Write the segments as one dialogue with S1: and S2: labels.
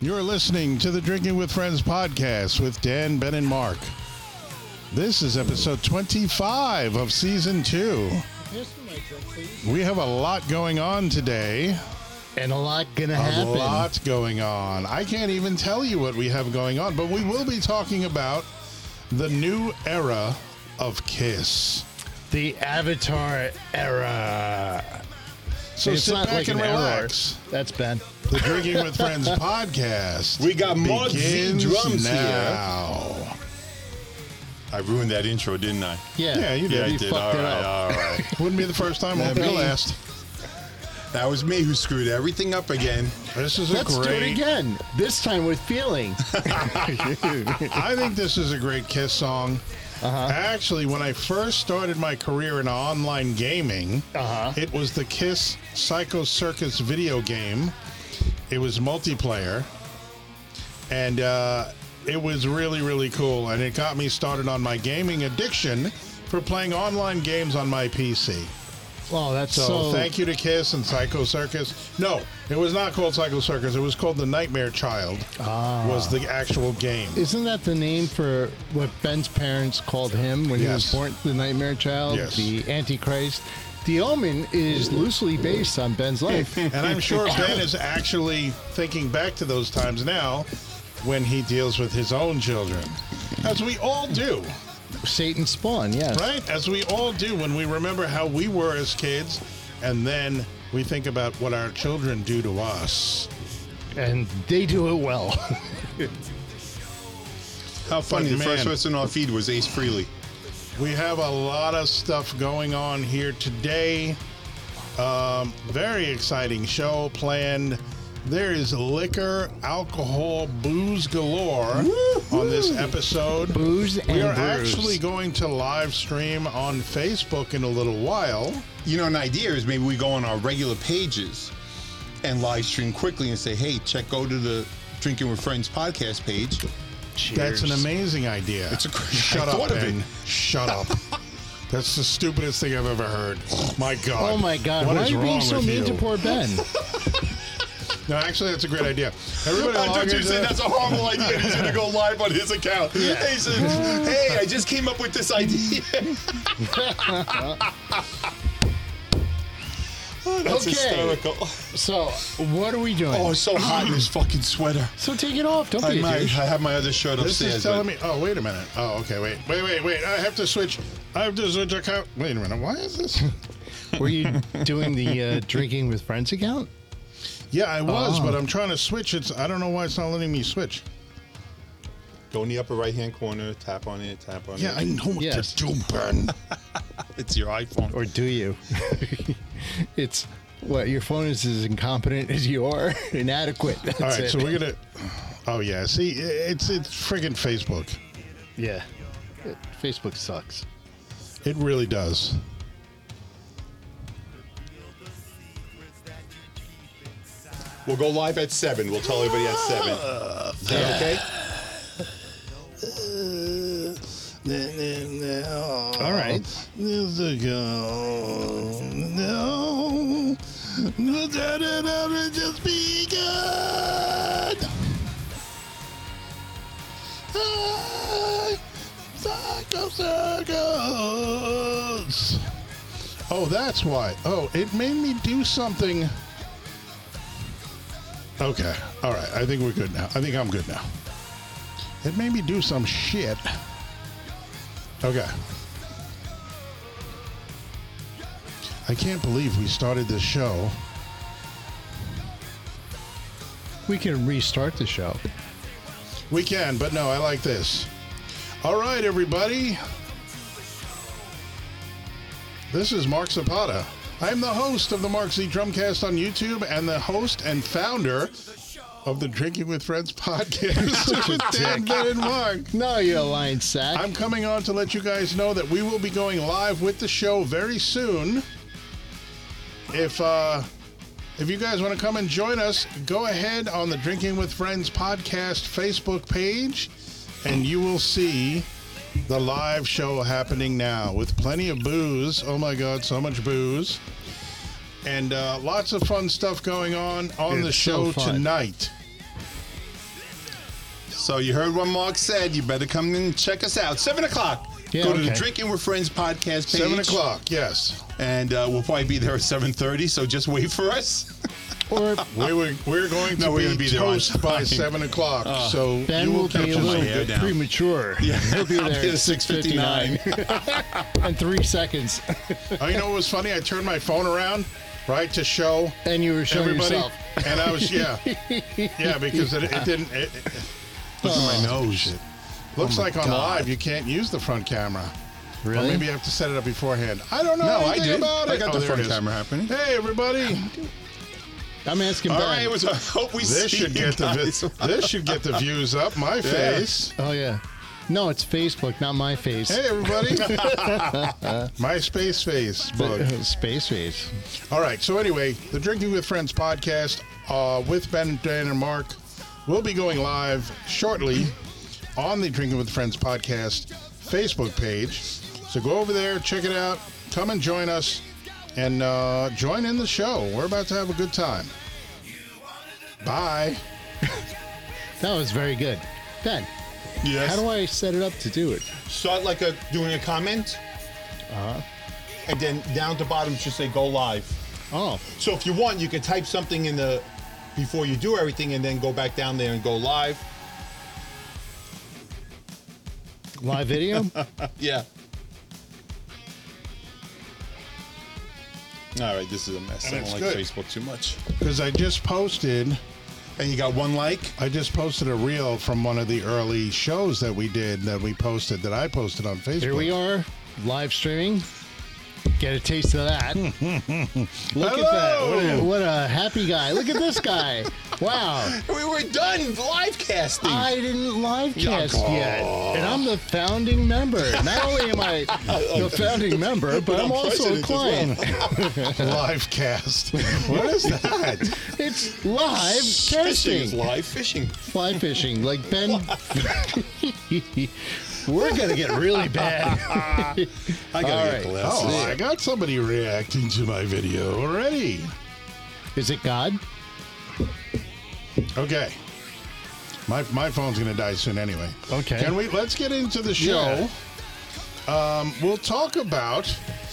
S1: You're listening to the Drinking with Friends podcast with Dan, Ben, and Mark. This is episode 25 of season two.
S2: Here's some mic drop, please.
S1: We have a lot going on today.
S2: And a lot gonna
S1: A
S2: happen.
S1: lot going on. I can't even tell you what we have going on, but we will be talking about the new era of Kiss.
S2: The Avatar era.
S1: So
S2: it's
S1: sit
S2: not
S1: back
S2: like
S1: and
S2: an error.
S1: relax.
S2: That's Ben.
S1: The Drinking with Friends podcast.
S3: We got more Z
S1: begins
S3: drums here.
S1: now.
S3: I ruined that intro, didn't I?
S2: Yeah,
S1: Yeah, you
S3: Yeah,
S1: did.
S3: I
S2: You
S3: did.
S2: fucked
S3: All
S2: it
S3: right,
S2: up.
S3: all right.
S1: Wouldn't be the first time, won't be the
S2: Me.
S1: last.
S3: That was me who screwed everything up again.
S1: This
S3: uh,
S1: is a
S2: Let's do it
S1: great.
S2: again. This time with feeling.
S1: I think this is a great Kiss song.
S2: Uh-huh.
S1: Actually, when I first started my career in online gaming,
S2: Uh-huh.
S1: it was the Kiss Psycho Circus video game. It was multiplayer, and uh, it was really, really cool. And it got me started on my gaming addiction for playing online games on my PC.
S2: Oh, that's
S1: So,
S2: so.
S1: thank you to Kiss and Psycho Circus. No, it was not called Psycho Circus. It was called The Nightmare Child.
S2: Ah.
S1: Was the actual game.
S2: Isn't that the name for what Ben's parents called him when he was
S1: Yes.
S2: born? The Nightmare Child,
S1: Yes.
S2: the Antichrist. The Omen is loosely based on Ben's life.
S1: And I'm sure Ben is actually thinking back to those times now when he deals with his own children. As we all do,
S2: Satan Spawn, yes.
S1: right? As we all do when we remember how we were as kids and then we think about what our children do to us.
S2: And they do it well.
S1: How
S3: Funny,
S1: funny,
S3: the
S1: man.
S3: first person on feed was Ace Freely.
S1: We have a lot of stuff going on here today. Um, very exciting show planned. There is liquor, alcohol, booze galore on this episode.
S2: Booze and
S1: We are
S2: brews.
S1: actually going to live stream on Facebook in a little while.
S3: You know, an idea is maybe we go on our regular pages and live stream quickly and say, hey, check, go to the Drinking with Friends podcast page.
S1: That's an amazing idea.
S3: It's a great-
S1: Shut
S3: I
S1: up,
S3: thought of it.
S1: Ben. Shut up. That's the stupidest thing I've ever heard. My God.
S2: Oh my God!
S1: What
S2: Why
S1: is
S2: are you
S1: wrong
S2: being so
S1: with
S2: mean
S1: you?
S2: to poor Ben?
S1: No, actually, that's a great idea. Everybody,
S3: I
S1: log
S3: thought you
S1: into-
S3: said that's a horrible idea. He's going to go live on his account. Hey, he said, hey, I just came up with this idea. Oh, that's
S2: Okay.
S3: hysterical.
S2: so, what are we doing?
S3: Oh, it's so hot in this fucking sweater.
S2: so take it off. Don't
S3: I,
S2: be a
S3: might, I
S2: douche.
S3: have my other shirt
S1: This
S3: upstairs.
S1: is telling me. Oh, wait a minute. Oh, okay. Wait, wait, wait, wait. I have to switch. I have to switch account. Wait a minute. Why is this?
S2: Were you doing the uh, drinking with friends account?
S1: Yeah, I was, but I'm trying to switch. It's. I don't know why it's not letting me switch.
S3: Go in the upper right hand corner, tap on it, tap on
S1: Yeah, I
S3: it.
S1: know what
S2: Yes.
S1: to do, Ben.
S3: it's your iPhone.
S2: Or do you? it's what your phone is as incompetent as you are, inadequate. That's
S1: All right,
S2: it.
S1: so we're gonna. Oh yeah. See, it's it's friggin' Facebook.
S2: yeah. Facebook sucks.
S1: It really does.
S3: We'll go live at 7. We'll tell everybody at 7. Is that okay?
S1: All
S2: right.
S1: Years ago, no, no, that had only just begun. I talk of circles. Oh, that's why. Oh, it made me do something. Okay. All right. I think we're good now. I think I'm good now. It made me do some shit. Okay. I can't believe we started this show.
S2: We can restart the show.
S1: We can, but no, I like this. All right, everybody. This is Mark Zapata. I'm the host of the Mark Z Drumcast on YouTube and the host and founder of the Drinking with Friends podcast with Dan, Ben, and Mark.
S2: No, you lying sack.
S1: I'm coming on to let you guys know that we will be going live with the show very soon. If uh, if you guys want to come and join us, go ahead on the Drinking with Friends podcast Facebook page, and you will see the live show happening now with plenty of booze. Oh my God, so much booze! And uh, lots of fun stuff going on on the
S2: It's
S1: show
S2: so fun.
S1: tonight.
S3: So you heard what Mark said. You better come and check us out. Seven o'clock.
S2: Yeah,
S3: Go to the
S2: okay.
S3: Drinking with Friends podcast page.
S1: Seven o'clock. Yes,
S3: and uh, we'll probably be there at seven thirty. So just wait for us.
S2: Or
S1: we were, we're going to
S3: No, we're
S1: be,
S3: gonna be there on
S1: toast by
S3: time.
S1: seven o'clock.
S3: Ah.
S1: so
S2: Ben
S1: you
S2: will
S1: will catch
S2: be a
S1: us.
S2: little
S3: hair
S2: bit
S3: down.
S2: premature. Yeah, he'll be
S3: I'll
S2: there
S3: be
S2: at
S3: at
S2: six fifty nine
S3: 6:59.
S2: and three seconds,
S1: Oh, you know what was funny? I turned my phone around, right, to show
S2: and you were showing
S1: everybody,
S2: yourself.
S1: and I was yeah, yeah, because it, it didn't. It, it
S3: Look at my nose. Oh
S1: looks
S3: my
S1: like on
S3: God.
S1: live you can't use the front camera. Or
S2: Really?
S1: maybe you have to set it up beforehand. I don't know.
S3: No, I
S1: anything
S3: did.
S1: About it. Oh,
S3: I got the
S1: there
S3: front
S1: it is.
S3: camera happening.
S1: Hey, everybody!
S2: I'm asking
S3: All
S2: Ben.
S3: right, it was, I hope we
S1: This
S3: see
S1: should
S3: you
S1: get the
S3: guys.
S1: vi- this should get the views up. My face.
S2: oh yeah, no, it's Facebook, not my face.
S1: Hey, everybody! MySpace Facebook.
S2: Uh, Space face.
S1: All right. So anyway, the Drinking with Friends podcast uh, with Ben, Dan, and Mark will be going live shortly on the Drinking with Friends podcast Facebook page. So go over there, check it out, come and join us, and uh, join in the show. We're about to have a good time. Bye.
S2: That was very good, Ben.
S3: Yes.
S2: How do I set it up to do it?
S3: start like a doing a comment, and then down to bottom should say go live.
S2: Oh,
S3: So if you want, you can type something in the before you do everything, and then go back down there and go live.
S2: live video.
S3: Yeah. All right, this is a mess.
S1: And
S3: I don't
S1: it's
S3: like
S1: good.
S3: Facebook too much.
S1: Because I just posted.
S3: And you got one like.
S1: I just posted a reel from one of the early shows that we did that we posted that I posted on Facebook.
S2: Here we are, live streaming. Get a taste of that. Look at that. What
S1: Hello!
S2: a, what a happy guy. Look at this guy. Wow.
S3: We were done live casting.
S2: I didn't live cast
S3: Yeah,
S2: yet. And I'm the founding member. Not only am I the founding member, but
S3: I'm
S2: I'm also a
S3: president as well.
S2: client.
S1: live cast. what is that?
S2: It's live
S3: fishing is
S2: casting.
S3: live fishing.
S2: Fly fishing. Like Ben. We're going to get really bad.
S3: I
S2: All
S3: gotta
S2: right.
S3: get glasses.
S1: Oh, I got somebody reacting to my video already.
S2: Is it God?
S1: Okay. My, my phone's gonna die soon anyway.
S2: Okay.
S1: Can we let's get into the show? Um, we'll talk about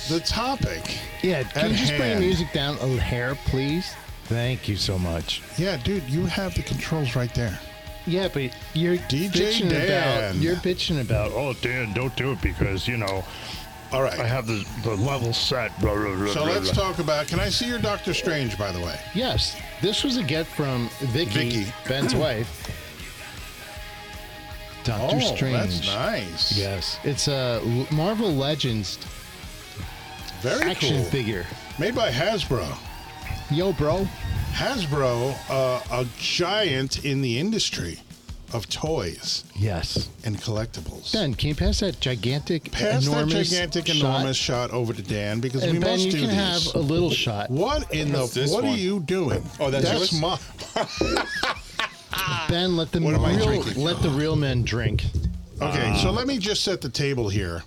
S1: the topic.
S2: Yeah, can
S1: at
S2: you just bring
S1: hand.
S2: the music down a hair, please? Thank you so much.
S1: Yeah, dude, you have the controls right there.
S2: Yeah, but you're
S1: DJ
S2: bitching
S1: Dan.
S2: about you're bitching about oh
S4: uh, Dan, don't do it because you know
S1: All right.
S4: I have the, the level set. Blah, blah, blah,
S1: so
S4: blah,
S1: let's
S4: blah.
S1: talk about. Can I see your Doctor Strange, by the way?
S2: yes. This was a get from Vicky,
S1: Vicky.
S2: Ben's wife. Doctor
S1: oh, that's
S2: Strange.
S1: nice.
S2: Yes, it's a L- Marvel Legends
S1: Very
S2: action
S1: cool.
S2: figure.
S1: Made by Hasbro.
S2: Yo, bro.
S1: Hasbro, uh, a giant in the industry of toys
S2: Yes.
S1: and collectibles.
S2: Ben, can you pass that gigantic,
S1: Pass that
S2: enormous,
S1: gigantic,
S2: shot?
S1: enormous shot over to Dan because we
S2: And Ben,
S1: must
S2: you
S1: do
S2: can
S1: these.
S2: have a little shot.
S1: what in
S3: What's
S1: the?
S3: this
S1: What are
S3: one?
S1: you doing?
S3: Oh, that's
S1: that's
S3: yours?
S1: my.
S2: Ben, let the
S1: What am I
S2: real,
S1: drinking?
S2: let the real men drink.
S1: Okay, so let me just set the table here.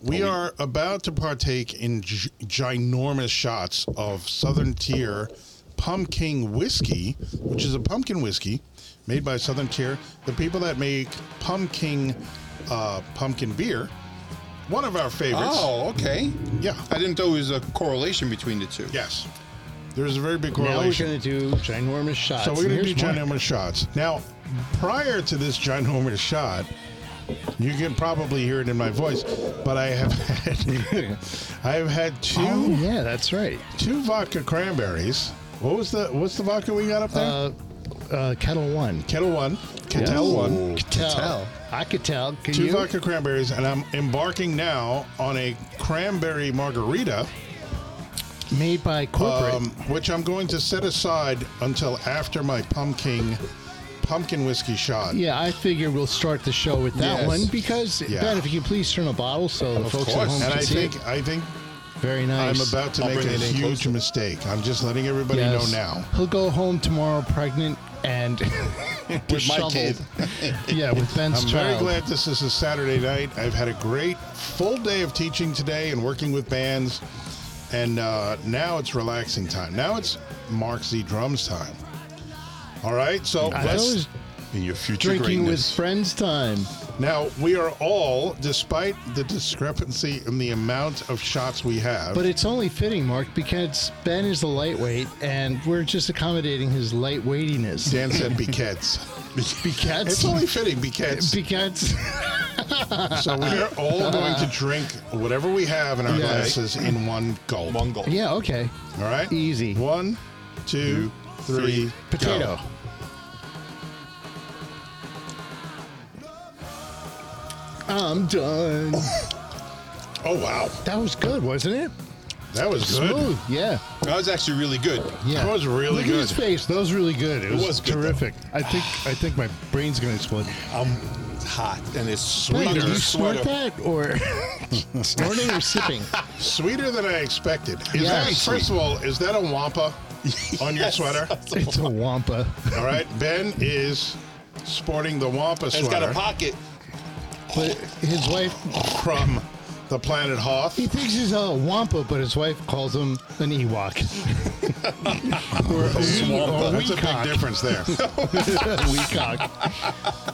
S1: We are about to partake in gi- ginormous shots of Southern Tier pumpkin whiskey, which is a pumpkin whiskey made by Southern Tier, the people that make pumpkin uh, pumpkin beer. One of our favorites.
S3: Oh, okay.
S1: Yeah.
S3: I didn't know there was a correlation between the two.
S1: Yes. There's a very big
S2: Now we're
S1: correlation.
S2: gonna do ginormous shots.
S1: So we're
S2: And
S1: going to do
S2: here's one.
S1: ginormous shots. Now, prior to this ginormous shot, you can probably hear it in my voice, but I have had I have had two
S2: Oh, yeah, that's right.
S1: two vodka cranberries. What was the what's the vodka we got up there?
S2: Uh, uh, kettle one.
S1: Kettle one, Kettle one,
S2: Tell. I could tell. Can
S1: two
S2: you?
S1: vodka cranberries, and I'm embarking now on a cranberry margarita,
S2: Made by corporate.
S1: um, which I'm going to set aside until after my pumpkin pumpkin whiskey shot.
S2: yeah, I figure we'll start the show with that
S3: Yes.
S2: one because
S1: Yeah.
S2: Ben, if you could please turn a bottle so the folks at
S3: course.
S2: home
S1: And
S2: can
S1: I
S2: see
S1: think
S2: it.
S1: I think
S2: Very nice.
S1: I'm about to
S3: I'll
S1: make a
S3: bring it in
S1: huge
S3: closer.
S1: mistake. I'm just letting everybody
S2: Yes.
S1: know now.
S2: He'll go home tomorrow pregnant and
S3: With my kid.
S2: disheveled. yeah, with Ben's
S1: I'm
S2: child.
S1: very glad this is a Saturday night. I've had a great full day of teaching today and working with bands, and uh, now it's relaxing time. Now it's Mark Z drums time. All right, so
S2: I
S1: let's
S2: always
S3: in your future
S2: Drinking with
S3: greatness.
S2: friends time.
S1: Now, we are all, despite the discrepancy in the amount of shots we have,
S2: But it's only fitting, Mark, because Ben is a lightweight, and we're just accommodating his lightweightiness.
S1: Dan said bequets. It's
S2: Because
S1: only fitting, bequets.
S2: because
S1: so we're all going to drink whatever we have in our
S2: Yeah.
S1: glasses in one gulp.
S3: One goal.
S2: yeah, okay,
S1: All right?
S2: Easy.
S1: One, two, three,
S3: three,
S2: potato.
S1: go.
S2: I'm done.
S1: Oh, wow.
S2: That was good, wasn't it?
S1: That was good.
S2: Smooth. Yeah.
S3: That was actually really good.
S2: Yeah.
S1: That was really
S2: Look
S1: good.
S2: At his face.
S4: That was really good. It was,
S3: was good, though.
S4: terrific. I think I think my brain's gonna explode.
S3: I'm hot and it's
S2: Ben,
S3: sweeter.
S2: did you snort
S3: Sweater.
S2: that or snorting or sipping?
S1: Sweeter than I expected. Is
S2: Yeah.
S1: that, first of all, is that a wampa on your
S3: Yes.
S1: sweater?
S2: It's a wampa.
S1: All right. Ben is sporting the wampa
S3: And It's got
S1: sweater
S3: a pocket.
S2: But his wife,
S1: from the planet Hoth.
S2: he thinks he's a wampa, but his wife calls him an Ewok. or a wee, or a
S1: That's a
S2: weecock.
S1: big difference there.
S2: weecock.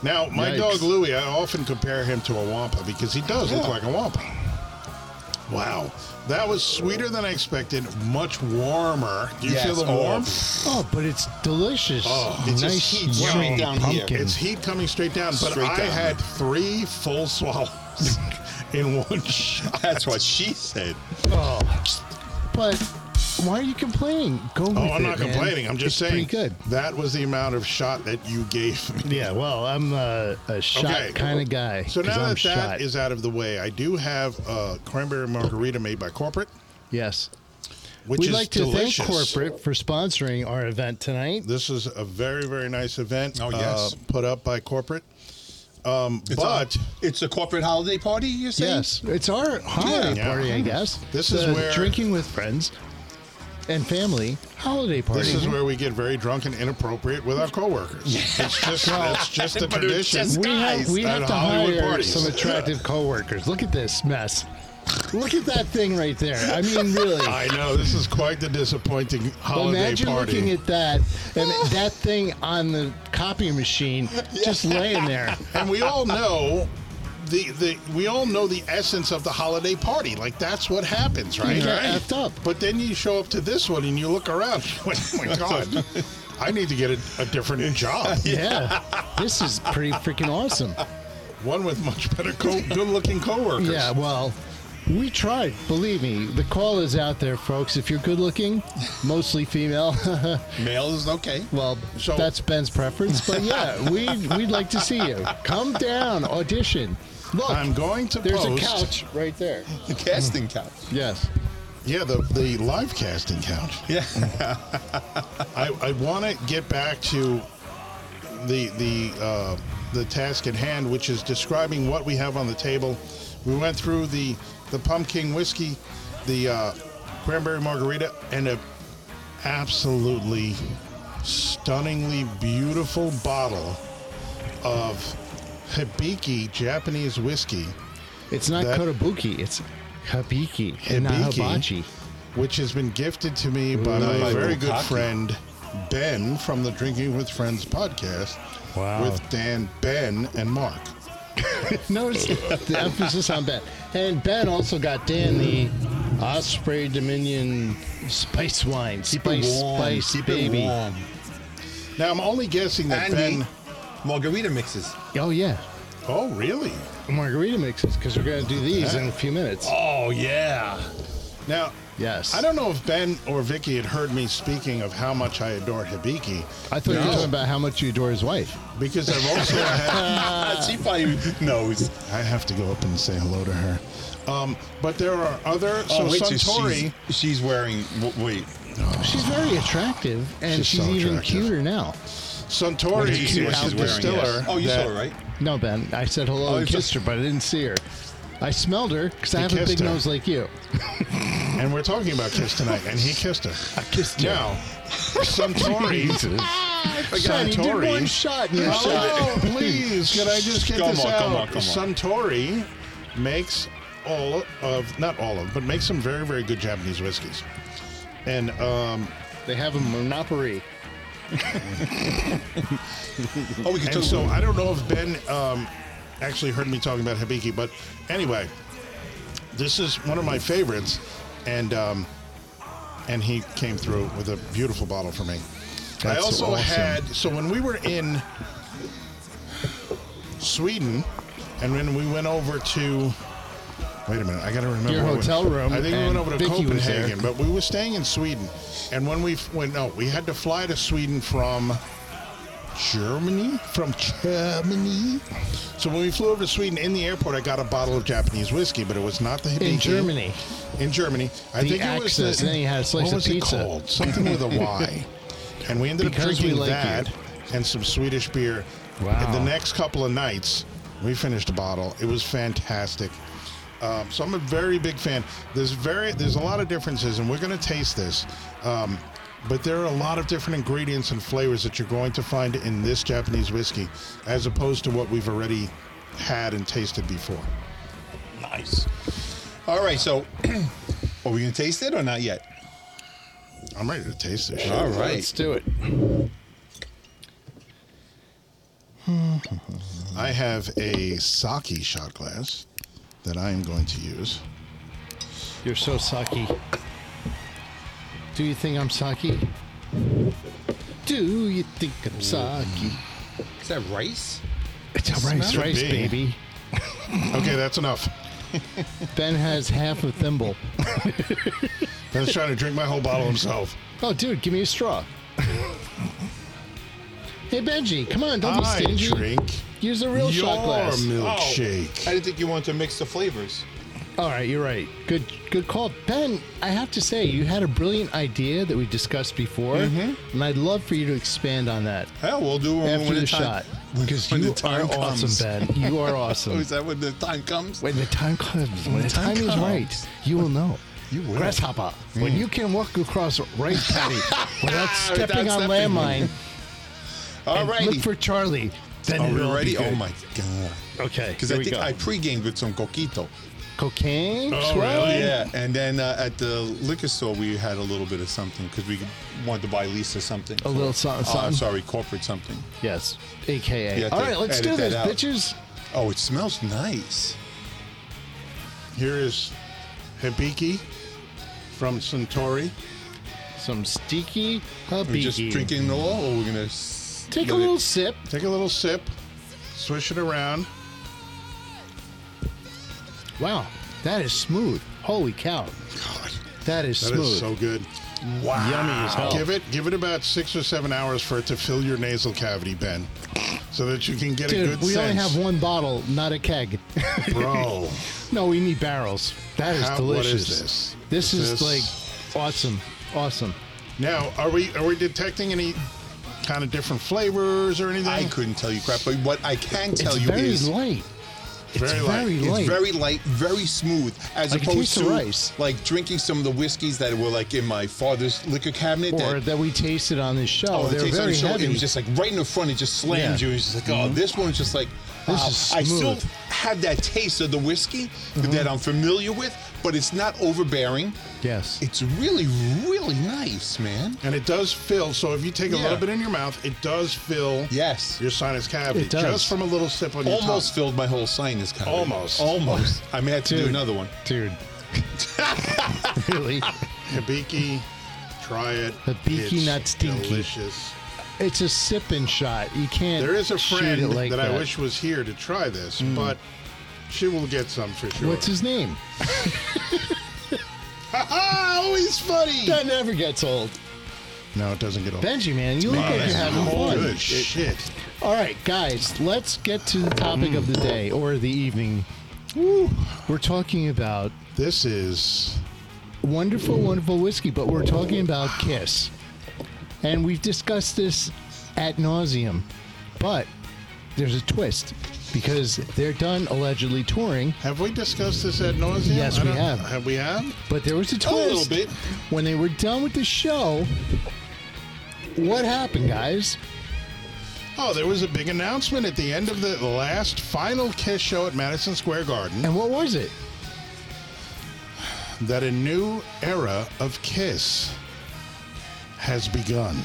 S1: now, my
S2: Yikes.
S1: dog Louie, I often compare him to a wampa because he does look like a wampa. Wow, that was sweeter than I expected. Much warmer. Do you
S3: Yes,
S1: feel the
S3: oh,
S1: warmth?
S2: Oh, but it's delicious.
S1: Oh,
S3: it just
S2: nice,
S3: heats right
S2: yummy
S3: down here.
S2: pumpkin.
S1: It's heat coming straight down, but
S3: Straight
S1: I
S3: down.
S1: had three full swallows in one shot.
S3: That's what she said.
S2: Oh. But why are you complaining? Go with
S1: Oh, I'm not
S2: it, man.
S1: complaining. I'm just
S2: It's
S1: saying
S2: Pretty good.
S1: that was the amount of shot that you gave me.
S2: Yeah, well, I'm uh, a shot
S1: Okay.
S2: kind of guy.
S1: So
S2: 'cause
S1: now
S2: I'm
S1: that that
S2: shot.
S1: is out of the way, I do have a cranberry margarita made by corporate,
S2: yes,
S1: which
S2: we'd
S1: is
S2: like to
S1: delicious.
S2: thank corporate for sponsoring our event tonight.
S1: This is a very very nice event. uh,
S3: Oh, yes.
S1: put up by corporate. Um,
S3: It's
S1: but
S3: a, it's a corporate holiday party, you're saying?
S2: Yes, it's our holiday
S1: Yeah.
S2: party, I guess.
S1: This
S2: The
S1: is where-
S2: drinking with friends and family holiday party.
S1: this is where we get very drunk and inappropriate with our coworkers. It's just it's just a
S3: But it's
S1: tradition.
S3: just-
S2: we have, we
S1: Guys,
S2: have
S1: at
S2: to
S1: Hollywood
S2: hire
S1: parties.
S2: some attractive coworkers. Look at this mess. Look at that thing right there. I mean, really.
S1: I know this is quite the disappointing holiday
S2: Imagine
S1: party.
S2: looking at that and that thing on the copy machine just laying there.
S1: and we all know the, the we all know the essence of the holiday party. Like that's what happens, right?
S2: You get
S1: Right.
S2: effed up.
S1: But then you show up to this one and you look around. Like, oh my god, I need to get a, a different job.
S2: Yeah. This is pretty freaking awesome.
S1: One with much better, co- good-looking coworkers.
S2: Yeah, well, we tried. Believe me, the call is out there, folks. If you're good looking, mostly female,
S3: Male is okay.
S2: well,
S1: So-
S2: that's Ben's preference. But yeah, we we'd like to see you. Come down, audition. Look,
S1: I'm going to
S2: there's
S1: post.
S2: a couch right there.
S3: The casting couch.
S2: Yes.
S1: Yeah, the the live casting couch.
S3: Yeah.
S1: I, I want to get back to the the uh, the task at hand, which is describing what we have on the table. We went through the the pumpkin whiskey, the uh, cranberry margarita, and a absolutely stunningly beautiful bottle of Hibiki Japanese whiskey,
S2: It's not
S1: That-
S2: Kotobuki. It's Habiki, and not
S1: Hibiki?
S2: Hibachi.
S1: which has been gifted to me by
S3: Not
S1: my
S3: by
S1: very good
S3: Bukaki.
S1: friend Ben from the Drinking with Friends podcast.
S4: Wow.
S1: with Dan, Ben, and Mark.
S2: Notice the emphasis on Ben. And Ben also got Dan the Osprey Dominion spice wine. Spice, spice,
S3: Keep
S2: baby.
S3: it warm.
S1: Now I'm only guessing that
S3: And
S1: Ben.
S3: he- margarita mixes.
S2: Oh, yeah.
S1: Oh, really?
S2: Margarita mixes because we're going to do these in a few minutes.
S4: Oh yeah.
S1: Now,
S2: Yes.
S1: I don't know if Ben or Vicky had heard me speaking of how much I adore Hibiki,
S2: I thought you were
S1: No.
S2: talking about how much you adore his wife.
S1: because I've also had,
S3: she probably knows.
S1: I have to go up and say hello to her. Um, but there are other. So
S3: Oh, wait,
S1: Suntory.
S3: she's, she's wearing. w- Wait.
S2: She's very attractive, and
S1: She's
S2: she's,
S1: so
S2: even
S1: attractive.
S2: cuter now.
S1: Suntory
S3: Did you see what
S1: is
S3: she's
S1: a
S3: wearing?
S1: distiller.
S3: Yes. Oh, you saw
S1: that-
S3: it, right?
S2: No, Ben. I said hello
S3: Oh,
S2: and
S3: it's
S2: kissed her, but I didn't see her. I smelled her because I
S1: He
S2: have a
S1: kissed
S2: big
S1: her.
S2: nose like you.
S1: And we're talking about Kiss tonight, and he kissed her.
S2: I kissed
S1: Now, Suntory.
S2: Shiny, you did one shot. and You're shot.
S1: Oh, please, can I just get
S3: Come
S1: this
S3: on,
S1: out?
S3: come on, come on.
S1: Suntory makes all of, not all of, but makes some very, very good Japanese whiskeys. And um,
S2: They have a monopoly.
S3: Oh, we can
S1: And
S3: talk.
S1: so I don't know if Ben um, actually heard me talking about Hibiki, but anyway, this is one of my favorites, and um, and he came through with a beautiful bottle for me. I
S2: That's
S1: also
S2: awesome.
S1: had so when we were in Sweden, and when we went over to. Wait a minute! I got to remember
S2: Your
S1: where we-
S2: hotel room,
S1: I think we
S2: and
S1: went over to
S2: Vicky was there.
S1: Copenhagen, but we were staying in Sweden. And when we f- went, no, we had to fly to Sweden from Germany? From Germany? So when we flew over to Sweden in the airport, I got a bottle of Japanese whiskey, but it was not the Hibiki.
S2: In Germany.
S1: In Germany. I
S2: The
S1: think it was
S2: Axis,
S1: the,
S2: and then you had a slice
S1: what
S2: of
S1: was
S2: pizza.
S1: It called? Something with a Y. And we ended up
S2: Because we
S1: drinking
S2: like
S1: that
S2: you.
S1: and some Swedish beer.
S2: Wow.
S1: And the next couple of nights, we finished a bottle. It was fantastic. Um, so I'm a very big fan. There's very there's a lot of differences, and we're going to taste this. Um, but there are a lot of different ingredients and flavors that you're going to find in this Japanese whiskey, as opposed to what we've already had and tasted before.
S3: Nice. All right, so are we gonna taste it or not yet?
S1: I'm ready to taste this. Shit.
S3: All
S2: Let's do it.
S1: I have a sake shot glass that I am going to use.
S2: You're so sucky. Do you think I'm sucky? Do you think I'm sucky?
S3: Is that rice?
S2: It's a rice,
S1: Smell it,
S2: rice,
S1: baby.
S2: baby.
S1: Okay, that's enough.
S2: Ben has half a thimble.
S1: Ben's trying to drink my whole bottle himself.
S2: Oh, dude, give me a straw. hey, Benji, come on, don't be
S1: I
S2: stingy.
S1: drink
S2: Use a real
S1: your
S2: shot glass.
S1: milkshake.
S3: Oh, I didn't think you wanted to mix the flavors.
S2: All right, you're right. Good, good call, Ben. I have to say, you had a brilliant idea that we discussed before, and I'd love for you to expand on that
S3: Yeah, we'll do it when,
S2: after
S3: when
S2: the
S3: time-
S2: shot
S3: when-
S2: because
S3: when
S2: you
S3: the time
S2: are
S3: comes.
S2: awesome, Ben. You are awesome.
S3: Oh, is that when the time comes?
S2: When the time comes, when, the time,
S3: time
S2: is
S3: comes.
S2: right, you will know. You
S3: will.
S2: Grasshopper, when you can walk across rice paddy without stepping
S3: Without
S2: on
S3: stepping.
S2: landmine
S3: All
S2: and look
S3: righty.
S2: for Charlie, then
S3: Are we
S2: it'll
S3: ready?
S2: be good.
S3: Oh my god.
S2: Okay,
S3: Because
S2: here
S3: I
S2: we
S3: think
S2: go.
S3: I pre-gamed with some coquito.
S2: Cocaine?
S1: Oh,
S2: Swell?
S1: really?
S3: Yeah, and then uh, at the liquor store we had a little bit of something because we wanted to buy Lisa something.
S2: A little something,
S3: Oh, I'm
S2: something.
S3: sorry, corporate something.
S2: Yes, AKA.
S3: Yeah,
S2: All
S3: take-
S2: right, let's do
S3: edit that
S2: this,
S3: out.
S2: bitches.
S3: Oh, it smells nice.
S2: Oh.
S1: Here is Hibiki from Centauri.
S2: Some sticky
S3: We're
S2: hubby.
S3: just drinking it all, or we're gonna s-
S2: Take a
S3: let it-
S2: little sip.
S1: Take a little sip, swish it around.
S2: Wow, that is smooth. Holy cow.
S1: God,
S2: That is
S1: that is
S2: smooth.
S1: so good.
S2: wow. Yummy as hell.
S1: Give it give it about six or seven hours for it to fill your nasal cavity, Ben, so that you can get a
S2: Dude,
S1: good
S2: we only
S1: sense.
S2: have one bottle, not a keg.
S1: Bro,
S2: no, we need barrels. That is
S1: How- what
S2: delicious.
S1: is this?
S2: This is
S1: This-
S2: like awesome. Awesome.
S1: now are we are we detecting any kind of different flavors or anything?
S3: I couldn't tell you crap, but what I can tell
S2: it's
S3: you
S2: very
S3: is
S2: light.
S1: Very
S2: it's
S1: light.
S2: very
S1: It's
S2: light.
S3: it's very light, very smooth, as
S2: Like it
S3: opposed
S2: tastes of
S3: to
S2: rice.
S3: like drinking some of the whiskeys that were like in my father's liquor cabinet.
S2: or
S3: that,
S2: that we tasted on this show.
S3: oh, it
S2: They're
S3: tastes
S2: very
S3: like so-
S2: heavy.
S3: It was just like right in the front. It just slams
S2: Yeah. Mm-hmm.
S3: you. It's just like, oh, this one's just like.
S2: This
S3: wow.
S2: is
S3: I still
S2: smooth. Mm-hmm.
S3: have that taste of the whiskey that I'm familiar with, but it's not overbearing.
S2: yes.
S3: It's really, really nice, man.
S1: and it does fill. So if you take a
S3: Yeah.
S1: little bit in your mouth, it does fill
S3: Yes.
S1: your sinus cavity
S2: It does.
S1: just from a little sip on your
S3: Almost
S1: tongue.
S3: filled my whole sinus cavity.
S1: Almost.
S3: Almost. I may have to do
S2: Dude.
S3: another one.
S2: Dude. really?
S1: Hibiki, try it.
S2: Hibiki
S1: It's
S2: not stinky.
S1: Delicious.
S2: It's a sipping shot. You can't.
S1: There is a
S2: shoot
S1: friend
S2: it like Mm.
S1: that, I wish was here to try this, but she will get some for sure.
S2: What's his name?
S1: Ah, always funny.
S2: That never gets old.
S1: No, it doesn't get old.
S2: Benji, man, you look
S1: Wow,
S2: like
S1: Ah, that's
S2: you're having
S1: cool.
S2: fun.
S1: Good shit.
S2: All right, guys, let's get to the topic of the day or the evening. We're talking about
S1: This is
S2: wonderful, wonderful whiskey, but we're talking about Kiss. And we've discussed this ad nauseum, but there's a twist because they're done allegedly touring,
S1: have we discussed this ad nauseum?
S2: Yes,
S1: I
S2: we
S1: don't-
S2: have.
S1: Have we have?
S2: but there was a twist.
S3: A little bit.
S2: When they were done with the show, what happened, guys?
S1: Oh, there was a big announcement at the end of the last final Kiss show at Madison Square Garden.
S2: And what was it?
S1: that a new era of Kiss has begun.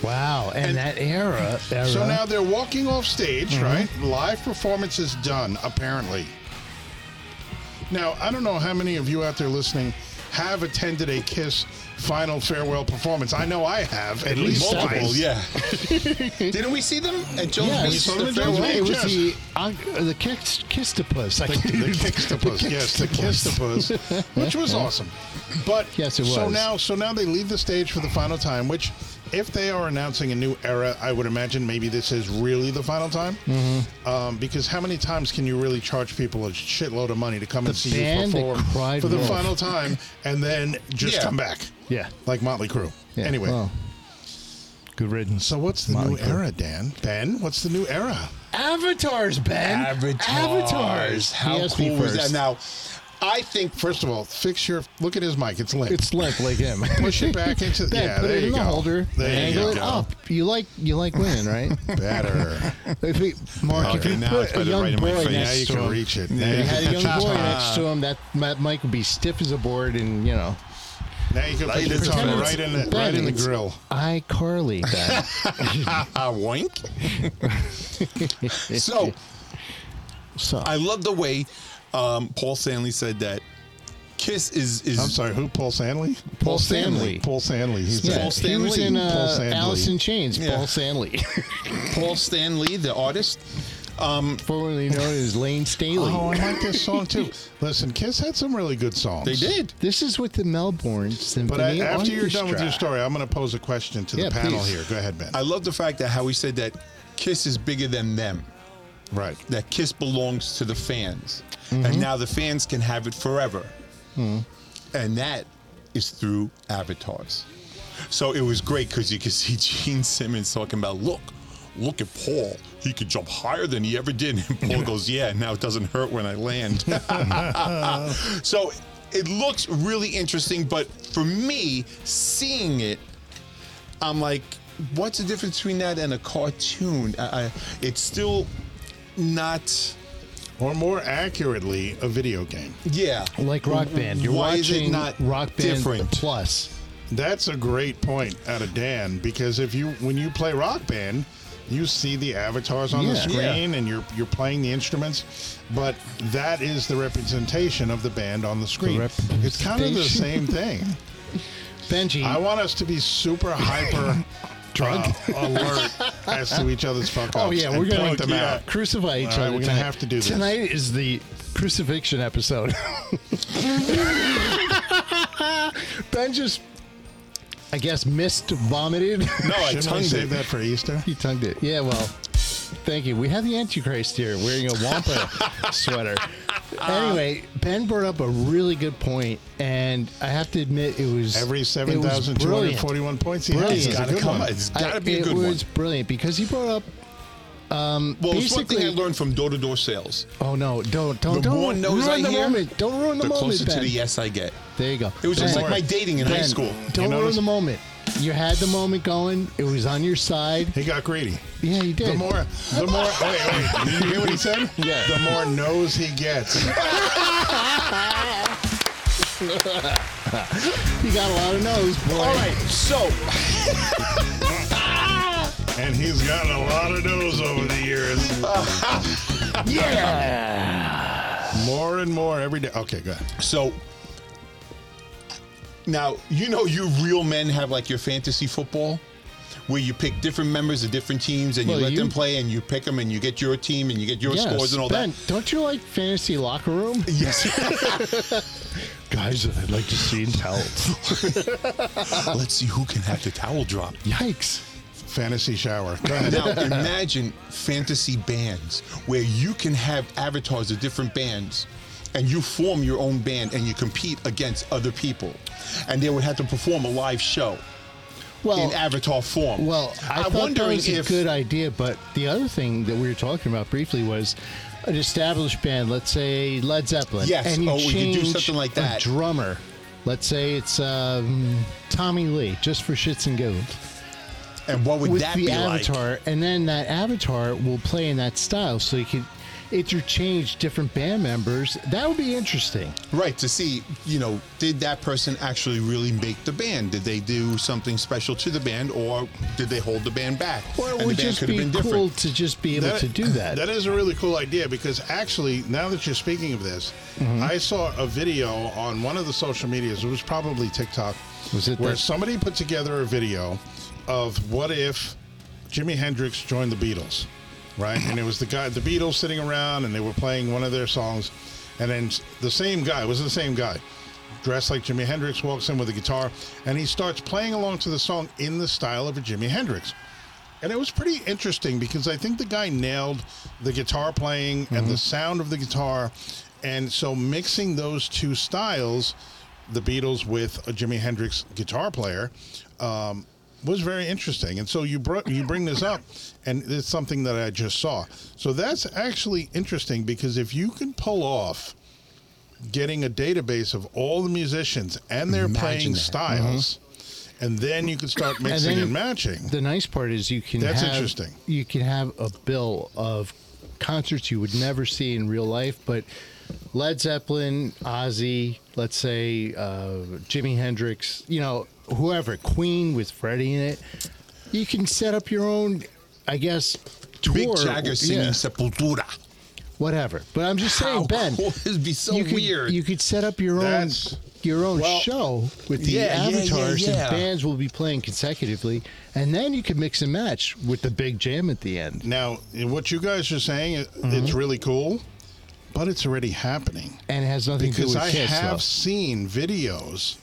S2: Wow. And,
S1: And-
S2: that era, era
S1: So now they're walking off stage, right? Live performance is done, apparently. Now, I don't know how many of you out there listening have attended a KISS final farewell performance. I know I have, at, least,
S2: least
S1: twice.
S3: Multiple, yeah. Didn't we see them at Jones
S2: yeah,
S3: Beach?
S2: it was,
S1: saw them
S3: The
S1: at
S3: farewell?
S1: Jones Beach.
S2: it was
S1: yes.
S2: the, uh, the kiss, kistopus. I
S1: The
S2: can't-
S1: Kixtapus, yes, the Kistapus, which was awesome. But
S2: Yes, it
S1: So
S2: was.
S1: now, so now they leave the stage for the final time. Which, if they are announcing a new era, I would imagine maybe this is really the final time.
S2: Mm-hmm.
S1: Um, because how many times can you really charge people a shitload of money to come and see you
S2: band that
S1: perform
S2: cried
S1: for the
S2: wolf.
S1: final time and then just
S3: Yeah.
S1: come back?
S2: Yeah.
S1: like Motley Crue.
S2: Yeah,
S1: anyway,
S2: well,
S4: Good riddance.
S1: so what's the
S2: Motley
S1: new
S2: Crue.
S1: era, Dan? Ben, what's the new era?
S2: avatars, Ben. Avatars.
S3: How
S2: He asked me
S3: cool was
S2: first.
S3: that? Now, I think
S1: First of all, fix your look at his mic. It's limp.
S2: It's limp like him.
S1: Push it back into the
S2: Then
S1: yeah.
S2: put
S1: there
S2: it
S1: you
S2: in
S1: go.
S2: the holder.
S1: There you
S2: angle it
S1: go.
S2: up. You like you like women, right?
S1: Better.
S2: if we, Mark, if
S3: Okay,
S2: you
S3: now it's
S2: put a
S3: better
S2: young
S3: right in my
S2: boy
S3: face.
S1: now you
S2: next to
S1: can
S2: him,
S1: reach it.
S2: if you
S1: Now,
S2: had a young boy next to him, that that mic would be stiff as a board, and you know.
S1: now you can put your
S3: it's
S1: tongue
S3: better.
S1: right in the
S2: Ben,
S1: right in the
S2: it's
S1: grill.
S2: iCarly. Ben.
S3: a wink. uh, So
S2: so
S3: I love the way um, Paul Stanley said that Kiss is is
S1: I'm sorry, who? Paul Stanley?
S2: Paul Stanley.
S1: Paul Stanley. He's
S2: yeah,
S1: dead.
S3: Paul
S2: he was
S3: Stanley.
S2: in
S1: Paul
S2: uh,
S1: Stanley.
S2: Alice in Chains.
S3: Yeah.
S2: Paul Stanley,
S3: Paul Stanley, the artist. Um,
S2: formerly known as Lane Staley.
S1: Oh, I like this song too. Listen, Kiss had some really good songs.
S3: They did.
S2: This is with the Melbourne Symphony
S1: But I, after you're done with your
S2: Orchestra.
S1: story, I'm going to pose a question to
S2: Yeah,
S1: the panel
S2: please.
S1: here. Go ahead, Ben.
S3: I love the fact that how he said that Kiss is bigger than them.
S1: right.
S3: That Kiss belongs to the fans, and now the fans can have it forever, and that is through avatars. So it was great because you could see Gene Simmons talking about look. Look at Paul. He could jump higher than he ever did. And Paul goes, Yeah, now it doesn't hurt when I land. So it looks really interesting, but for me, seeing it, I'm like, what's the difference between that and a cartoon? I, I, it's still not.
S1: Or more accurately, a video game.
S3: Yeah,
S2: like Rock Band. You're
S3: Why is
S2: watching
S3: it not
S2: Rock Band
S3: different?
S2: Plus.
S1: That's a great point out of Dan because if you when you play Rock Band, you see the avatars on the
S2: Yeah.
S1: screen and you're you're playing the instruments, but that is the representation of the band on the screen. it's kind of the same
S2: representation.
S1: thing.
S2: Benji,
S1: I want us to be super hyper drunk alert as to each other's fuck ups.
S2: Oh yeah, we're
S1: and
S2: gonna
S1: point them
S2: yeah,
S1: out.
S2: crucify each
S1: All right,
S2: other.
S1: we're gonna
S2: tonight.
S1: have to do this.
S2: Tonight is the crucifixion episode. ben just, I guess, missed, vomited.
S3: no, I
S1: Shouldn't we
S3: tongued
S1: save
S3: it.
S1: that for Easter?
S2: he tongued it. Yeah, well, thank you. We have the Antichrist here wearing a Wampa sweater.
S3: Um,
S2: Anyway, Ben brought up a really good point, and I have to admit it was
S1: Every
S2: it
S1: seven
S2: was
S1: thousand two hundred
S2: brilliant.
S1: forty-one points he
S2: Brilliant.
S1: has is
S2: It's
S1: a
S3: Gotta
S1: good
S3: come.
S1: one.
S3: It's gotta
S2: I-
S3: be a good
S2: it
S3: one.
S2: was brilliant because he brought up
S3: Well, it's one thing I
S2: basically-
S3: learned from door-to-door sales.
S2: Oh no! Don't don't
S3: The
S2: don't
S3: more no's
S2: ruin
S3: I
S2: the
S3: hear,
S2: moment. Don't ruin the,
S3: The
S2: moment,
S3: closer
S2: ben.
S3: to the yes I get.
S2: There you go.
S3: It was just
S2: Ben,
S3: like my dating in high
S2: Ben,
S3: school.
S2: Don't
S1: You
S2: ruin
S1: notice?
S2: the moment. You had the moment going. It was on your side.
S1: He got greedy.
S2: Yeah, you did.
S1: The more, the more. Wait, wait. Did you hear what he said?
S2: Yeah.
S1: The more no's he gets.
S2: you got a lot of no's, boy.
S3: All right, so
S1: And he's gotten a lot of no's over the years. More and more every day. Okay, go ahead.
S3: So now you know you real men have like your fantasy football where you pick different members of different teams and
S2: Well,
S3: you let
S2: you-
S3: them play and you pick them and you get your team and you get your
S2: Yes,
S3: scores and all
S2: ben,
S3: that.
S2: don't you like fantasy locker room?
S3: Yes.
S4: Guys, I'd like to see in towels.
S3: Let's see who can have the towel drop.
S2: Yikes!
S1: Fantasy shower. Go ahead.
S3: Now imagine fantasy bands where you can have avatars of different bands and you form your own band and you compete against other people and they would have to perform a live show
S2: Well,
S3: in avatar form.
S2: well, I
S3: I'm
S2: thought that
S3: wondering
S2: was a
S3: if
S2: good idea. But the other thing that we were talking about briefly was an established band. Let's say Led Zeppelin.
S3: Yes,
S2: and you
S3: or we could do
S2: change
S3: something like
S2: a
S3: that.
S2: drummer. Let's say it's um, Tommy Lee, just for shits and giggles.
S3: And what would
S2: with
S3: that
S2: the
S3: be
S2: avatar,
S3: like?
S2: and then that avatar will play in that style. So you could interchange different band members. That would be interesting.
S3: Right, to see, you know, did that person actually really make the band? Did they do something special to the band or did they hold the band back?
S2: Or it
S3: the
S2: would
S3: band
S2: just
S3: could have
S2: be
S3: been
S2: cool
S3: different.
S2: to just be able to do that.
S1: That is a really cool idea because actually, now that you're speaking of this,
S2: Mm-hmm.
S1: I saw a video on one of the social medias. It was probably TikTok.
S2: Was it
S1: where
S2: that-
S1: somebody put together a video of what if Jimi Hendrix joined the Beatles, right? and it was the guy, the Beatles, sitting around, and they were playing one of their songs, and then s- the same guy it was the same guy. Dressed like Jimi Hendrix, walks in with a guitar, and he starts playing along to the song in the style of a Jimi Hendrix. And it was pretty interesting because I think the guy nailed the guitar playing and the sound of the guitar. And so mixing those two styles, the Beatles with a Jimi Hendrix guitar player, um, was very interesting. And so you brought you bring this up, and it's something that I just saw. So that's actually interesting because if you can pull off getting a database of all the musicians and their
S3: Imagine
S1: playing
S3: that.
S1: styles, and then you can start mixing
S2: then-
S1: Mm-hmm. and matching.
S2: The nice part is you can
S1: That's
S2: have,
S1: interesting.
S2: You can have a bill of concerts you would never see in real life, but Led Zeppelin, Ozzy, let's say uh, Jimi Hendrix, you know, whoever, Queen with Freddie in it. You can set up your own, I guess, tour.
S3: Big Jagger singing
S2: Yeah,
S3: Sepultura.
S2: whatever. But I'm just saying,
S3: How
S2: Ben,
S3: cool. It'd be so
S2: you could,
S3: weird.
S2: You could set up your
S1: That's-
S2: own your own
S1: well,
S2: show with the
S3: yeah, yeah, yeah,
S2: avatars
S3: yeah.
S2: and bands will be playing consecutively, and then you can mix and match with the big jam at the end.
S1: Now, what you guys are saying, it
S2: Mm-hmm.
S1: it's really cool, but it's already happening
S2: And it has nothing to do
S1: because
S2: with
S1: I
S2: Kiss,
S1: have
S2: though.
S1: seen videos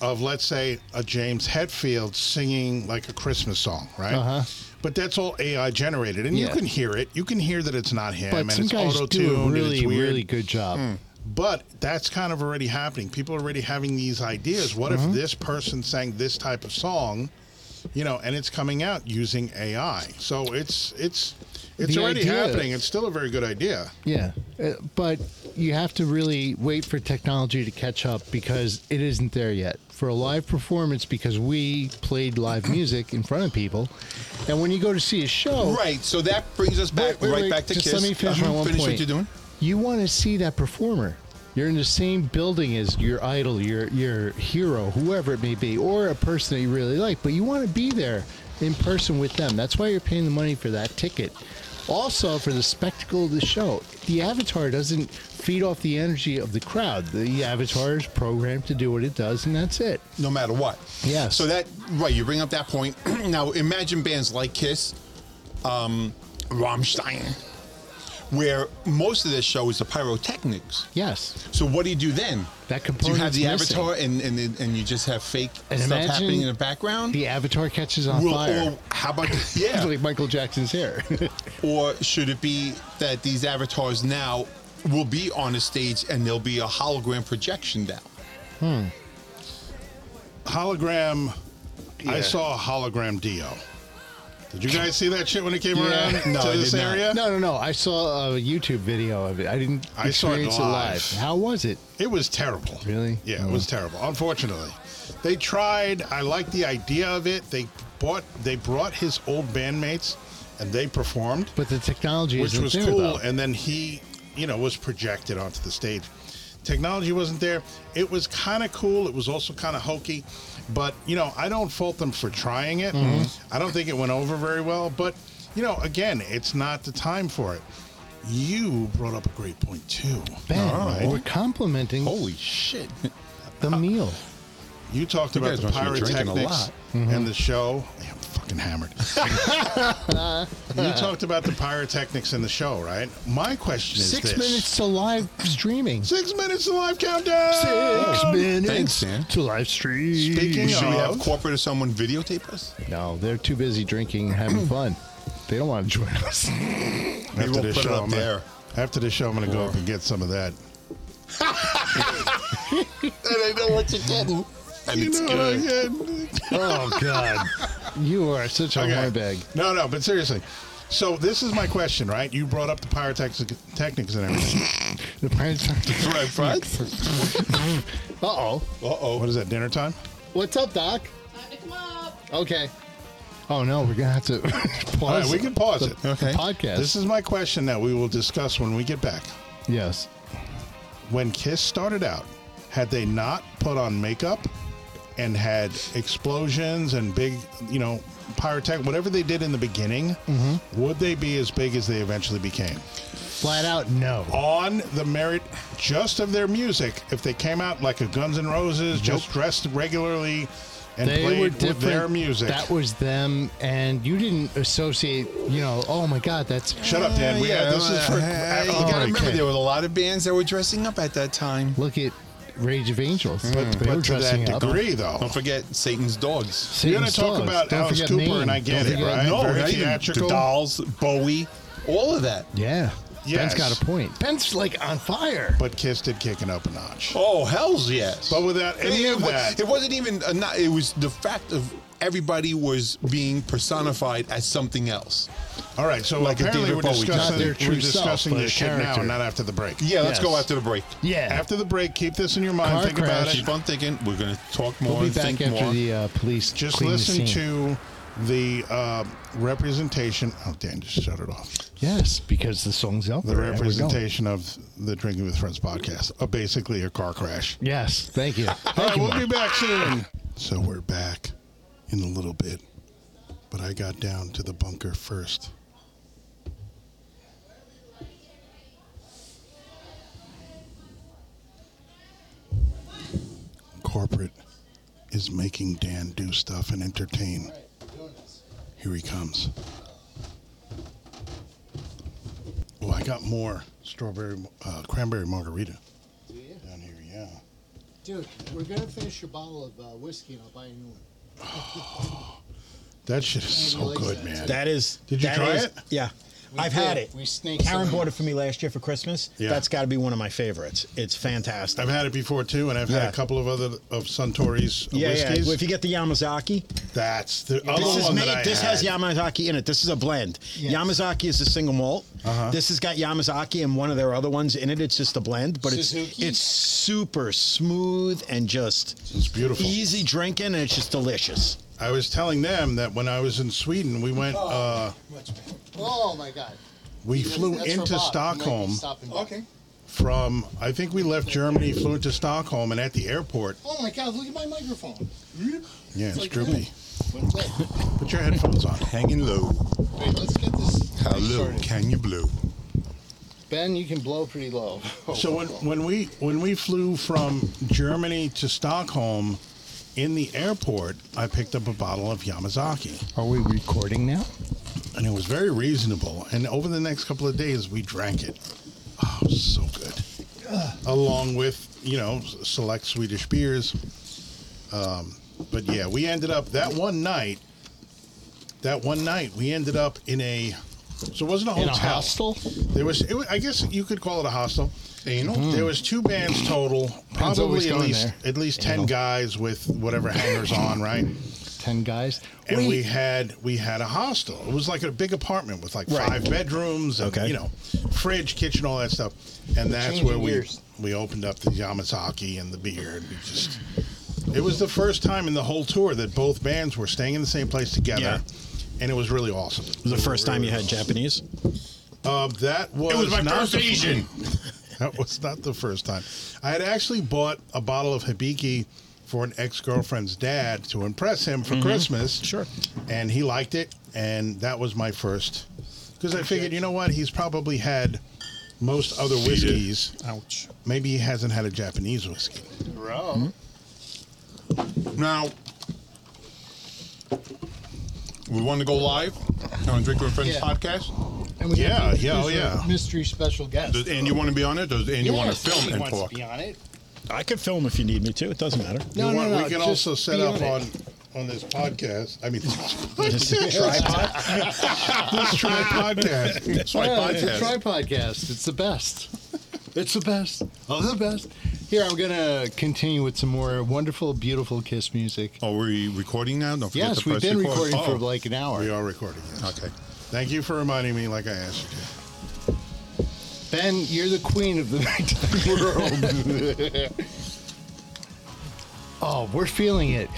S1: of, let's say, a James Hetfield singing like a Christmas song, right?
S2: Uh-huh.
S1: But that's all AI generated, and you
S2: Yeah.
S1: can hear it. You can hear that it's not him,
S2: But
S1: and
S2: some
S1: it's
S2: guys
S1: auto
S2: do a
S1: tuned.
S2: really,
S1: it's weird.
S2: really good job.
S3: Hmm.
S1: But that's kind of already happening. People are already having these ideas. What
S2: Mm-hmm.
S1: if this person sang this type of song, you know, and it's coming out using AI? So it's it's it's
S2: The
S1: already
S2: idea-
S1: happening. It's still a very good idea.
S2: Yeah, Uh, but you have to really wait for technology to catch up because it isn't there yet. For a live performance, because we played live music in front of people, and when you go to see a show,
S3: Right, so that brings us back
S2: Oh. Wait, wait,
S3: right
S2: wait.
S3: back to
S2: Just
S3: Kiss.
S2: Let me finish
S3: Uh-huh.
S2: my one
S3: finish
S2: point.
S3: what you're doing.
S2: You want to see that performer. You're in the same building as your idol, your your hero, whoever it may be, or a person that you really like. But you want to be there in person with them. That's why you're paying the money for that ticket. Also, for the spectacle of the show, the avatar doesn't feed off the energy of the crowd. The avatar is programmed to do what it does, and that's it.
S3: no matter what.
S2: Yes.
S3: So that right, you bring up that point. now imagine bands like Kiss, um, Rammstein, where most of their show is the pyrotechnics.
S2: Yes,
S3: So what do you do then?
S2: that
S3: Do you
S2: component.
S3: have the avatar and, and and you just have fake
S2: And
S3: stuff
S2: imagine
S3: happening in the background?
S2: The avatar catches on
S3: Well,
S2: fire.
S3: or how about
S2: It's
S3: yeah?
S2: like Michael Jackson's hair.
S3: Or should it be that these avatars now will be on a stage and there'll be a hologram projection down?
S1: Hologram. I saw a hologram Dio. Did you guys see that shit when it came
S2: Yeah.
S1: around
S3: No,
S1: to
S3: I
S1: this
S3: did not.
S1: area?
S2: No, no, no. I saw a YouTube video of it. I didn't
S1: I saw it
S2: experience
S1: live.
S2: it live. How was it?
S1: It was terrible.
S2: Really? Oh.
S1: Yeah, it was terrible. Unfortunately, they tried. I like the idea of it. They bought. They brought his old bandmates, and they performed.
S2: But the technology
S1: which
S2: isn't
S1: was
S2: there,
S1: cool.
S2: though.
S1: And then he, you know, was projected onto the stage. Technology wasn't there. It was kind of cool. It was also kind of hokey, but you know, I don't fault them for trying it.
S3: Mm-hmm.
S1: I don't think it went over very well, but you know, again, it's not the time for it. You brought up a great point too.
S2: Ben,
S1: All right.
S2: we're complimenting
S3: Holy shit!
S2: the meal.
S1: You talked
S3: You
S1: about the
S3: guys must be drinking a
S1: pyrotechnics
S3: lot. Mm-hmm.
S1: and the show. Yeah, I'm fucking hammered. you talked about the pyrotechnics and the show, right? My question is
S2: Six
S1: this.
S2: minutes to live streaming.
S1: Six minutes to live countdown.
S3: thanks, man.
S2: to live stream.
S1: Speaking
S3: Should we have
S1: of-
S3: corporate or someone videotape us?
S2: No, they're too busy drinking and having fun. They don't want to join us.
S1: After
S3: won't
S1: this
S3: put it
S1: show,
S3: up
S1: I'm gonna-
S3: there.
S1: after this show, I'm going to go up and get some of that.
S3: and I know what you're getting. And it's good.
S2: oh God, you are such a
S1: Okay.
S2: hornbag.
S1: No, no, but seriously. So this is my question, right? You brought up the pyrotechnics and everything.
S2: The parents are.
S3: Right, Frank?
S2: Uh oh.
S1: Uh oh. What is that? Dinner time?
S2: What's up, Doc?
S5: Time to come up.
S2: Okay. Oh no, we're gonna have to pause.
S1: All right, we can pause it.
S2: the
S3: Okay.
S2: podcast.
S1: This is my question that we will discuss when we get back.
S2: yes.
S1: When Kiss started out, had they not put on makeup and had explosions and big, you know, pyrotech, whatever they did in the beginning,
S2: Mm-hmm.
S1: would they be as big as they eventually became?
S2: Flat out, no.
S1: on the merit just of their music if they came out like a Guns N' Roses, just dressed regularly and
S2: They were
S1: played
S2: different.
S1: with their music.
S2: That was them, and you didn't associate. You know, oh my God, that's
S1: Shut up, Dan. We
S3: Oh, Yeah,
S1: had, this is for.
S3: uh, you
S1: oh,
S3: gotta remember
S2: okay.
S3: there were a lot of bands that were dressing up at that time.
S2: look at Rage of Angels. But, they were
S1: Hmm, but to
S2: dressing
S1: that
S2: up.
S1: degree, though.
S3: Don't forget Satan's dogs.
S2: Satan's
S1: You're gonna talk
S2: Dogs.
S1: about
S2: Don't
S1: Alice
S2: forget
S1: Cooper,
S2: Maine.
S1: and I get
S2: Don't
S1: it,
S2: forget-
S1: right? No, very
S3: not even
S1: theatrical.
S3: The dolls, Bowie, all of that.
S2: Yeah.
S1: Yes.
S2: Ben's got a point. Ben's like on fire.
S1: But Kiss did kick it up a notch.
S3: Oh hells yes!
S1: But without any
S3: it,
S1: of
S3: wa-
S1: that-
S3: it wasn't even a not. It was the fact of everybody was being personified as something else.
S1: All right, so
S3: Like a
S1: apparently
S3: David
S1: we're
S3: Bowie.
S1: discussing,
S2: Not their
S1: we're
S2: true self,
S1: discussing
S2: but a
S1: this shit now
S2: character.
S1: and not after the break.
S3: Yeah, let's
S2: Yes.
S3: go after the break.
S2: yeah.
S1: After the break, keep this in your mind.
S2: Car
S1: think about
S2: crash.
S1: it.
S3: Keep on thinking. We're gonna talk more.
S2: we'll be
S3: and
S2: back
S3: think
S2: after
S3: more.
S2: the uh, police.
S1: Just
S2: clean
S1: listen
S2: the scene.
S1: to the uh, representation. Oh, Dan just shut it off.
S2: Yes, because the song's out
S1: The
S2: there. and we're going.
S1: representation of the Drinking with Friends podcast, uh, basically a car crash.
S2: Yes. Thank you.
S1: All right, we'll be back soon. So we're back in a little bit, but I got down to the bunker first. Corporate is making Dan do stuff and entertain. Here he comes. Oh, I got more strawberry, uh, cranberry margarita down here. Yeah.
S2: Dude, we're gonna finish your bottle of uh, whiskey and I'll buy you a new one.
S1: That shit is
S2: I
S1: so
S2: like
S1: good,
S2: that.
S1: man.
S5: That is.
S1: Did you
S5: that
S1: try
S5: is-
S1: it?
S5: Yeah. I've had
S2: did.
S5: it.
S2: We snaked
S5: Karen
S2: some.
S5: bought it for me last year for Christmas.
S1: Yeah.
S5: That's got to be one of my favorites. It's fantastic.
S1: I've had it before too, and I've had
S5: Yeah.
S1: a couple of other of Suntory's
S5: yeah,
S1: whiskeys.
S5: yeah. Well, if you get the Yamazaki,
S1: That's the other
S5: this is
S1: one that
S5: made.
S1: I
S5: This
S1: had.
S5: has Yamazaki in it. This is a blend.
S2: Yes.
S5: Yamazaki is a single malt.
S1: Uh-huh.
S5: This has got Yamazaki and one of their other ones in it. It's just a blend, but
S2: Suzuki?
S5: it's it's super smooth and just
S1: It's beautiful.
S5: easy drinking, and it's just delicious.
S1: I was telling them that when I was in Sweden, we went, uh,
S2: Oh my God.
S1: we flew into Stockholm
S2: Okay.
S1: from. I think we left Germany, flew into Stockholm, and at the airport,
S2: Oh my God! Look at my microphone.
S1: yeah, it's,
S2: like
S1: droopy.
S2: Wait,
S1: Put your headphones on.
S3: hanging low.
S2: let's get this.
S3: How low can you blow?
S2: Ben, you can blow pretty low.
S1: So when, when we when we flew from Germany to Stockholm, in the airport, I picked up a bottle of Yamazaki.
S2: Are we recording now?
S1: and it was very reasonable. And over the next couple of days, we drank it. Oh, so good. Along with you know s- select Swedish beers. Um, but yeah, we ended up that one night. That one night, we ended up in a. So it wasn't a hotel.
S2: In a hostel?
S1: There was, it, wa- I guess you could call it a hostel.
S3: Anal.
S2: Hmm.
S1: There was two bands total,
S2: always
S1: probably at
S2: going
S1: least
S2: there.
S1: at least ten guys with whatever hangers on, right?
S2: Ten guys.
S1: and
S2: Wait,
S1: we had we had a hostel. It was like a big apartment with like five bedrooms and
S5: Okay.
S1: you know, fridge, kitchen, all that stuff. And that's
S2: changing
S1: where we
S2: gears.
S1: we opened up the Yamazaki and the beer and we just it was the first time in the whole tour that both bands were staying in the same place together.
S5: Yeah.
S1: And it was really awesome.
S5: The first time you had Japanese.
S1: Uh, that was not the-
S3: Asian.
S1: that was not the first time. I had actually bought a bottle of Hibiki for an ex girlfriend's dad to impress him for Christmas. Sure. And he liked it. And that was my first. Because I figured, you know what? He's probably had most other whiskeys.
S5: Ouch.
S1: Maybe he hasn't had a Japanese whiskey.
S3: Now, we want to go live on Drink with Friends
S2: Yeah.
S3: podcast.
S2: and we
S1: Yeah,
S2: have-
S1: yeah,
S2: there's
S1: oh,
S2: a
S1: yeah.
S2: Mystery special guest.
S3: Does Andy want to be on it? Does Andy want to film and talk?
S2: on it.
S5: I could film if you need me to. It doesn't matter.
S1: You
S2: No, no,
S1: want-
S2: no.
S1: we can
S2: just
S1: also set
S2: be
S1: up
S2: on
S1: on,
S2: it.
S1: on this podcast. I mean,
S5: Just a tripod.
S1: this try podcast.
S3: That's why
S2: Yeah, it's a
S3: podcast.
S2: try podcast. It's the best. It's the best. Oh, the best. Here, I'm gonna continue with some more wonderful, beautiful Kiss music.
S1: Oh,
S3: Are we recording now? Don't forget
S2: yes,
S3: to
S2: we've
S3: press
S2: been
S3: record.
S2: recording
S3: Oh,
S2: for like an hour.
S1: We are recording. Yes.
S3: Okay.
S1: Thank you for reminding me, like I asked you to.
S2: Ben, you're the queen of the nighttime world. oh, we're feeling it.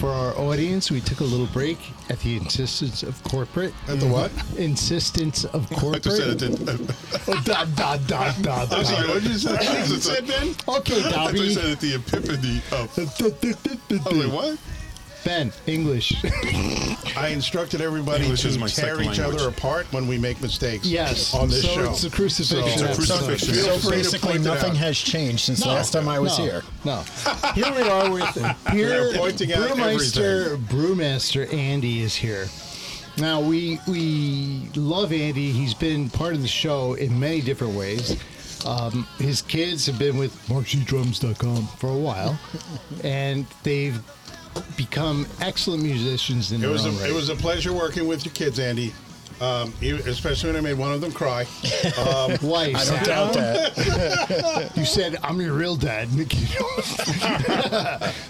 S2: For our audience, we took a little break at the insistence of corporate.
S1: At the what?
S2: Insistence of
S3: I just said it
S2: corporate.
S3: did-
S2: Oh, dot, dot, dot, dot,
S3: I'm sorry,
S2: dot.
S3: what did you say? I
S1: you said, Ben?
S2: Okay,
S3: thought you said
S2: Dobby.
S3: at the epiphany of. I
S1: Oh,
S3: was like, what?
S2: Ben, English.
S1: I instructed everybody
S3: English is
S1: to
S3: my
S1: tear
S3: second
S1: each
S3: language.
S1: other apart when we make mistakes.
S2: Yes.
S1: on this
S2: so
S1: show.
S2: it's a crucifixion.
S1: So-
S3: It's a
S2: episode.
S3: crucifixion.
S1: Feel
S5: So
S1: free to
S5: basically,
S1: point it
S5: nothing
S1: out.
S5: has changed since the
S2: No,
S5: last time I was
S2: no,
S5: here.
S2: No. Here we are with here
S1: They're pointing out
S2: Brewmeister Brewmaster Andy is here. Now we we love Andy. He's been part of the show in many different ways. Um, his kids have been with MarcyDrums.com for a while, and they've become excellent musicians in
S1: It
S2: their
S1: was
S2: own
S1: a,
S2: right.
S1: it was a pleasure working with your kids, Andy. Um, you- especially when I made one of them cry. Um,
S2: Why?
S5: I
S2: Sal?
S5: don't doubt that.
S2: You said, I'm your real dad. And the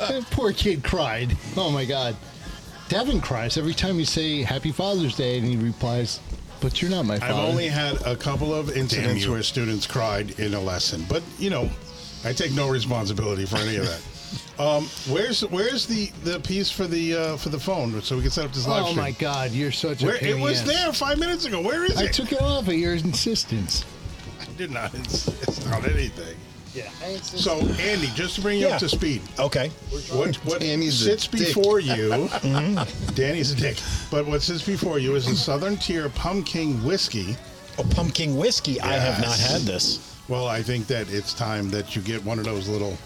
S2: kid- Poor kid cried. Oh my God. Devin cries every time you say Happy Father's Day, and he replies, But you're not my father.
S1: I've only had a couple of incidents
S3: you.
S1: where students cried in a lesson, but you know, I take no responsibility for any of that. Um, where's where's the, the piece for the uh, for the phone so we can set up this live
S2: oh
S1: stream?
S2: my God, you're such a
S1: Where,
S2: pain
S1: it
S2: in
S1: was
S2: the ass.
S1: there five minutes ago. Where is
S2: I
S1: it?
S2: took it off at your insistence.
S1: I did not insist on anything.
S2: Yeah.
S1: So Andy, just to bring you
S5: Yeah.
S1: up to speed,
S5: Okay.
S1: what what
S3: Andy's a
S1: sits
S3: dick.
S1: before you?
S5: Uh,
S1: Danny's a dick, but what sits before you is a Southern Tier Pumpkin Whiskey.
S5: A oh, pumpkin whiskey. I have not
S1: Yes.
S5: had this.
S1: Well, I think that it's time that you get one of those little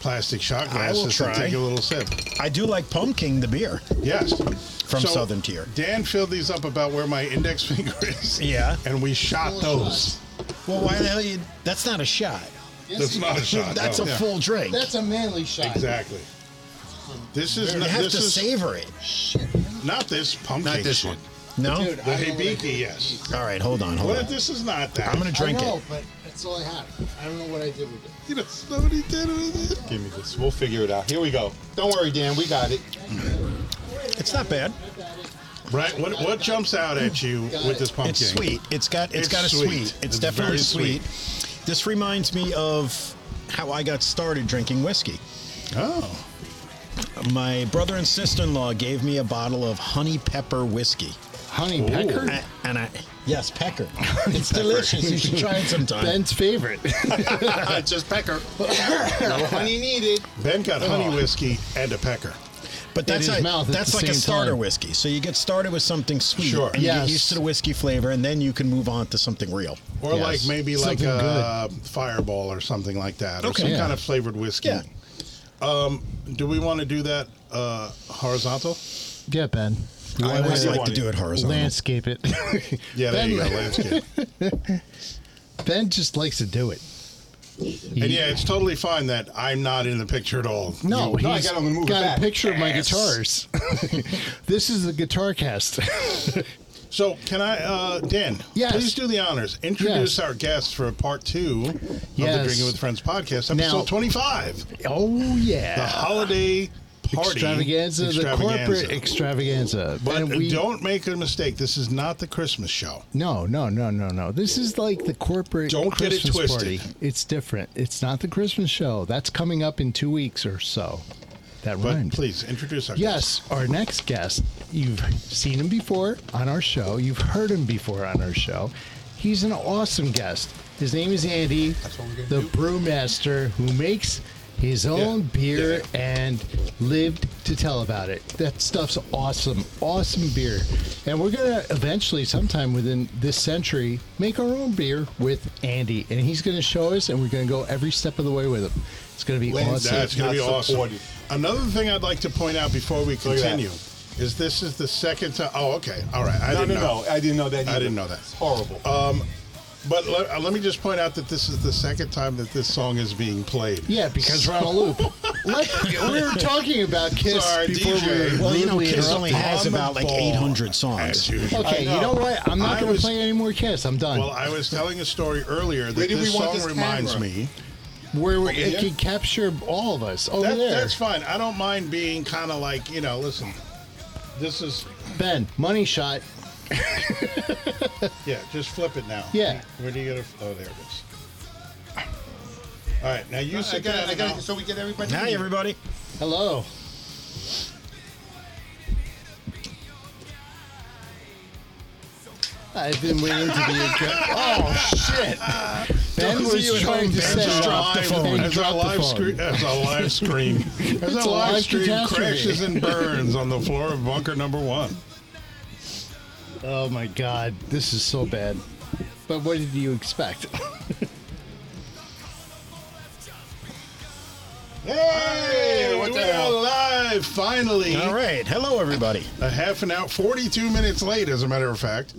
S1: plastic shot
S5: I will
S1: glasses and
S5: try.
S1: take a little sip.
S5: I do like pumpkin, the beer.
S1: Yes.
S5: From Southern Tier.
S1: Dan filled these up about where my index finger is.
S5: Yeah.
S1: And we shot those.
S5: Well, why the hell you? That's not a shot.
S1: That's not a shot.
S5: That's
S1: no.
S5: a full drink.
S2: That's a manly shot.
S1: Exactly. This is
S5: you
S1: not,
S5: have
S1: this
S5: to
S1: is
S5: savor it.
S1: not this pumpkin.
S3: Not this
S1: shit.
S3: one.
S5: No.
S2: Dude,
S1: The
S2: I don't know
S1: Hibiki, yes.
S5: All right, hold on, hold
S1: What if
S5: on.
S1: this is not that?
S5: I'm gonna
S2: I
S5: drink
S2: know,
S5: it.
S2: but that's all I have. I don't know what I did with it.
S1: You know, somebody did it.
S3: Give me this. We'll figure it out. Here we go. Don't worry, Dan. We got it.
S5: It's not bad.
S1: Right? What what jumps out at you with this pumpkin?
S5: It's sweet. It's got it's
S1: It's
S5: got a
S1: sweet.
S5: sweet. It's,
S1: It's very
S5: definitely sweet. This reminds me of how I got started drinking whiskey.
S1: Oh.
S5: My brother and sister-in-law gave me a bottle of honey pepper whiskey.
S2: Honey Pecker?
S5: A- And I yes, pecker. It's delicious. You should try it sometime.
S2: Ben's favorite.
S3: Just pecker. no honey needed.
S1: Ben got honey whiskey and a pecker.
S5: But that's
S2: his
S5: a,
S2: mouth at
S5: that's
S2: the
S5: like a
S2: same
S5: starter
S2: time.
S5: whiskey. So you get started with something sweet,
S1: Sure.
S5: and you
S2: Yes.
S5: get used to the whiskey flavor, and then you can move on to something real.
S1: Or
S2: Yes.
S1: like maybe
S2: Something
S1: like a fireball or something like that, or
S5: Okay.
S1: some
S2: Yeah.
S1: kind of flavored whiskey.
S5: Yeah.
S1: Um, do we want to do that uh, horizontal?
S2: yeah, Ben.
S5: I always
S1: do
S5: like
S1: one.
S5: to do it horizontal.
S2: Landscape it.
S1: Yeah, there
S2: ben,
S1: you go, landscape.
S2: Ben just likes to do it. He-
S1: and yeah, it's totally fine that I'm not in the picture at all.
S2: No,
S3: No, I
S2: he's
S3: gotta move it
S2: got
S3: back.
S2: a picture of my
S3: Yes.
S2: guitars. this is the guitar cast.
S1: So can I, uh, Dan?
S2: Yes.
S1: Please do the honors. Introduce
S2: Yes.
S1: our guests for part two of the
S2: Yes.
S1: Drinking with Friends podcast, episode
S2: Now-
S1: 25,
S2: oh
S1: the
S2: yeah,
S1: holiday party
S2: extravaganza, the corporate extravaganza.
S1: but
S2: and we
S1: don't make a mistake. This is not the Christmas show.
S2: No, no, no, no, no. This is like the corporate
S1: Don't get it
S2: Christmas
S1: twisted.
S2: party. It's different. It's not the Christmas show. That's coming up in two weeks or so. That
S1: But
S2: rhymed.
S1: please introduce our guests.
S2: Yes, our next guest. You've seen him before on our show. You've heard him before on our show. He's an awesome guest. His name is Andy,
S1: what we're gonna
S2: the
S1: do.
S2: brewmaster who makes his own beer and lived to tell about it. That stuff's awesome, awesome beer. And we're gonna eventually, sometime within this century, make our own beer with Andy, and he's gonna show us, and we're gonna go every step of the way with him. It's gonna be
S3: Lance,
S2: awesome.
S1: That's going to be
S3: Not
S1: awesome.
S3: supported.
S1: Another thing I'd like to point out before we
S3: at that.
S1: continue is this is the second time. Oh, okay. All right. I
S3: No,
S1: didn't
S3: no,
S1: know.
S3: no. I didn't know Uh, that.
S1: I
S3: either.
S1: didn't know that. Um,
S3: It's horrible.
S1: But let, uh, let me just point out that this is the second time that this song is being played.
S2: Yeah, because we're on a loop. Let- we were talking about Kiss
S1: Sorry,
S2: before
S1: DJ.
S2: we were
S5: Well, you know,
S2: rudely
S5: Kiss only
S2: interrupted.
S5: has
S1: On the
S5: about like
S1: ball,
S5: 800
S1: as
S5: songs.
S1: usual.
S2: Okay,
S1: I
S2: you know what? I'm
S1: I
S2: not going
S1: was-
S2: to play any more Kiss. I'm done.
S1: Well, I was telling a story earlier that
S3: Where do we
S1: this
S3: want
S1: song
S3: this
S1: reminds
S3: camera?
S1: me.
S2: Where we, it
S3: here?
S2: can capture all of us over
S1: Oh, That,
S2: there.
S1: that's fine. I don't mind being kind of like you know. Listen, this is
S2: Ben, money shot.
S1: yeah. Just flip it now.
S2: Yeah.
S1: Where do you get it? Oh, there it is. All right, now you sit down. and I'll-
S3: so we get everybody.
S5: Hi, everybody.
S2: Hello. I've been waiting to be addressed. Oh shit! Ben
S5: Those of you
S2: was
S5: at
S2: trying
S5: home,
S2: to
S5: Ben,
S2: say
S5: just drop the phone.
S2: And
S1: As our
S2: drop the
S1: live
S2: phone.
S1: screen, as our live screen, as
S2: It's
S1: our
S2: a
S1: live
S2: live
S1: stream
S2: catastrophe.
S1: crashes and burns on the floor of bunker number one.
S2: Oh my god, this is so bad. But what did you expect?
S1: Hey,
S5: what the
S1: we're
S5: hell?
S1: alive finally.
S5: All right. Hello, everybody.
S1: A half an hour, forty-two minutes late, as a matter of fact.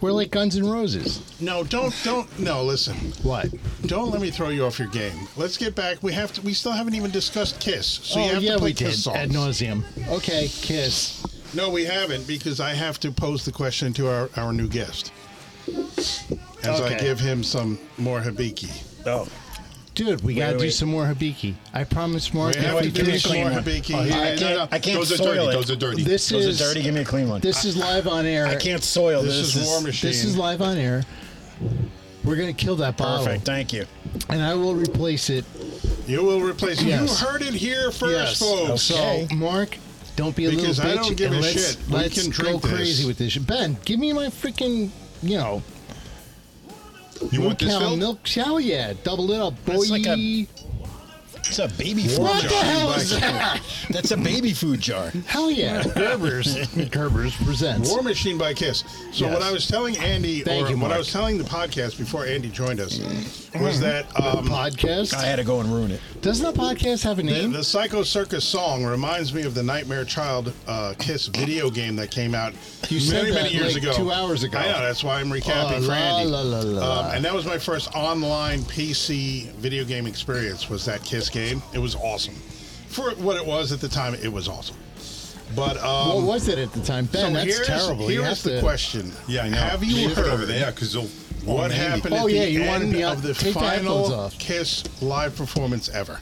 S2: We're like Guns N' Roses.
S1: No, don't, don't. No, listen.
S2: What?
S1: Don't let me throw you off your game. Let's get back. We have to. We still haven't even discussed Kiss. So
S2: oh
S1: you have
S2: yeah,
S1: to play
S2: we did.
S1: Kiss songs.
S2: Ad nauseum. Okay, Kiss.
S1: No, we haven't because I have to pose the question to our, our new guest as I
S2: Okay.
S1: give him some more Habiki.
S5: Oh,
S2: Dude, we gotta
S5: wait,
S2: do
S5: wait.
S2: some more Habiki. I promised Mark
S1: We have
S2: after
S1: to do
S2: this.
S1: some more
S5: one.
S1: Habiki.
S5: Oh, yeah, I
S1: No, no,
S5: can't- I can't
S3: Those are
S5: soil
S3: dirty.
S5: it.
S3: Those are dirty.
S2: This
S5: Those
S2: is
S5: are dirty. Give me a clean one.
S2: this is live on air.
S5: I can't soil
S1: This,
S5: this.
S1: is, War Machine.
S2: This is live on air. We're gonna kill that bottle,
S5: perfect. Thank you.
S2: and I will replace it.
S1: you will replace.
S2: Yes.
S1: You heard it here first, folks.
S5: Okay.
S2: So, Mark, don't be a
S1: Because
S2: little
S1: I
S2: bitch.
S1: don't give
S2: and
S1: a
S2: let's,
S1: shit. We
S2: Let's
S1: can
S2: go
S1: drink this.
S2: crazy with this. Ben, give me my freaking, you know,
S3: You
S2: blue
S3: want this,
S2: cow
S3: Phil?
S2: milk. Hell yeah, double it up, boy.
S5: That's like a- It's a baby food
S2: what the
S5: jar.
S2: hell is that?
S5: That's a baby food jar.
S2: hell yeah, Gerber's. Gerber's presents.
S1: War Machine by Kiss. So
S2: Yes.
S1: what I was telling Andy,
S2: Thank
S1: or
S2: you,
S1: what I
S2: Mark.
S1: was telling the podcast before Andy joined us, was that um,
S2: podcast.
S5: I had to go and ruin it.
S2: Doesn't the podcast have a
S1: the,
S2: name?
S1: the Psycho Circus song reminds me of the Nightmare Child uh, Kiss video game that came out
S2: You
S1: many,
S2: said that,
S1: many years
S2: like,
S1: ago.
S2: two hours ago.
S1: I know. That's why I'm recapping
S2: Oh,
S1: for
S2: la,
S1: Andy.
S2: la, la, la.
S1: Um, and that was my first online PC video game experience. Was that Kiss game? It was awesome. For what it was at the time, it was awesome. But um,
S2: what was it at the time? Ben,
S1: so
S2: that's
S1: here's,
S2: terrible. you have
S1: Here's the
S2: to,
S1: question.
S3: Yeah, I know.
S1: Have you
S3: Leave it
S1: heard
S3: over there? Because
S1: what happened at
S2: Oh, yeah,
S1: the
S2: you wanted
S1: end
S2: me out-
S1: of the
S2: take the headphones
S1: final
S2: off.
S1: Kiss live performance ever?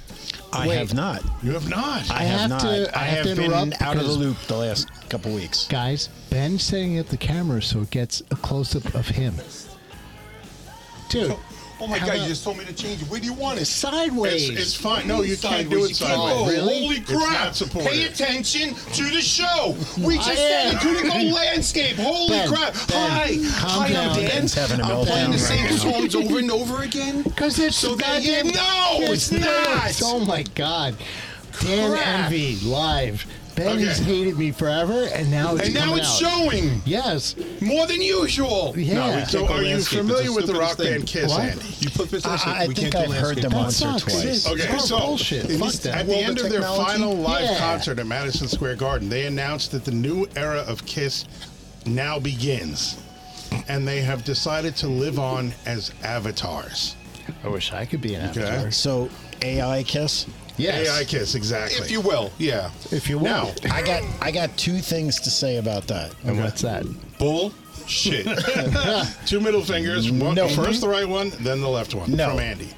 S5: I
S2: Wait.
S5: have not.
S1: You have not.
S5: I,
S2: I
S5: have,
S2: have
S5: not.
S2: to- I
S5: I
S2: have to
S5: have, been
S2: interrupt
S5: out of the
S2: because-
S5: loop the last couple weeks.
S2: Guys, Ben's setting up the camera so it gets a close up of him. Dude,
S3: Oh my
S2: How
S3: God! You
S2: about-
S3: just told me to change it. Where do you want it?
S2: sideways.
S1: it's, it's fine. No, you can't do it
S3: Sideways, you can't
S1: sideways.
S3: go.
S2: Really?
S3: Holy
S1: It's
S3: crap!
S1: not supported.
S3: Pay attention to the show. We just
S2: I
S3: had
S2: am.
S3: a critical landscape. Holy
S2: Ben,
S3: crap!
S2: Ben,
S3: Hi,
S2: calm
S3: hi,
S2: down.
S3: I'm Dan.
S5: Ben's having a
S3: I'm playing
S5: meltdown
S3: the same
S5: right now.
S3: songs over and over again.
S2: Because it's
S3: So that-
S2: goddamn-
S3: No, it's not.
S2: Oh my god. Dan
S3: Crap.
S2: Envy live. Ben
S1: Okay.
S2: has hated me forever, and now it's
S3: And now
S2: coming
S3: it's
S2: out.
S3: showing
S2: Yes.
S3: more than usual.
S2: Yeah.
S1: So
S3: go
S1: are you
S3: landscape. It's
S1: familiar
S3: the
S1: with the rock
S3: stupidest thing.
S1: band Kiss,
S2: What?
S1: Andy?
S3: You put this.
S5: I- I think I've heard them
S2: that
S5: once or
S2: sucks.
S5: twice.
S2: It's
S1: Okay,
S2: all
S1: so
S2: bullshit.
S3: in
S2: Fuck
S3: this-
S2: that.
S1: At the
S3: Well, the
S1: end of their
S3: technology?
S1: final live
S2: Yeah.
S1: concert at Madison Square Garden, they announced that the new era of Kiss now begins. And they have decided to live on as avatars.
S2: I wish I could be an
S1: Okay.
S2: actor.
S5: So AI kiss.
S2: Yes.
S1: AI Kiss, exactly.
S3: If you will.
S1: yeah.
S2: If you
S1: Now,
S2: want.
S5: I got I got two things to say about that.
S2: And what's that?
S3: Bull. Shit.
S1: two middle fingers. One,
S5: No.
S1: First the right one, then the left one
S5: No.
S1: from Andy.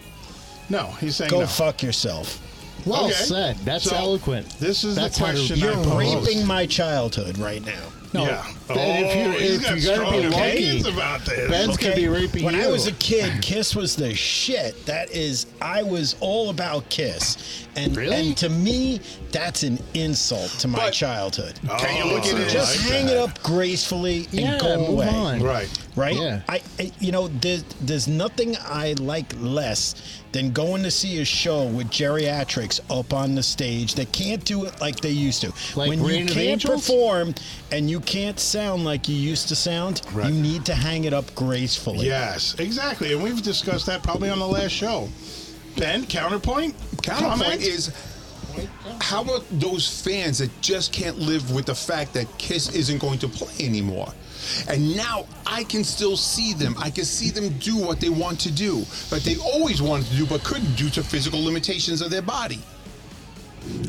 S1: No, he's saying
S5: Go
S1: no.
S5: fuck yourself.
S2: Well
S1: Okay.
S2: said. That's
S1: So,
S2: eloquent.
S1: this is the
S2: That's how to-
S1: question I
S5: You're
S1: Proposed.
S5: raping my childhood right now.
S2: No.
S1: yeah.
S2: Ben, if you're,
S1: he's
S2: if
S1: got
S2: you're gonna be
S1: strong
S2: lucky,
S1: opinions about this.
S2: Ben's
S5: Okay.
S2: gonna be raping
S5: when
S2: you.
S5: I was a kid, Kiss was the shit. That is, I was all about Kiss, and
S2: Really?
S5: and to me, that's an insult to my
S3: But-
S5: childhood.
S1: Can you look
S3: Oh,
S1: at it
S5: Just
S1: like
S5: hang
S1: that?
S5: it up gracefully and
S2: yeah,
S5: go
S2: move
S5: away.
S2: on.
S1: Right.
S5: Right?
S2: Yeah.
S5: I, I you know, there's, there's nothing I like less than going to see a show with geriatrics up on the stage that can't do it like they used to.
S2: Like
S5: when you
S2: Reign of
S5: can't
S2: Angels?
S5: perform and you can't sound like you used to sound,
S1: Right.
S5: you need to hang it up gracefully.
S1: Yes, exactly. And we've discussed that probably on the last show. Ben, counterpoint?
S3: Counterpoint
S1: Comment?
S3: is how about those fans that just can't live with the fact that Kiss isn't going to play anymore? And now I can still see them. I can see them do what they want to do, that they always wanted to do but couldn't due to physical limitations of their body.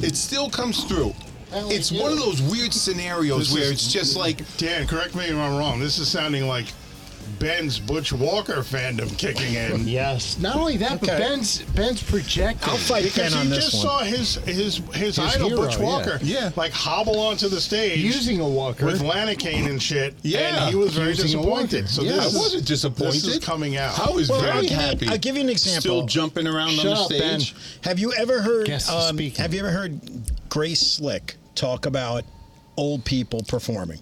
S3: It still comes through.
S2: I like
S3: It's
S2: you.
S3: one of those weird scenarios
S1: This
S3: where
S1: is-
S3: it's just like
S1: Dan, correct me if I'm wrong. This is sounding like Ben's Butch Walker fandom kicking in.
S2: Yes. Not only that, but
S5: Okay.
S2: Ben's Ben's projecting.
S5: I'll fight
S1: Because
S5: Ben
S1: you
S5: on
S1: just
S5: this one.
S1: saw his his his, idol
S2: hero,
S1: Butch
S2: yeah.
S1: Walker,
S3: Yeah.
S1: like hobble onto the stage
S2: using a walker.
S1: with Lanacane and shit.
S3: Yeah.
S1: and he was very
S2: Using a
S1: disappointed. So
S2: walker.
S1: this
S3: I
S1: is,
S3: wasn't disappointed.
S1: This is coming out.
S3: I was
S5: Well, I'll
S3: very
S5: give you-
S3: happy.
S5: I'll give you an example.
S3: Still jumping around
S2: Shut
S3: on the
S2: up, Ben.
S3: stage.
S5: Have you ever heard?
S2: Guest is
S5: Um,
S2: speaking.
S5: have you ever heard Grace Slick talk about old people performing?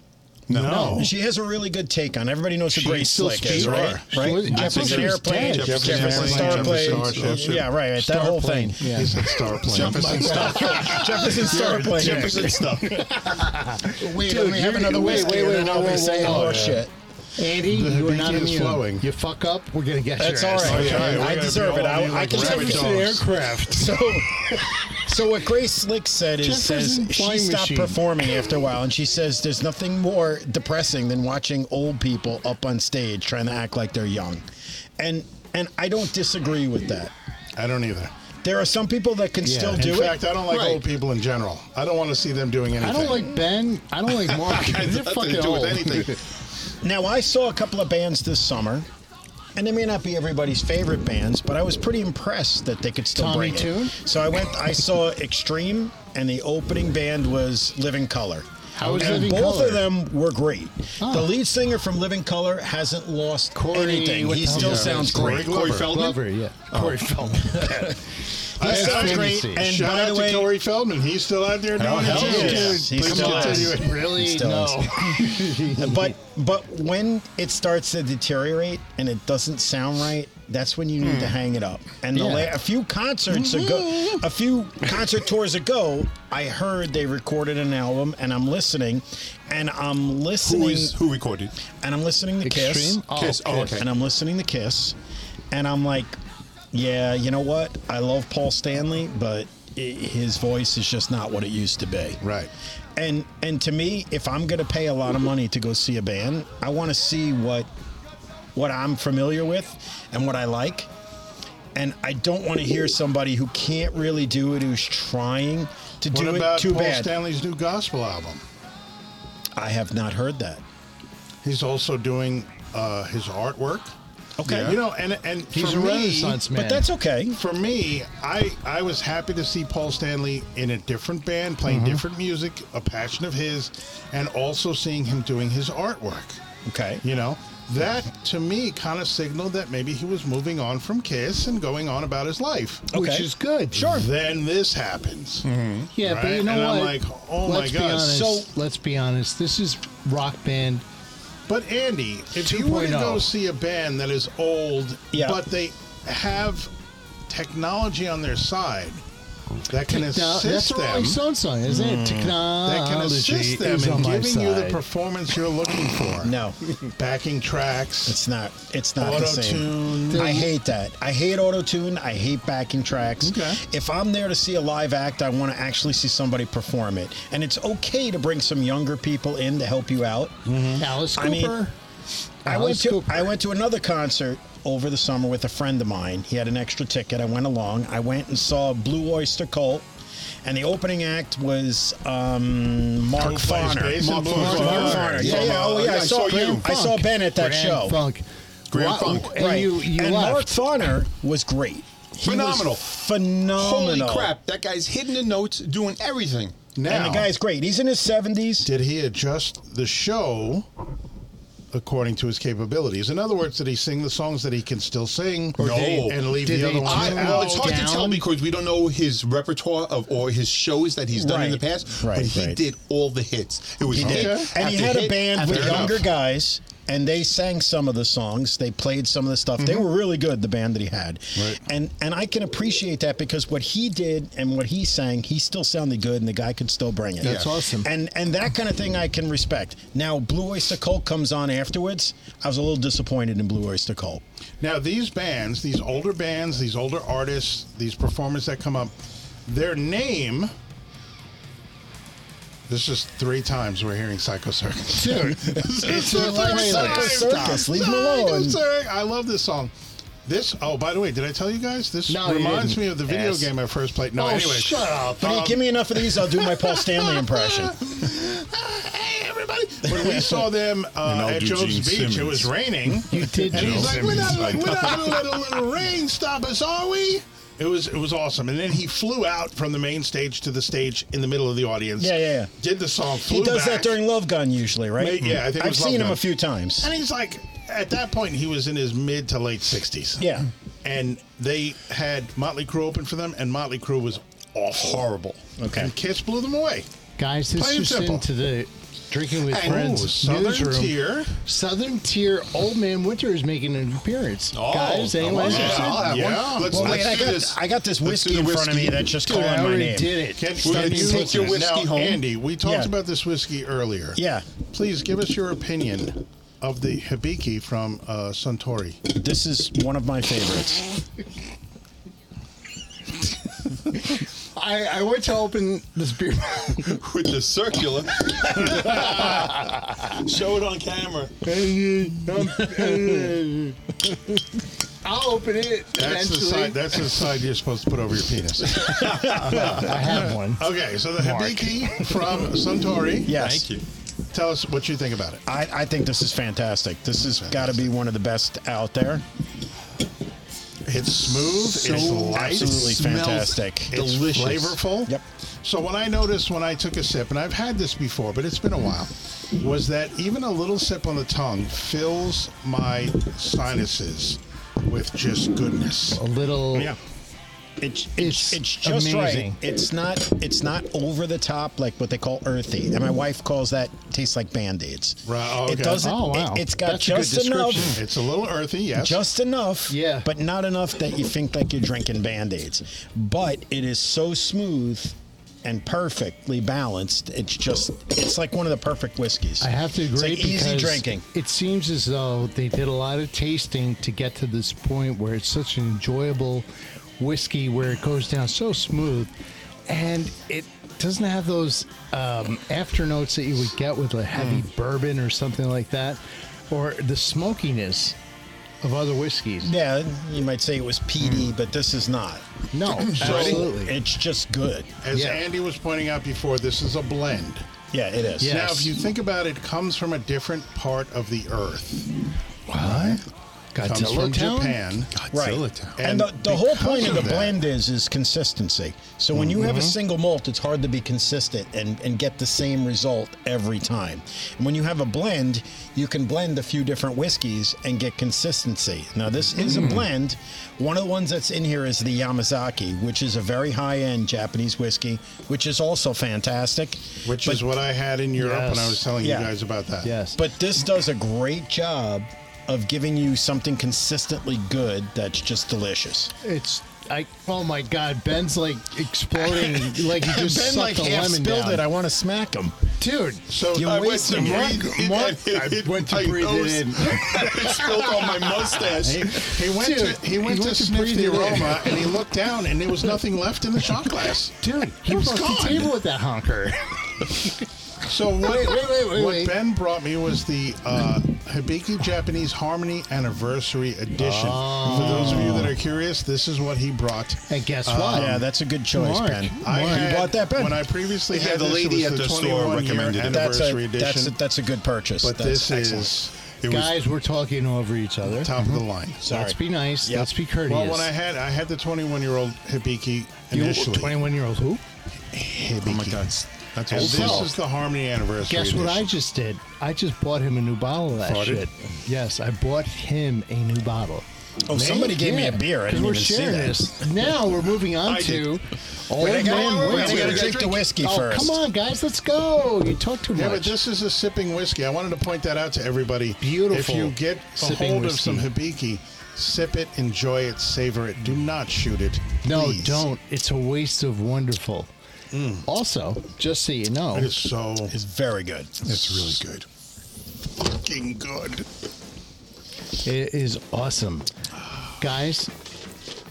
S3: No.
S5: She has a really good take on. it. Everybody knows who
S3: She
S5: Grace
S3: still
S5: Slick is,
S3: speaks.
S5: right?
S3: Sure.
S5: Right.
S2: She wasn't-
S5: Jefferson
S2: Jefferson was
S5: Airplane,
S2: dead.
S5: Jefferson,
S3: Jefferson
S5: Starplane.
S3: Airplane,
S1: Jefferson Starship.
S5: Yeah, right. That whole thing.
S1: He said star plane.
S3: Jefferson stuff.
S5: Jefferson Starplane.
S3: Jefferson stuff.
S6: Wait,
S2: Dude,
S6: let me have
S2: you're-
S6: another
S2: wait,
S6: whiskey
S2: wait,
S6: and
S2: wait, Oh,
S6: then
S2: whoa,
S6: I'll
S2: whoa,
S6: be saying
S2: whoa, whoa.
S6: more
S5: "Oh, Shit.
S2: Andy, you are
S1: beaky
S2: not
S1: is
S2: immune.
S1: flowing.
S2: You fuck up, we're gonna get
S5: That's
S2: your
S5: all
S2: ass.
S5: right.
S1: Okay, we're
S5: I
S1: gonna
S5: deserve
S1: be
S5: it.
S1: all
S5: I,
S1: you
S5: I
S1: like
S5: can
S1: rabid
S5: just
S1: dogs.
S5: aircraft. So, so what Grace Slick said is says
S2: Jefferson
S5: she
S2: flying
S5: stopped
S2: machine.
S5: performing after a while, and she says there's nothing more depressing than watching old people up on stage trying to act like they're young, and and I don't disagree with that.
S1: I don't either.
S5: There are some people that can still
S1: In
S5: Oh, do
S1: fact,
S5: it.
S1: I don't like
S2: Right.
S1: old people in general. I don't want to see them doing anything.
S2: I don't like Ben. I don't like Mark.
S3: It has
S2: They're
S3: nothing
S2: fucking
S3: to do
S2: old.
S3: with anything.
S5: Now I saw a couple of bands this summer. And they may not be everybody's favorite bands, but I was pretty impressed that they could still
S2: Tommy
S5: bring it.
S2: Tune?
S5: So I went, I saw Extreme, and the opening band was Living Color.
S2: How was
S5: and
S2: Living
S5: both
S2: Colour?
S5: of them were great.
S2: Ah.
S5: The lead singer from Living Color hasn't lost
S2: Corey-
S5: anything.
S2: what
S5: He
S2: the hell
S5: still
S2: is that?
S5: sounds
S3: Corey
S5: great.
S3: Glover. Corey Feldman?
S2: Glover, yeah.
S3: Corey Feldman.
S1: Oh. I,
S5: He sounds
S1: I-
S5: great.
S2: Fantasy.
S5: And
S1: Shout
S5: by
S1: out
S5: the
S1: to
S5: way,
S1: Corey Feldman. He's still out there doing his
S3: hell
S1: thing.
S5: yes. He
S1: Please
S5: still is.
S1: continue.
S2: Really?
S5: Still
S2: No.
S5: but but when it starts to deteriorate and it doesn't sound right, that's when you need
S3: Hmm.
S5: to hang it up. And the
S2: Yeah.
S5: la- a few concerts ago,
S3: Mm-hmm.
S5: a few concert tours ago, I heard they recorded an album, and I'm listening, and I'm listening,
S3: Who is who recorded?
S5: and I'm listening to Kiss,
S2: Extreme? Oh,
S3: Kiss. Oh,
S2: Kiss.
S3: okay.
S5: and I'm listening to Kiss, and I'm like, yeah, you know what? I love Paul Stanley, but i his voice is just not what it used to be.
S1: Right.
S5: And and to me, if I'm gonna pay a lot of money to go see a band, I want to see what what I'm familiar with and what I like. And I don't want to hear somebody who can't really do it, who's trying to
S1: What
S5: do it
S1: about
S5: too
S1: Paul
S5: bad.
S1: Stanley's new gospel album?
S5: I have not heard that.
S1: He's also doing uh, his artwork.
S5: Okay,
S1: You know, and and
S2: He's
S1: for
S2: a
S1: me,
S2: renaissance man.
S5: but that's okay.
S1: For me, I I was happy to see Paul Stanley in a different band, playing
S5: Mm-hmm.
S1: different music, a passion of his, and also seeing him doing his artwork.
S5: Okay.
S1: You know, that to me kind of signaled that maybe he was moving on from Kiss and going on about his life.
S2: Which
S5: Okay. Mm-hmm.
S2: is good.
S1: Then this happens.
S2: Yeah, but
S1: Right?
S2: you know
S1: And I'm
S2: what?
S1: like, oh my
S2: let's Be
S1: God.
S2: honest,
S1: So-
S2: let's be honest. This is rock band.
S1: But Andy, if you want to
S2: 2.0.
S1: go see a band that is old,
S5: oh. Yeah.
S1: but they have technology on their side that can
S2: Now, that's
S1: assist
S2: the Rolling
S1: them,
S2: Stone song, isn't it? Technology
S1: that can assist them
S2: is
S1: in
S2: on my
S1: giving you the
S2: side.
S1: performance you're looking for.
S5: No,
S1: backing tracks,
S5: it's not. It's not the
S1: auto
S5: same.
S1: tune.
S5: I hate that. I hate auto tune. I hate backing tracks.
S1: Okay.
S5: If I'm there to see a live act, I want to actually see somebody perform it. And it's okay to bring some younger people in to help you out.
S2: Alice Cooper.
S5: I mean, I went
S2: Mm-hmm. Alice
S5: to
S2: Cooper.
S5: I went to another concert over the summer with a friend of mine. He had an extra ticket. I went along. I went and saw Blue Oyster Cult. And the opening act was um, Mark
S1: Who plays
S5: Farner.
S1: bass and blues?
S5: Mark
S1: Farner.
S5: Farner. Yeah,
S1: From,
S5: yeah, oh
S1: uh,
S5: yeah. I
S1: I
S5: saw,
S1: Saw
S5: Ben.
S1: You.
S5: I saw Ben at that
S2: Grand
S5: show.
S2: Funk.
S3: Grand
S2: Wha-
S3: Funk.
S2: And
S5: Right.
S2: you, you
S5: And Mark
S2: left.
S5: Farner was great. He was
S3: Phenomenal. Holy
S5: phenomenal.
S3: crap! That guy's hitting the notes, doing everything.
S1: Now,
S5: And the guy's great. He's in his 70s.
S1: did he adjust the show according to his capabilities? In other words, did he sing the songs that he can still sing
S3: No. did-
S1: and leave
S2: did
S1: the
S2: they
S1: other ones
S3: I,
S2: tune
S1: out?
S3: well, it's hard
S2: down?
S3: to tell because we don't know his repertoire of or his shows that he's done in the
S5: Right.
S3: past.
S5: Right,
S3: but he
S5: right.
S3: did all the hits. It was
S5: He did.
S3: hit
S5: And he
S3: after
S5: had a
S3: hit
S5: band with
S3: after hit.
S5: younger guys, and they sang some of the songs. They played some of the stuff.
S3: Mm-hmm.
S5: They were really good, the band that he had. Right. And and I can appreciate that because what he did and what he sang, he still sounded good and the guy could still bring it.
S2: That's Yeah. awesome.
S5: And and that kind of thing I can respect. Now Blue Oyster Cult comes on afterwards. I was a little disappointed in Blue Oyster Cult.
S1: Now, these bands, these older bands, these older artists, these performers that come up, their name. This is three times we're hearing Psycho Circus. Dude, it's
S5: their playlist. Psycho Circus, leave them alone.
S1: I love this song. This, oh, by the way, did I tell you guys? This
S2: No, you
S1: reminds
S2: didn't.
S1: me of the video
S5: Ass.
S1: game I first played. No, anyway.
S2: shut up.
S5: But hey,
S1: Um,
S5: give me enough of these, I'll do my Paul Stanley impression.
S1: Hey, everybody. When we saw them
S3: And I'll
S1: uh, at
S3: do
S1: Joe's
S3: Gene
S1: Beach, it was
S3: Simmons.
S1: raining.
S2: You did,
S1: And
S2: Joe.
S1: he's like, we're not,
S3: Simmons.
S1: we're not gonna let a little rain stop us, are we? It was it was awesome. And then he flew out from the main stage to the stage in the middle of the audience.
S5: Yeah, yeah, yeah.
S1: Did the song. Flew
S5: He does
S1: back.
S5: that during Love Gun usually, right?
S1: Ma- yeah, I think it
S5: I've
S1: was Love
S5: seen him
S1: Gun.
S5: a few times.
S1: And he's like, at that point, he was in his mid to late sixties.
S5: Yeah.
S1: And they had Motley Crue open for them, and Motley Crue was awful. horrible.
S5: Okay.
S1: And Kiss blew them away.
S2: Guys, this
S1: Plain and
S2: just
S1: simple.
S2: into the Drinking with friends.
S1: Ooh, Southern
S2: newsroom.
S1: tier.
S2: Southern tier. Old man Winter is making an appearance.
S3: Oh,
S5: eh,
S2: Guys,
S3: I
S2: anyone
S3: want
S2: interested?
S3: that. I'll have
S1: Yeah.
S3: one. Let's,
S5: Well,
S3: let's
S5: wait, I
S3: do
S5: got,
S3: this.
S5: I got this
S3: Let's do
S5: whiskey
S3: the
S5: in front of me
S3: whiskey.
S5: that's just
S2: Dude,
S5: calling
S2: I
S5: my
S2: already
S5: name.
S2: did it.
S1: Can,
S3: We're
S1: can
S3: gonna
S1: you
S3: take your whiskey
S1: now,
S3: home.
S1: Andy, we talked
S5: Yeah.
S1: about this whiskey earlier.
S5: Yeah,
S1: Please give us your opinion of the Hibiki from uh, Suntory.
S5: this is one of my favorites.
S2: I, I went to open this beer.
S3: with the circular. Show it on camera.
S2: I'll open it
S1: That's the
S2: eventually.
S1: side. That's the side you're supposed to put over your penis.
S2: I have one.
S1: Okay, so the Hibiki from Suntory.
S5: Yes.
S3: Thank you.
S1: Tell us what you think about it.
S5: I, I think this is fantastic. This has got to be one of the best out there.
S1: It's smooth. it's light.
S5: absolutely
S1: it's
S5: fantastic.
S1: It's
S3: delicious.
S1: flavorful.
S5: Yep.
S1: So what I noticed when I took a sip, and I've had this before, but it's been a while, was that even a little sip on the tongue fills my sinuses with just goodness.
S2: A little.
S5: Yeah. It's,
S2: It's
S5: it's it's just
S2: amazing.
S5: right. It's not it's not over the top like what they call earthy, and my wife calls that tastes like band aids.
S1: Right, oh, okay.
S5: It doesn't.
S2: Oh, wow.
S5: It, has got
S2: That's a good
S5: just enough.
S2: description.
S1: It's a little earthy, yes.
S5: Just enough,
S2: Yeah.
S5: but not enough that you think like you're drinking band aids. But it is so smooth and perfectly balanced. It's just, it's like one of the perfect whiskeys.
S2: I have to agree
S5: It's like easy
S2: because
S5: drinking.
S2: it seems as though they did a lot of tasting to get to this point where it's such an enjoyable whiskey where it goes down so smooth and it doesn't have those um, after notes that you would get with a heavy
S5: Hmm.
S2: bourbon or something like that or the smokiness of other whiskeys.
S5: Yeah, you might say it was
S1: Hmm.
S5: PD, but this is not.
S2: No, absolutely.
S5: It's just good.
S1: As
S2: Yeah.
S1: Andy was pointing out before, this is a blend.
S5: Yeah, it is.
S2: Yeah.
S1: Now,
S2: Yes.
S1: if you think about it, it comes from a different part of the earth.
S2: What?
S1: comes
S2: Godzilla
S1: from
S2: Town?
S1: Japan.
S5: Right.
S3: Godzilla Town.
S1: And
S5: And, the, the whole
S1: because
S5: point of
S1: of
S5: the
S1: that- Mm-hmm.
S5: blend is is consistency. So when you have a single malt, it's hard to be consistent and, and get the same result every time. And when you have a blend, you can blend a few different whiskeys and get consistency. Now this is
S1: Mm.
S5: a blend. One of the ones that's in here is the Yamazaki, which is a very high end Japanese whiskey, which is also fantastic.
S1: Which
S5: But-
S1: is what I had in Europe when I was telling
S5: Yeah.
S1: you guys about that.
S2: Yes.
S5: But this does a great job of giving you something consistently good that's just delicious.
S2: It's I oh my god, Ben's like exploding like he just
S5: ben
S2: sucked
S5: like
S2: a
S5: half
S2: lemon
S5: spilled
S2: down.
S5: it. I want to smack him.
S2: Dude,
S1: So
S5: You
S1: I
S5: wait
S1: went to
S5: some-
S1: breathe
S5: Mark-
S1: it
S5: Mark-
S1: in.
S2: I went to
S1: my
S2: breathe it
S1: nose.
S2: in.
S3: it spilled on my mustache.
S1: He went
S2: Dude,
S1: to he went
S2: he
S1: to
S2: went to
S1: sniff
S2: breathe
S1: the
S2: it in.
S1: aroma and he looked down and there was nothing left in the shot glass.
S2: dude, he
S1: It
S2: was
S1: was
S2: off
S1: gone.
S2: the table with that honker.
S1: So what,
S2: Wait, wait, wait, wait,
S1: what
S2: wait.
S1: Ben brought me was the uh, Hibiki Japanese Harmony Anniversary Edition.
S3: Oh.
S1: For those of you that are curious, this is what he brought.
S2: And guess what?
S5: Uh, yeah, that's a good choice,
S2: Mark,
S5: Ben.
S1: I
S5: you
S1: had-
S5: bought that, Ben.
S1: When I previously
S3: Yeah,
S1: had
S3: the
S1: this, it
S3: lady
S1: was
S3: at the store
S1: 21 year
S3: recommended it.
S5: that's a
S1: anniversary
S5: that's a,
S1: edition.
S5: that's a good purchase.
S1: but
S5: that's
S1: this
S5: excellent.
S1: is
S3: It was
S2: Guys, we're talking over each other.
S1: top of the line.
S5: Sorry.
S2: Let's be nice.
S5: Yep.
S2: Let's be courteous.
S1: Well, when I had I had the 21 year old Hibiki
S2: you
S1: initially.
S2: 21 year old who?
S3: Oh my god, that's
S1: And
S3: old.
S1: this is the Harmony anniversary.
S2: Guess what I
S1: edition.
S2: just did? I just bought him a new bottle of that
S1: Bought
S2: shit.
S1: it?
S2: Yes, I bought him a new bottle.
S5: oh, somebody gave me a beer. I
S2: 'cause
S5: didn't
S2: we're
S5: even see
S2: sharing
S5: that.
S2: this. Now we're moving on to old
S5: Wait, I gotta-
S2: man
S5: wait, I
S2: Winter.
S5: gotta drink the whiskey
S2: oh,
S5: first.
S2: Come on, guys, let's go. You talk too
S1: Yeah,
S2: much.
S1: but this is a sipping whiskey. I wanted to point that out to everybody.
S2: Beautiful
S1: If you get a
S2: sipping
S1: hold
S2: whiskey.
S1: of some Hibiki, sip it, enjoy it, savor it. Do not shoot it.
S2: no,
S1: please.
S2: don't. It's a waste of wonderful.
S5: Mm.
S2: Also, just so you know,
S1: It is so.
S5: It's very good.
S1: It's really good. Fucking good.
S2: It is awesome. Guys,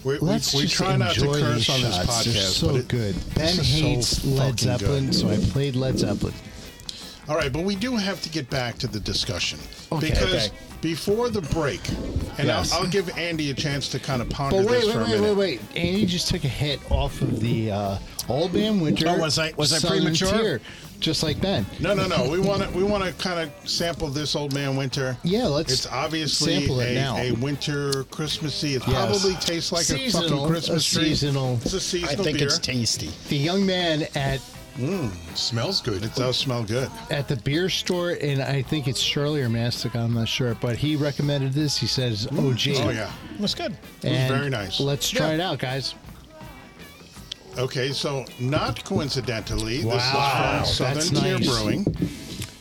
S1: We, we,
S2: let's
S1: we
S2: just
S1: try not to
S2: enjoy
S1: curse
S2: these
S1: on this
S2: shots.
S1: podcast.
S2: They're so
S1: but it-
S2: good.
S1: this
S2: Ben
S1: is so
S2: hates Led
S1: fucking good.
S2: Zeppelin, so I played Led Zeppelin.
S1: All right, but we do have to get back to the discussion
S2: Okay.
S1: because
S5: Okay.
S1: before the break, and
S2: Yes.
S1: I'll, I'll give Andy a chance to kind of ponder
S2: But wait,
S1: this
S2: wait,
S1: for a
S2: wait,
S1: minute.
S2: wait, wait. Andy just took a hit off of the uh, Old Man Winter.
S5: Oh, was I- was I
S2: Sun and
S5: premature?
S2: Tear, just like Ben.
S1: No, no, no. We want to we want to kind of sample this old man winter.
S2: Yeah, let's
S1: It's obviously
S2: sample it
S1: a,
S2: now.
S1: a winter Christmassy. It
S2: Yes.
S1: probably tastes like a
S2: Seasonal,
S1: fucking Christmas
S2: a
S1: tree.
S2: seasonal-
S1: It's a
S5: I
S1: seasonal
S5: think
S1: beer.
S5: it's tasty.
S2: The young man at
S3: smells good.
S1: it does smell good.
S2: at the beer store, and I think it's Shirley or Mastic, I'm not sure, but he recommended this. He says, "Oh, gee,
S1: Oh yeah.
S5: It's good.
S1: was
S2: and
S1: very nice.
S2: Let's try it out, guys.
S1: Okay, so not coincidentally,
S2: Wow,
S1: this is from
S2: that's
S1: Southern Tier
S2: nice.
S1: Brewing.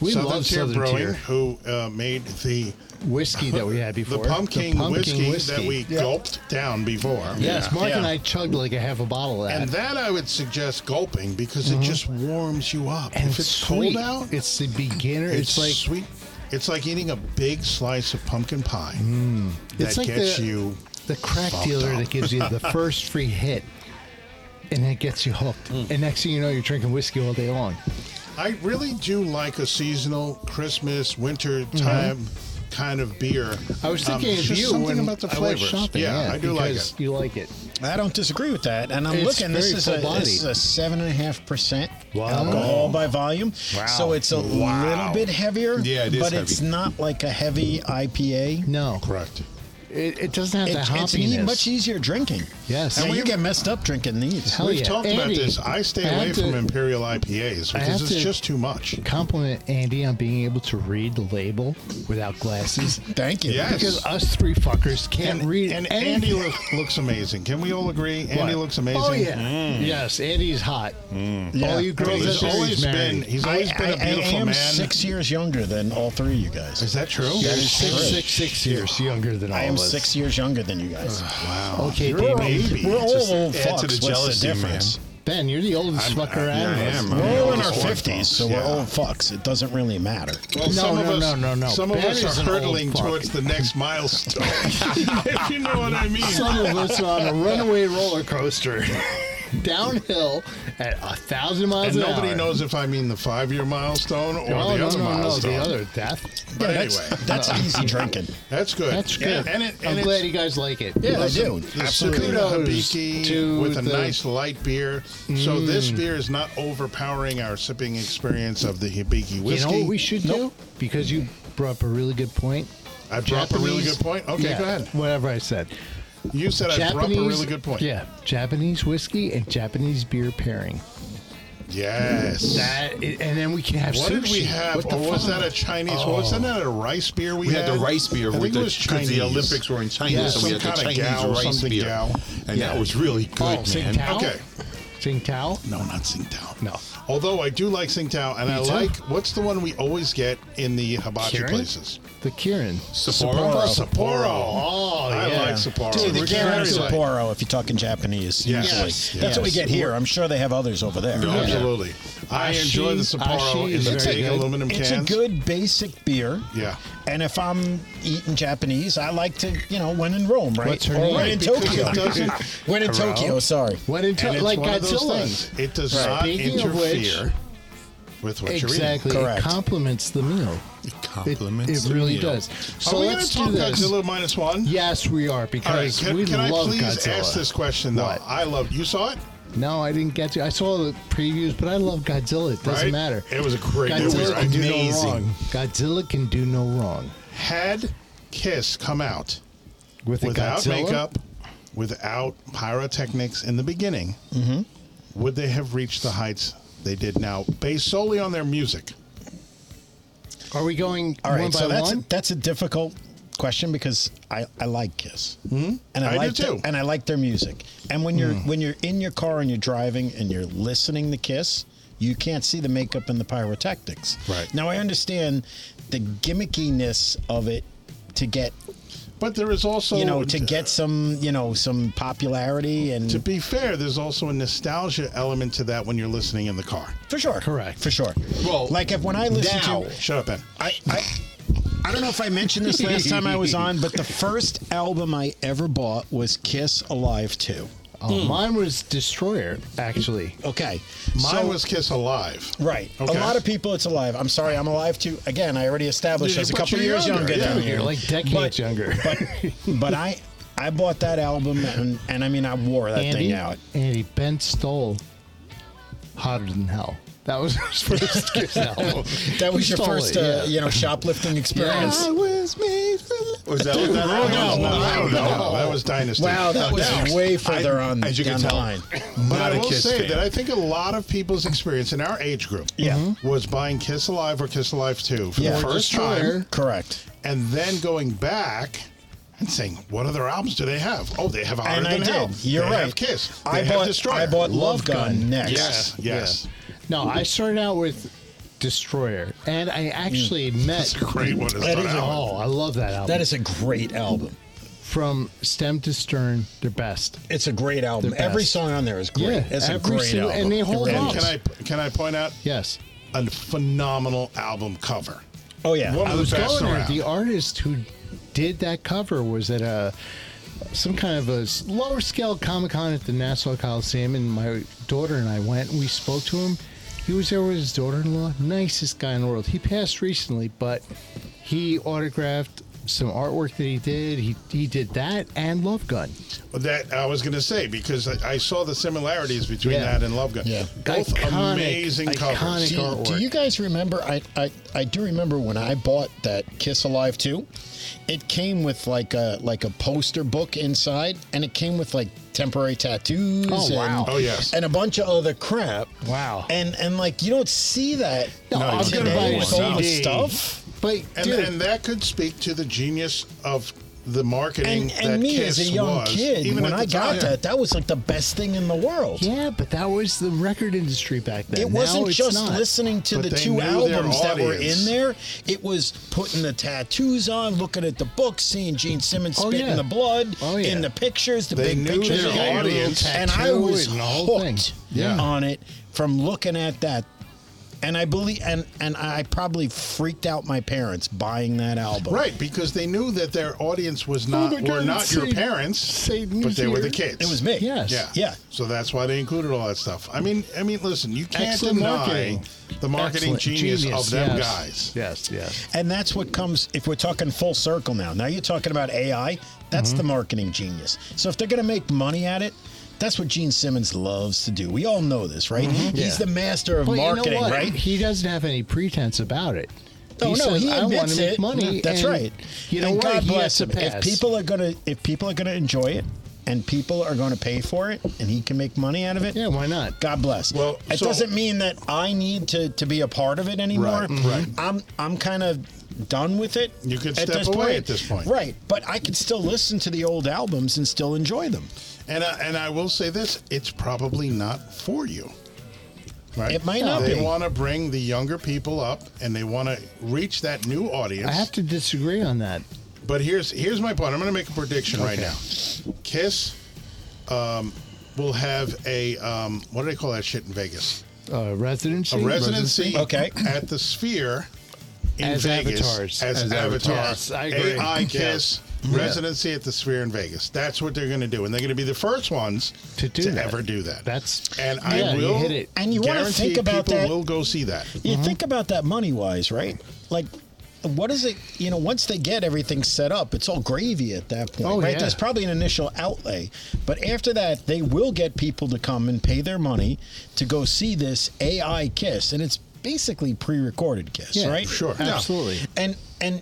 S2: We
S1: Southern
S2: love
S1: Tier
S2: Southern
S1: Brewing,
S2: Tier.
S1: who uh, made the
S2: whiskey that we had
S1: the
S2: before.
S1: pumpkin, whiskey, that we gulped down before.
S2: Yes, Mark
S5: Yeah.
S2: and I chugged like a half a bottle of that.
S1: And that I would suggest gulping because it just warms you up.
S2: Mm-hmm. And
S1: if it's
S2: sweet.
S1: cold out,
S2: it's the beginner. It's,
S1: it's,
S2: like
S1: sweet. It's like eating a big slice of pumpkin pie that
S2: Mm. It's like
S1: gets
S2: the-
S1: you.
S2: the crack
S1: fucked
S2: dealer
S1: up.
S2: that gives you the first free hit, and it gets you hooked.
S1: Mm.
S2: And next thing you know, you're drinking whiskey all day long.
S1: I really do like a seasonal Christmas winter time kind of beer.
S2: Mm-hmm. I was
S1: Um,
S2: thinking
S1: it's
S2: of
S1: just
S2: you
S1: something
S2: when
S1: about the
S2: I went
S1: flavors.
S2: shopping.
S1: yeah,
S2: Yeah,
S1: I do like
S2: because
S1: it.
S2: You like it.
S5: I don't disagree with that. And I'm
S2: It's
S5: looking. This
S2: very
S5: is, a,
S2: full-bodied.
S5: this is a seven and a half percent
S4: Wow.
S5: alcohol by volume. Wow. So it's a little bit heavier.
S3: Yeah, it is
S5: But it's
S3: heavy.
S5: not like a heavy IPA.
S2: No,
S1: Correct.
S2: Oh, it, it doesn't have
S5: It-
S2: the
S5: it's an e-
S2: hoppiness.
S5: much easier drinking.
S2: Yes.
S5: and
S2: And
S5: you
S2: we-
S5: get messed up drinking these.
S2: Hell
S1: We've
S2: yeah.
S1: talked about
S2: Andy,
S1: this. I stay
S2: I
S1: away
S2: have
S1: from
S2: to-
S1: imperial IPAs because
S2: have
S1: it's
S2: to-
S1: just too much.
S2: Compliment Andy on being able to read the label without glasses.
S5: Thank you.
S1: Yes.
S2: Because us three fuckers can't
S1: And,
S2: read
S1: and Andy
S2: anything.
S1: look, looks amazing. Can we all agree? Andy looks amazing.
S2: Oh yeah, yes, Andy's hot.
S5: Yeah.
S2: All you
S1: Bro,
S2: girls
S1: he's
S2: that
S1: always been he's always
S5: I,
S1: been
S5: I-
S1: a
S5: I
S1: beautiful
S5: am
S1: man.
S5: six years younger than all three of you guys.
S1: Is that true?
S2: You're six,
S5: true.
S2: six, six years younger than all
S5: I am
S2: of us.
S5: six years younger than you guys.
S1: Wow.
S2: Okay,
S1: You're a baby.
S2: baby.
S5: We're all
S3: Just
S5: old
S3: add
S5: fucks.
S3: to the
S5: What's
S3: jealousy,
S5: the
S3: man.
S5: difference?
S2: Ben, you're the oldest fucker
S3: I- yeah,
S2: out of
S3: I
S2: us.
S3: am.
S5: We're
S3: I'm
S5: all
S3: the
S5: in our
S3: oldest one,
S5: fifties,
S3: folks.
S5: so
S3: Yeah.
S5: we're old fucks. It doesn't really matter.
S1: Well,
S2: No,
S1: some
S2: no,
S1: of us,
S2: no, no, no.
S1: Some of
S2: Ben
S1: us
S2: is
S1: are
S2: an
S1: hurtling
S2: old fuck.
S1: towards the next milestone. if you know what I mean.
S2: Some of us are on a runaway roller coaster downhill at a thousand miles
S1: And
S2: an
S1: nobody
S2: hour.
S1: knows if I mean the five-year milestone or
S2: Oh,
S1: the
S2: no,
S1: other
S2: no, no,
S1: milestone.
S2: the other death.
S1: But
S5: Yeah,
S1: anyway,
S5: that's, that's easy drinking.
S1: that's good.
S2: That's
S1: Yeah,
S2: good.
S1: And it, and
S2: I'm
S1: it's-
S2: glad you guys like it.
S5: Yeah, I do.
S1: Listen, The
S5: Absolutely.
S1: Sakuda
S2: Kudos
S1: Hibiki
S2: to
S1: with a
S2: the- Mm.
S1: nice light beer. So this beer is not overpowering our sipping experience of the Hibiki
S2: You
S1: whiskey.
S2: know what we should do? Because you brought up a really good point.
S1: I brought up a really good point. Okay,
S2: yeah,
S1: go ahead.
S2: Whatever I said.
S1: You said I brought up a really good point.
S2: Yeah, Japanese whiskey and Japanese beer pairing.
S1: Yes.
S2: That and then we can have
S1: what
S2: sushi.
S1: did we have?
S2: What the
S1: or was
S2: fuck?
S1: that a Chinese? What was that not a rice beer? We,
S3: We had the rice beer
S1: I think
S3: with
S1: it
S3: the,
S1: was
S3: 'cause
S1: Chinese.
S3: the Olympics were in China,
S2: Yeah,
S3: so we
S1: some
S3: had the
S1: kinda
S3: Chinese
S1: gal,
S3: rice
S1: something
S3: beer,
S1: gal.
S3: and that was really
S2: Oh,
S3: good,
S2: Sing
S3: man.
S2: Tao?
S1: Okay.
S2: Sing Tao?
S1: No, not Tsingtao.
S2: No.
S1: Although I do like Tsingtao, and I
S2: too.
S1: like what's the one we always get in the hibachi
S2: Kirin?
S1: places?
S2: The Kirin.
S3: Sapporo.
S1: Sapporo. Oh,
S2: yeah.
S1: I like Sapporo.
S5: Dude,
S1: We're
S5: the
S1: getting
S5: Karen
S1: very light.
S5: Sapporo, if you're talking Japanese,
S1: Yes.
S5: usually.
S1: Yes,
S5: That's what we get here. I'm sure they have others over there.
S1: Absolutely. I
S2: Ashi-
S1: enjoy the Sapporo
S2: Ashi
S1: in
S2: is
S1: the
S2: very
S1: big
S2: good.
S1: aluminum
S5: It's
S1: cans.
S5: a good basic beer.
S1: Yeah.
S5: And if I'm eating Japanese, I like to, you know, when in Rome, right?
S2: What's her
S5: or
S2: name?
S5: when in
S1: Because
S5: Tokyo.
S1: it doesn't-
S5: when in Tokyo, sorry.
S2: What in
S1: And it's
S2: like
S1: one of those
S2: Godzilla?
S1: things. It does
S5: Right.
S1: not
S2: Speaking of which-
S1: interfere with what
S2: Exactly.
S1: you're eating.
S5: Correct.
S2: It complements the meal.
S3: It
S2: It,
S3: compliments
S2: it
S3: the
S2: really
S3: meal.
S2: does. So
S1: Are we going
S2: let's
S1: to talk
S2: do this.
S1: Godzilla minus one?
S2: Yes, we are
S1: All right.
S2: because
S1: Can,
S2: we
S1: can I
S2: love
S1: please
S2: Godzilla.
S1: ask this question though?
S2: What?
S1: I love. You saw it.
S2: No, I didn't get to. I saw the previews, but I love Godzilla. It doesn't
S1: Right?
S2: matter.
S1: It was a great
S2: Godzilla
S1: movie, right?
S2: can do no
S1: Amazing.
S2: wrong. Godzilla can do no wrong
S1: Had Kiss come out
S2: with a
S1: without
S2: Godzilla.
S1: makeup, without pyrotechnics in the beginning,
S2: Mm-hmm.
S1: would they have reached the heights they did now, based solely on their music?
S2: Are we going
S5: All right,
S2: one by
S5: so that's
S2: one?
S5: A, that's a difficult question because I, I like Kiss, and
S1: Hmm? I
S5: I,
S1: do
S5: like their-
S1: too. Hmm.
S5: and I like their music. And when you're when you're in your car and you're driving and you're listening to Kiss, you can't see the makeup and the pyrotechnics.
S1: Right.
S5: now, I understand the gimmickiness of it to get
S1: But there is also
S5: you know to get some you know some popularity and
S1: To be fair, there's also a nostalgia element to that when you're listening in the car.
S5: for sure,
S2: Correct.
S5: for sure.
S3: Well,
S5: like if when I listen
S3: now-
S5: to
S1: Shut up, Ben.
S5: I, I I don't know if I mentioned this last time I was on, but the first album I ever bought was Kiss Alive 2.
S2: Oh, Mine was Destroyer, actually.
S5: Okay.
S1: Mine
S5: so-
S1: was Kiss Alive.
S5: Right.
S1: Okay.
S5: A lot of people, it's alive. I'm sorry, I'm alive too. Again, I already established
S1: Dude,
S5: I was a
S1: but
S5: couple
S1: you're
S5: years
S1: younger,
S5: younger
S1: yeah.
S5: than you.
S2: You're like decades
S5: But-
S2: younger.
S5: But, but I I bought that album, and, and I mean, I wore that
S2: Andy,
S5: thing out.
S2: Andy, Ben stole Hotter Than Hell. That was his first Kiss album.
S5: That was
S2: He
S5: your
S2: stole
S5: first,
S2: it,
S5: uh,
S2: yeah.
S5: you know, shoplifting experience.
S3: was made for Was that what that
S1: Oh,
S3: album
S1: no,
S3: was?
S1: no,
S3: No.
S1: no, no, that was Dynasty.
S5: Wow, that was
S1: No.
S5: way further on
S3: as you
S5: down
S3: can
S5: the
S3: tell,
S5: line.
S1: But
S3: not
S1: I
S3: a
S1: will
S3: Kiss
S1: say
S3: fan.
S1: that I think a lot of people's experience in our age group
S5: Yeah. Mhm.
S1: was buying Kiss Alive or Kiss Alive 2 for
S5: Yeah.
S1: the
S5: Or
S1: first
S2: Destroyer.
S1: time
S5: Correct.
S1: and then going back and saying, what other albums do they have? Oh, they have Hotter
S5: and I
S1: Than
S5: did.
S1: Hell.
S5: You're
S1: they
S5: right.
S1: Have Kiss. They
S5: I
S1: have
S5: bought.
S1: Destroyer.
S5: I bought Love
S2: Love Gun.
S5: Gun next.
S1: Yes, yes.
S2: No, I started out with Destroyer. And I actually met.
S1: Great one. It's
S5: That
S1: not
S5: is
S1: out.
S2: Oh, I love that album.
S5: That is a great album.
S2: from stem to stern, their best.
S5: It's a great album.
S2: They're
S5: Every
S2: best.
S5: song on there is great.
S2: Yeah,
S5: it's a
S2: every
S5: great
S2: single-
S5: album.
S2: and they
S5: It
S2: hold
S5: really
S2: up.
S5: is.
S1: Can I can I point out
S2: Yes.
S1: a phenomenal album cover?
S5: Oh yeah.
S1: One
S2: I
S1: of the
S2: was
S1: best
S2: going there.
S1: around.
S2: The artist who did that cover was at a some kind of a s- lower scale Comic Con at the Nassau Coliseum, and my daughter and I went. and We spoke to him. He was there with his daughter-in-law. Nicest guy in the world. He passed recently, but he autographed some artwork that he did. He he did that and Love Gun.
S1: That I was going to say because I, I saw the similarities between
S2: Yeah.
S1: that and Love Gun.
S5: Yeah.
S1: both
S2: Iconic,
S1: amazing
S2: iconic.
S1: covers.
S5: do, you,
S2: artwork.
S5: do you guys remember? I, I I do remember when I bought that Kiss Alive 2. It came with like a like a poster book inside, and it came with like temporary tattoos.
S2: Oh,
S5: and,
S2: wow.
S1: Oh, yes.
S5: and a bunch of other crap.
S2: Wow.
S5: And and like you don't see that.
S2: No, I was gonna
S5: today
S2: buy a
S5: with all the
S2: CD.
S5: stuff.
S2: But
S1: And,
S2: dude,
S1: and that could speak to the genius of the marketing
S5: And, and
S1: that
S5: me
S1: Kiss
S5: as a young
S1: was,
S5: kid,
S1: even
S5: when
S1: at
S5: I
S1: the
S5: got
S1: time.
S5: that, that was like the best thing in the world.
S2: yeah, but that was the record industry back then.
S5: It
S2: Now
S5: wasn't
S2: it's
S5: just
S2: not.
S5: listening to
S1: But
S5: the
S1: they
S5: two
S1: knew their
S5: albums that were
S1: audience.
S5: in there. It was putting the tattoos on, looking at the book, seeing Gene Simmons
S2: Oh,
S5: spitting
S2: yeah.
S5: the blood
S2: Oh, yeah.
S5: in the pictures, the
S1: They
S5: big
S1: knew
S5: pictures,
S1: their
S5: of the
S1: audience.
S5: and I
S2: Tattoo
S5: was
S2: and the whole thing.
S5: hooked
S2: Yeah.
S5: on it from looking at that. And I believe, and and I probably freaked out my parents buying that album.
S1: Right, because they knew that their audience was not
S2: my
S1: were
S2: God,
S1: not your
S2: Satan-
S1: parents,
S2: Satan's
S1: but they were the
S2: here.
S1: kids.
S5: It was me.
S2: Yes.
S1: Yeah.
S5: Yeah.
S1: So that's why they included all that stuff. I mean, I mean, listen, you can't
S2: Excellent
S1: deny
S2: marketing.
S1: the marketing
S2: Excellent.
S1: genius, of them
S2: yes.
S1: guys.
S2: Yes, yes.
S5: And that's what comes if we're talking full circle now. Now you're talking about AI.
S2: Mm-hmm.
S5: That's the marketing genius. So if they're going to make money at it, that's what Gene Simmons loves to do. We all know this, right? He's the master of
S2: But
S5: marketing,
S2: Mm-hmm. you know what?
S5: right?
S2: He doesn't have any pretense about it.
S5: Oh no,
S2: says,
S5: he
S2: I want
S5: admits
S2: to
S5: it.
S2: make money.
S5: That's
S2: and
S5: right.
S2: You know
S5: and
S2: what?
S5: God
S2: he
S5: bless
S2: has
S5: him.
S2: to pass.
S5: If people are gonna, if people are gonna enjoy it, and people are gonna pay for it, and he can make money out of it.
S2: Yeah, why not?
S5: God bless.
S1: Well,
S5: it
S1: so-
S5: doesn't mean that I need to to be a part of it anymore.
S1: Right, right.
S5: I'm I'm kind of done with it.
S1: You could step away at this point.
S5: Right, but I could still listen to the old albums and still enjoy them.
S1: And I, and I will say this: it's probably not for you. Right?
S5: It might not
S1: they
S5: be.
S1: want to bring the younger people up, and they want to reach that new audience.
S2: I have to disagree on that.
S1: But here's here's my point. I'm going to make a prediction right now. Kiss um, will have a um, what do they call that shit in Vegas?
S2: Uh, residency.
S1: A residency,
S5: Okay.
S1: at the Sphere in
S2: As
S1: Vegas
S2: avatars.
S1: as,
S3: As
S1: avatars.
S2: avatars. Yes, I agree.
S1: AI
S2: Yeah.
S1: Kiss residency at the Sphere in Vegas. That's what they're going to do, and they're going to be the first ones
S2: To do that.
S1: ever do that.
S2: That's
S1: and
S2: yeah,
S1: I
S2: you
S1: will
S2: hit it.
S5: And you wanna
S1: guarantee
S5: think about
S1: people
S5: that-
S1: will go see that.
S5: You
S2: Mm-hmm.
S5: think about that money wise, right? Like, what is it? You know, once they get everything set up, it's all gravy at that point,
S2: Oh,
S5: right?
S2: yeah.
S5: There's probably an initial outlay, but after that, they will get people to come and pay their money to go see this AI kiss, and it's basically pre-recorded kiss,
S2: Yeah,
S5: right?
S1: sure. Yeah.
S2: Absolutely.
S5: And and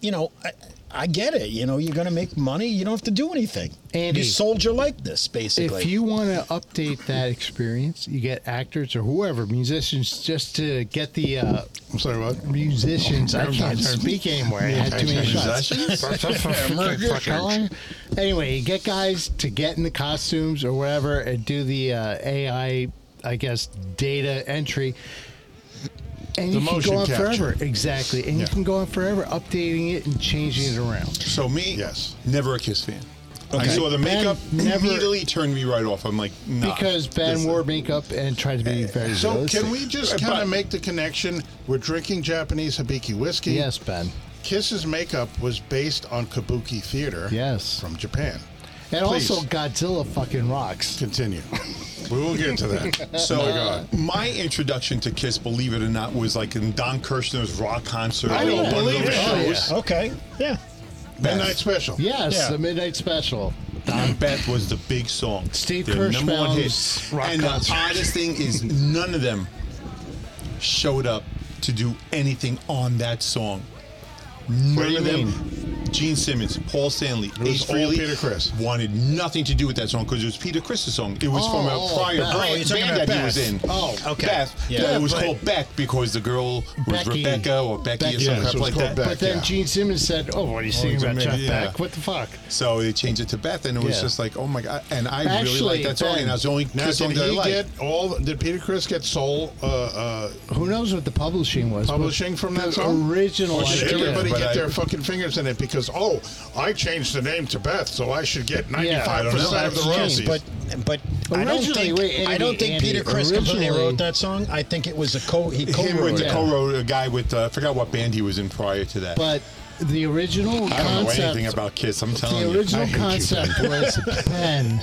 S5: you know. I, I get it. You know, you're going to make money. You don't have to do anything.
S2: Andy,
S5: you sold your likeness, basically.
S2: If you want to update that experience, you get actors or whoever, musicians, just to get the uh,
S1: I'm sorry, what?
S2: musicians. I can't speak anymore. I had too many shots. anyway, you get guys to get in the costumes or whatever and do the uh, AI, I guess, data entry. And
S1: The
S2: you can
S1: motion
S2: go on
S1: capture.
S2: forever. Exactly. And
S1: Yeah.
S2: you can go on forever updating it and changing it around.
S3: So me,
S1: Yes.
S3: never a Kiss fan. I
S2: Okay.
S3: saw the
S2: Ben
S3: makeup
S2: never-
S3: immediately turned me right off. I'm like, nah.
S2: Because Ben
S3: This-
S2: wore makeup and tried to be very
S1: Eh, So
S2: realistic.
S1: can we just
S3: But-
S1: kind of make the connection? We're drinking Japanese habiki whiskey.
S2: Yes, Ben.
S1: Kiss's makeup was based on kabuki theater.
S2: Yes.
S1: From Japan.
S2: And
S1: Please.
S2: also, Godzilla fucking rocks.
S1: Continue. we will get to that.
S3: So
S1: my God.
S3: my introduction to Kiss, believe it or not, was like in Don Kirshner's rock concert.
S1: I don't
S3: One of
S1: believe it.
S3: those shows.
S1: Oh, yeah.
S5: okay, yeah,
S1: Midnight special.
S2: Yes,
S5: Yeah.
S2: the Midnight Special.
S3: Don Beth was the big song.
S2: Steve
S3: Their number one hit.
S2: Kirschbaum's rock
S3: And
S2: concert.
S3: the oddest thing is none of them showed up to do anything on that song. None
S1: do you
S3: of them Gene Simmons, Paul Stanley,
S1: was
S3: Ace
S1: all
S3: Frehley
S1: Peter Criss.
S3: wanted nothing to do with that song because it was Peter Chris's song. It was
S2: Oh,
S3: from
S2: oh,
S3: a prior
S2: Beth.
S3: brand,
S2: Oh,
S5: you're talking
S3: band
S5: about
S3: that he was
S5: Beth.
S3: in.
S5: Oh, okay.
S3: Beth.
S5: Yeah.
S3: that it was
S5: But-
S3: called Beck because the girl was
S2: Becky.
S3: Rebecca or Becky, or
S2: Becky.
S3: some
S2: Yeah,
S1: so
S3: crap
S1: it was
S3: like
S1: called
S3: that.
S1: Beck.
S2: But then
S1: yeah.
S2: Gene Simmons said, "Oh, what are you singing
S3: it's
S2: about
S3: amazing,
S2: Jeff
S3: yeah.
S2: Beck? What the fuck?"
S3: So they changed it to Beth, and it was
S2: Yeah.
S3: just like, oh my god! And I really
S2: Actually,
S3: like that song,
S2: Ben,
S3: and that's the only
S1: Now,
S3: Kiss song
S1: did
S3: that I
S1: he
S3: like.
S1: get all? Did Peter Chris get soul uh, uh,
S2: Who knows what the publishing was? but
S1: publishing from that
S2: the
S1: song?
S2: original.
S1: Or should
S3: Yeah,
S2: idea.
S1: everybody
S3: but
S1: get
S3: I-
S1: their fucking fingers in it because oh, I changed the name to Beth, so I should get
S2: I
S1: ninety-five
S2: don't
S1: percent
S2: know.
S1: of the
S2: Yes,
S1: royalties.
S5: But but I don't
S2: Originally,
S5: think
S2: wait,
S5: I
S2: Andy,
S5: don't think
S2: Andy,
S5: Peter Chris completely
S2: originally-
S5: wrote that song. I think it was a co he
S3: Him
S5: co-wrote
S3: with the
S5: it.
S3: co-wrote a guy with uh, I forgot what band he was in prior to that.
S2: But the original
S3: I don't know
S2: concept.
S3: anything about Kiss. I'm telling
S2: the
S3: you,
S2: original
S3: I hate you,
S2: concept was Ben.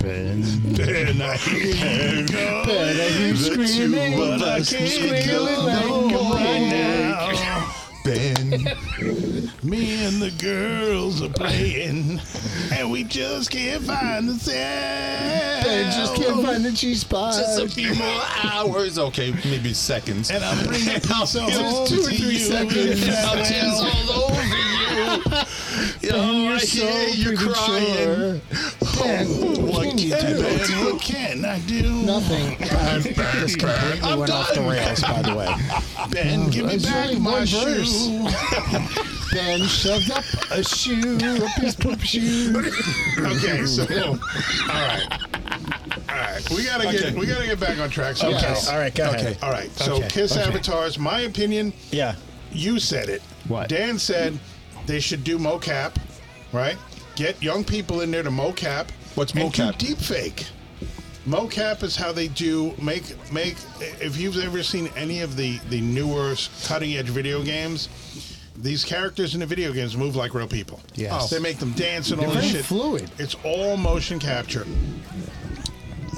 S2: Ben.
S1: and uh, I can go
S2: Ben. I hear
S3: The two
S2: screaming.
S3: of us
S2: Squealing
S3: go
S2: like a maniac.
S1: now.
S3: Ben.
S1: Me and the girls are playing, and we just can't find the sound.
S2: Ben just can't find the G spot.
S3: Oh. Just a few more hours. Okay, maybe seconds.
S1: And I'm bringing pizza
S3: give it
S1: home
S3: two or
S1: to
S2: three
S1: you.
S2: seconds.
S1: And
S3: I'll
S1: I'll
S3: jizz
S1: just-
S3: all over you. You're
S2: Ben, you're
S3: right
S2: so
S3: here, you're crying. Oh,
S2: premature. Ben,
S3: what
S2: can you
S3: can
S2: do?
S3: I
S1: And What can I do?
S2: Nothing.
S5: This completely
S3: I'm
S5: went off the
S3: done.
S5: rails, by the way.
S1: Ben, give me
S2: It's
S1: back
S2: only
S1: my
S2: one verse.
S1: shoe.
S2: Ben shoved up a shoe, up his poop shoe.
S1: Okay, so all right, all right, we gotta get
S3: Okay.
S1: we gotta get back on track. somehow.
S2: Yes.
S5: All right, go ahead.
S3: Okay.
S1: all right. So
S5: Okay.
S1: Kiss avatars. My opinion.
S5: Yeah.
S1: You said it.
S2: What?
S1: Dan said they should do mocap, right? Get young people in there to mocap.
S3: What's
S1: and
S3: mocap?
S1: Do deep fake. Mocap is how they do make make. If you've ever seen any of the the newer cutting edge video games, these characters in the video games move like real people. Oh.
S2: Yes.
S1: they make them dance and all
S2: They're
S1: this
S2: very
S1: shit.
S2: fluid.
S1: It's all motion capture.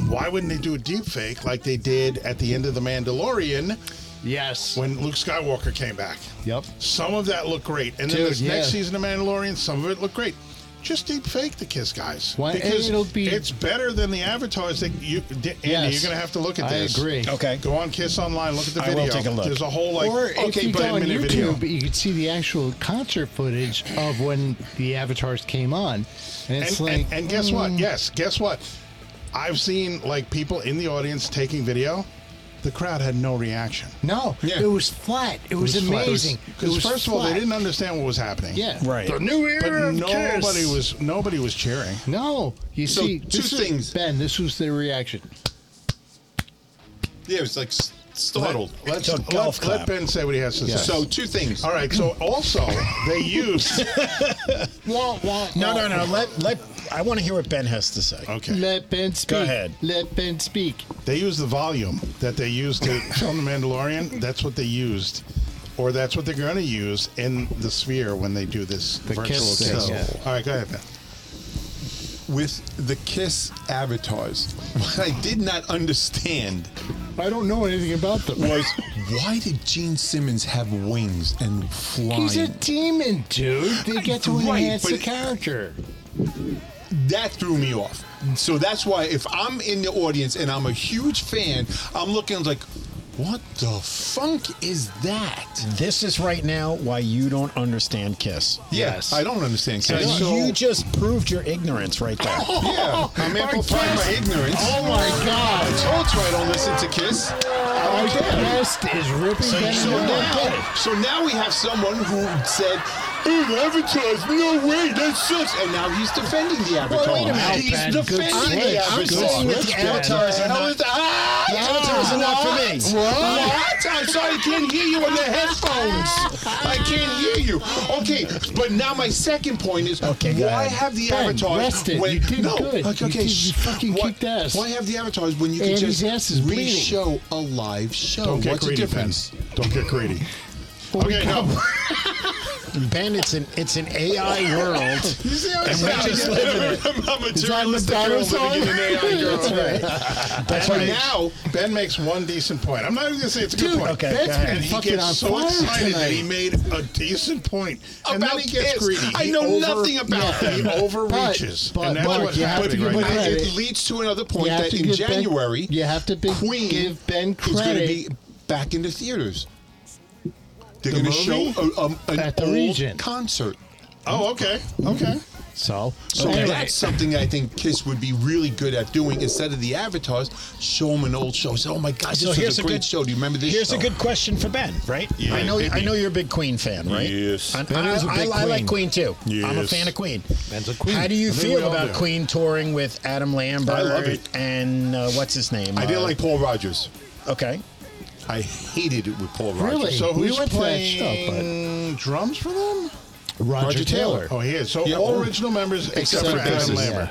S1: Why wouldn't they do a deep fake like they did at the end of the Mandalorian
S2: Yes.
S1: when Luke Skywalker came back?
S2: Yep.
S1: Some of that looked great, and then
S2: Dude,
S1: this next
S2: yeah.
S1: season of Mandalorian, some of it looked great. Just deep fake the kiss, guys.
S2: Why- and
S1: Because
S2: it'll be-
S1: it's better than the avatars that you, D- Andy.
S2: Yes.
S1: You're gonna have to look at
S2: I
S1: this.
S2: agree.
S5: Okay.
S1: Go on Kiss Online, look at the
S5: I will
S1: video.
S5: take a look.
S1: There's a whole like
S2: Or if
S1: okay,
S2: you go
S1: 10
S2: on
S1: minute
S2: YouTube,
S1: video.
S2: you could see the actual concert footage of when the avatars came on, and
S1: And,
S2: it's like, mm.
S1: and, and guess what? Yes, guess what? I've seen like people in the audience taking video. The crowd had no reaction.
S2: no,
S3: Yeah.
S2: it was flat. It was,
S3: was flat. It was-
S2: amazing. It
S1: Because
S2: was
S1: first of all, they
S2: flat.
S1: didn't understand what was happening.
S2: Yeah.
S5: Right.
S1: new era.
S2: of
S1: But nobody
S2: Kiss.
S1: was nobody was cheering.
S2: No, you
S3: So,
S2: see,
S3: two
S2: this is-
S3: things.
S2: Ben, this was their reaction.
S3: Yeah, it was like s- startled.
S1: Let's
S5: It's a
S1: let,
S5: golf
S1: let
S5: clap.
S1: Ben say what he has to
S2: Yes.
S1: say.
S3: So two things.
S1: All right. So also they used.
S5: No, no, no. Let let I want to hear what Ben has to say.
S1: Okay.
S2: Let Ben speak.
S5: ahead.
S2: Let Ben speak.
S1: They used the volume that they used to film The Mandalorian. That's what they used, or that's what they're going to use in the sphere when they do this virtual
S2: kiss thing,
S1: kiss.
S2: yeah.
S1: All right. Go ahead, Ben.
S3: With the Kiss avatars, what I did not understand
S2: I don't know anything about them.
S3: was why did Gene Simmons have wings and fly?
S2: He's a demon, dude. They get to
S3: Right,
S2: enhance
S3: but-
S2: the character.
S3: that threw me off. So that's why if I'm in the audience and I'm a huge fan, I'm looking like, what the funk is that?
S5: This is right now why you don't understand Kiss.
S3: Yes, I don't understand. Kiss.
S5: you just proved your ignorance right there.
S3: yeah, I'm amplifying my ignorance.
S2: Oh my
S3: I
S2: God!
S3: told you I don't listen to Kiss.
S2: Our
S3: I don't care.
S2: guest is ripping Ben
S3: So
S2: apart.
S3: now, so now we have someone who said, "Hey, the avatars, no way, that sucks," and now he's defending the avatar.
S2: wait a minute,
S3: he's
S2: Ben, good
S3: defending
S2: switch,
S3: the avatar.
S2: good switch, Ben.
S3: are not. Ah, the
S5: avatars are not for
S3: What?
S5: me.
S3: What? I'm sorry, I can't hear you on the headphones. I can't hear you. Okay, but now my second point is,
S5: Okay, go
S3: why
S5: ahead.
S3: have the
S2: Ben,
S3: avatars
S2: rest it.
S3: when
S2: You did
S3: no?
S2: good.
S3: Okay,
S2: You
S3: okay,
S2: did-
S3: shh.
S2: you fucking
S3: why,
S2: kicked ass.
S3: Why have the avatars when you can
S2: Andy's
S3: just
S2: ass is bleeding.
S3: re-show a live show?
S1: Don't get
S3: What's the
S1: greedy, Ben.
S3: difference?
S1: Don't get greedy.
S2: we
S1: Okay. No.
S5: Ben, it's an it's an AI world.
S3: You see how it
S5: And we just live
S3: sounds? I'm a
S2: Is
S3: materialistic
S2: that
S3: girl
S2: Madonna's
S3: living in an AI girl.
S1: But
S5: That's right.
S1: now Ben makes one decent point. I'm not even going to say it's a good
S2: Dude,
S1: point.
S5: Okay,
S2: Ben's
S5: go ahead.
S2: been
S1: And he
S2: fucking on
S1: gets so
S2: fire
S1: excited that he
S2: tonight.
S1: made a decent point, and
S3: About
S1: then he gets
S3: this.
S1: greedy.
S3: I
S1: He
S3: know
S1: over-
S3: nothing about
S1: He
S3: them.
S1: overreaches,
S2: But-
S1: and that's
S2: but-
S1: what's
S2: you have to
S1: happening
S2: give
S1: right
S2: him
S1: now.
S3: But
S2: credit.
S3: it leads to another point
S2: You have
S3: that
S2: to
S3: in
S2: give Ben-
S3: January,
S2: you have to be-
S3: Queen
S2: give Ben
S3: is going to
S2: credit.
S3: be back in the theaters. They're
S1: The
S3: going to show
S1: movie?
S3: a, um, an
S2: At the
S3: old
S2: Regent.
S3: concert.
S1: Oh, okay. Okay.
S2: So,
S3: So
S2: okay.
S3: that's something I think Kiss would be really good at doing instead of the avatars. Show them an old show. Say, oh my God, this
S5: So
S3: was
S5: here's
S3: a
S5: a
S3: great
S5: good-
S3: show. Do you remember this?
S5: Here's
S3: show?
S5: a good question for Ben, right?
S3: Yeah,
S5: I know
S3: hit
S5: I
S3: me.
S5: know you're a big Queen fan, right?
S4: Yes.
S5: And
S2: Ben
S5: I,
S2: is a big
S5: I- I like
S2: Queen.
S5: Queen too. I'm a
S4: Yes.
S5: fan of Queen.
S2: Ben's a Queen.
S5: How do you
S1: I think
S5: feel
S1: we all do.
S5: about Queen touring with Adam Lambert
S3: I love it.
S5: and uh, what's his name?
S3: I didn't
S5: Uh,
S3: like Paul Rogers.
S5: Okay.
S3: I hated it with Paul Rogers.
S2: Really?
S1: So
S2: We
S1: who's
S2: went to that
S1: playing drums for them?
S2: Roger,
S3: Roger
S2: Taylor.
S3: Taylor.
S1: Oh, he is. So
S3: Yeah.
S1: all original members except,
S2: Except
S1: for
S2: for
S1: Adam
S2: bassist.
S1: Lambert.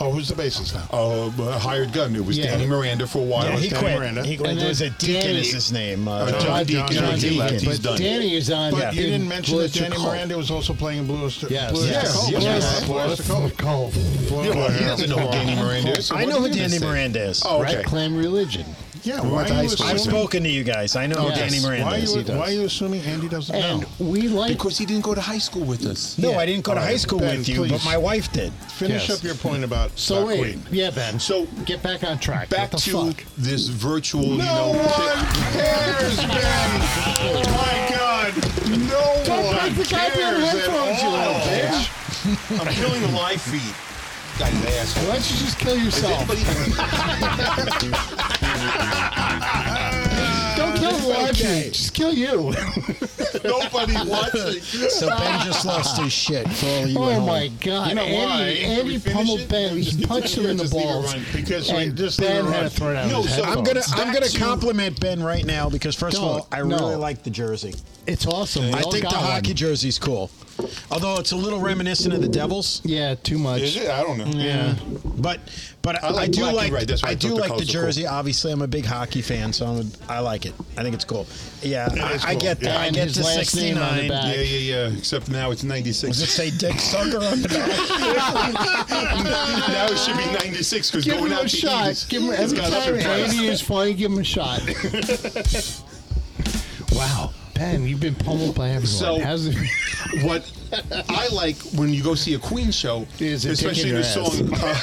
S1: Oh, who's the bassist now?
S3: Uh, but hired gun. It was
S2: Yeah.
S3: Danny Miranda for a while.
S5: Yeah, he
S1: Danny
S5: quit.
S1: Miranda.
S5: He quit.
S2: And
S5: There was a
S2: then
S5: Deacon
S2: Danny-
S5: is his name. Uh,
S1: John
S3: John Deacon.
S1: Deacon.
S3: John
S1: John
S3: Deacon.
S1: Deacon.
S3: He's
S2: But
S3: done.
S2: Danny is on.
S1: But you
S2: in
S1: didn't mention that
S2: Blitzer
S1: Danny
S2: Cult.
S1: Miranda was also playing in Blue Oyster
S2: Yes.
S1: Blue Oyster
S3: Yes.
S1: Cult.
S3: Yes.
S1: Yeah,
S3: Yes.
S1: Blue Oyster Cult.
S2: Cult.
S1: Blue
S3: Yeah, well,
S1: Oyster
S3: he doesn't know who
S1: Cult.
S3: Danny Miranda is. So
S5: I
S3: what
S5: know
S3: are
S5: who
S3: you gonna
S5: Danny
S3: say?
S5: Miranda is.
S3: Oh, okay.
S2: Rat Clan Religion.
S1: Yeah,
S3: We
S1: why
S3: went to
S1: are
S3: high
S1: you
S3: school with
S5: I've
S3: him.
S1: assuming?
S5: spoken to you guys. I know who
S2: Yes.
S5: Danny Miranda
S1: Why are,
S5: is.
S1: you,
S5: He does.
S1: why are you assuming Andy doesn't
S2: And
S1: know?
S2: we like.
S3: Because he didn't go to high school with us.
S5: No,
S2: Yeah.
S5: I didn't go to
S1: All
S5: high
S1: right,
S5: school
S1: Ben,
S5: with you, but
S1: please.
S5: my wife did.
S1: Finish
S2: Yes.
S1: up your point about
S2: so
S1: about
S2: wait,
S1: Queen.
S2: yeah, Ben.
S3: So-
S2: get back on track.
S3: Back
S2: what the
S3: to
S2: fuck?
S3: this virtual,
S1: No
S3: you know,
S1: one cares, Ben. Oh my God, no one
S2: back the
S1: cares
S2: goddamn
S1: at
S2: headphones, you
S1: all.
S2: little bitch.
S3: I'm killing the live feed. Guys, asshole.
S2: Why don't you just kill
S3: Is
S2: yourself?
S3: anybody-
S2: Don't kill the live
S1: okay.
S2: feed. Just kill you.
S3: nobody wants it.
S5: So Ben just lost his shit for all you at
S2: oh
S5: home.
S2: my God!
S1: You know why?
S2: Andy,
S1: Can we
S2: Andy
S1: finish
S2: pummeled
S1: it?
S2: Ben.
S1: Just
S2: He
S1: leave
S2: punched
S1: it
S2: him in the
S1: just leave it
S2: balls.
S1: running, because we
S2: and
S1: just leave it
S2: Ben had
S1: running.
S2: to throw it out.
S3: No,
S2: his
S3: so I'm
S5: I'm
S2: headphones.
S5: gonna I'm
S3: Back
S5: gonna
S3: to-
S5: compliment Ben right now because first of
S2: Don't.
S5: all, I
S2: No.
S5: really like the jersey.
S2: It's awesome. We
S5: I
S2: all
S5: think the
S2: got one.
S5: hockey jersey's cool, although it's a little reminiscent of the Devils.
S2: Yeah, too much.
S3: Is it? I don't know.
S2: Yeah.
S5: But but I,
S3: like
S5: do
S3: black and
S5: like
S3: red, that's why I
S5: I do
S3: took the
S5: like the
S3: colors are cool.
S5: jersey. Obviously, I'm a big hockey fan, so I'm a, I like it. I think it's cool. Yeah, I,
S1: is
S5: I
S1: cool.
S5: get that.
S1: Yeah,
S5: I
S2: and
S5: get
S2: his
S5: the
S2: last name on the
S5: 69.
S2: back.
S3: Yeah, yeah, yeah. Except now it's 96.
S5: Does it say Dick Sucker on the back?
S3: now it should be 96 because
S2: Give
S3: going
S2: him
S3: out
S2: a
S3: to eat
S2: shot.
S3: is-
S2: Give him
S3: it's
S2: every
S3: gone up
S2: time
S3: in price.
S2: Andy is funny. Give him a shot. wow, Ben, you've been pummeled by everyone.
S3: So-
S2: How's it?
S3: What I like when you go see a Queen show,
S2: Is it
S3: especially
S2: kicking your
S3: the song uh,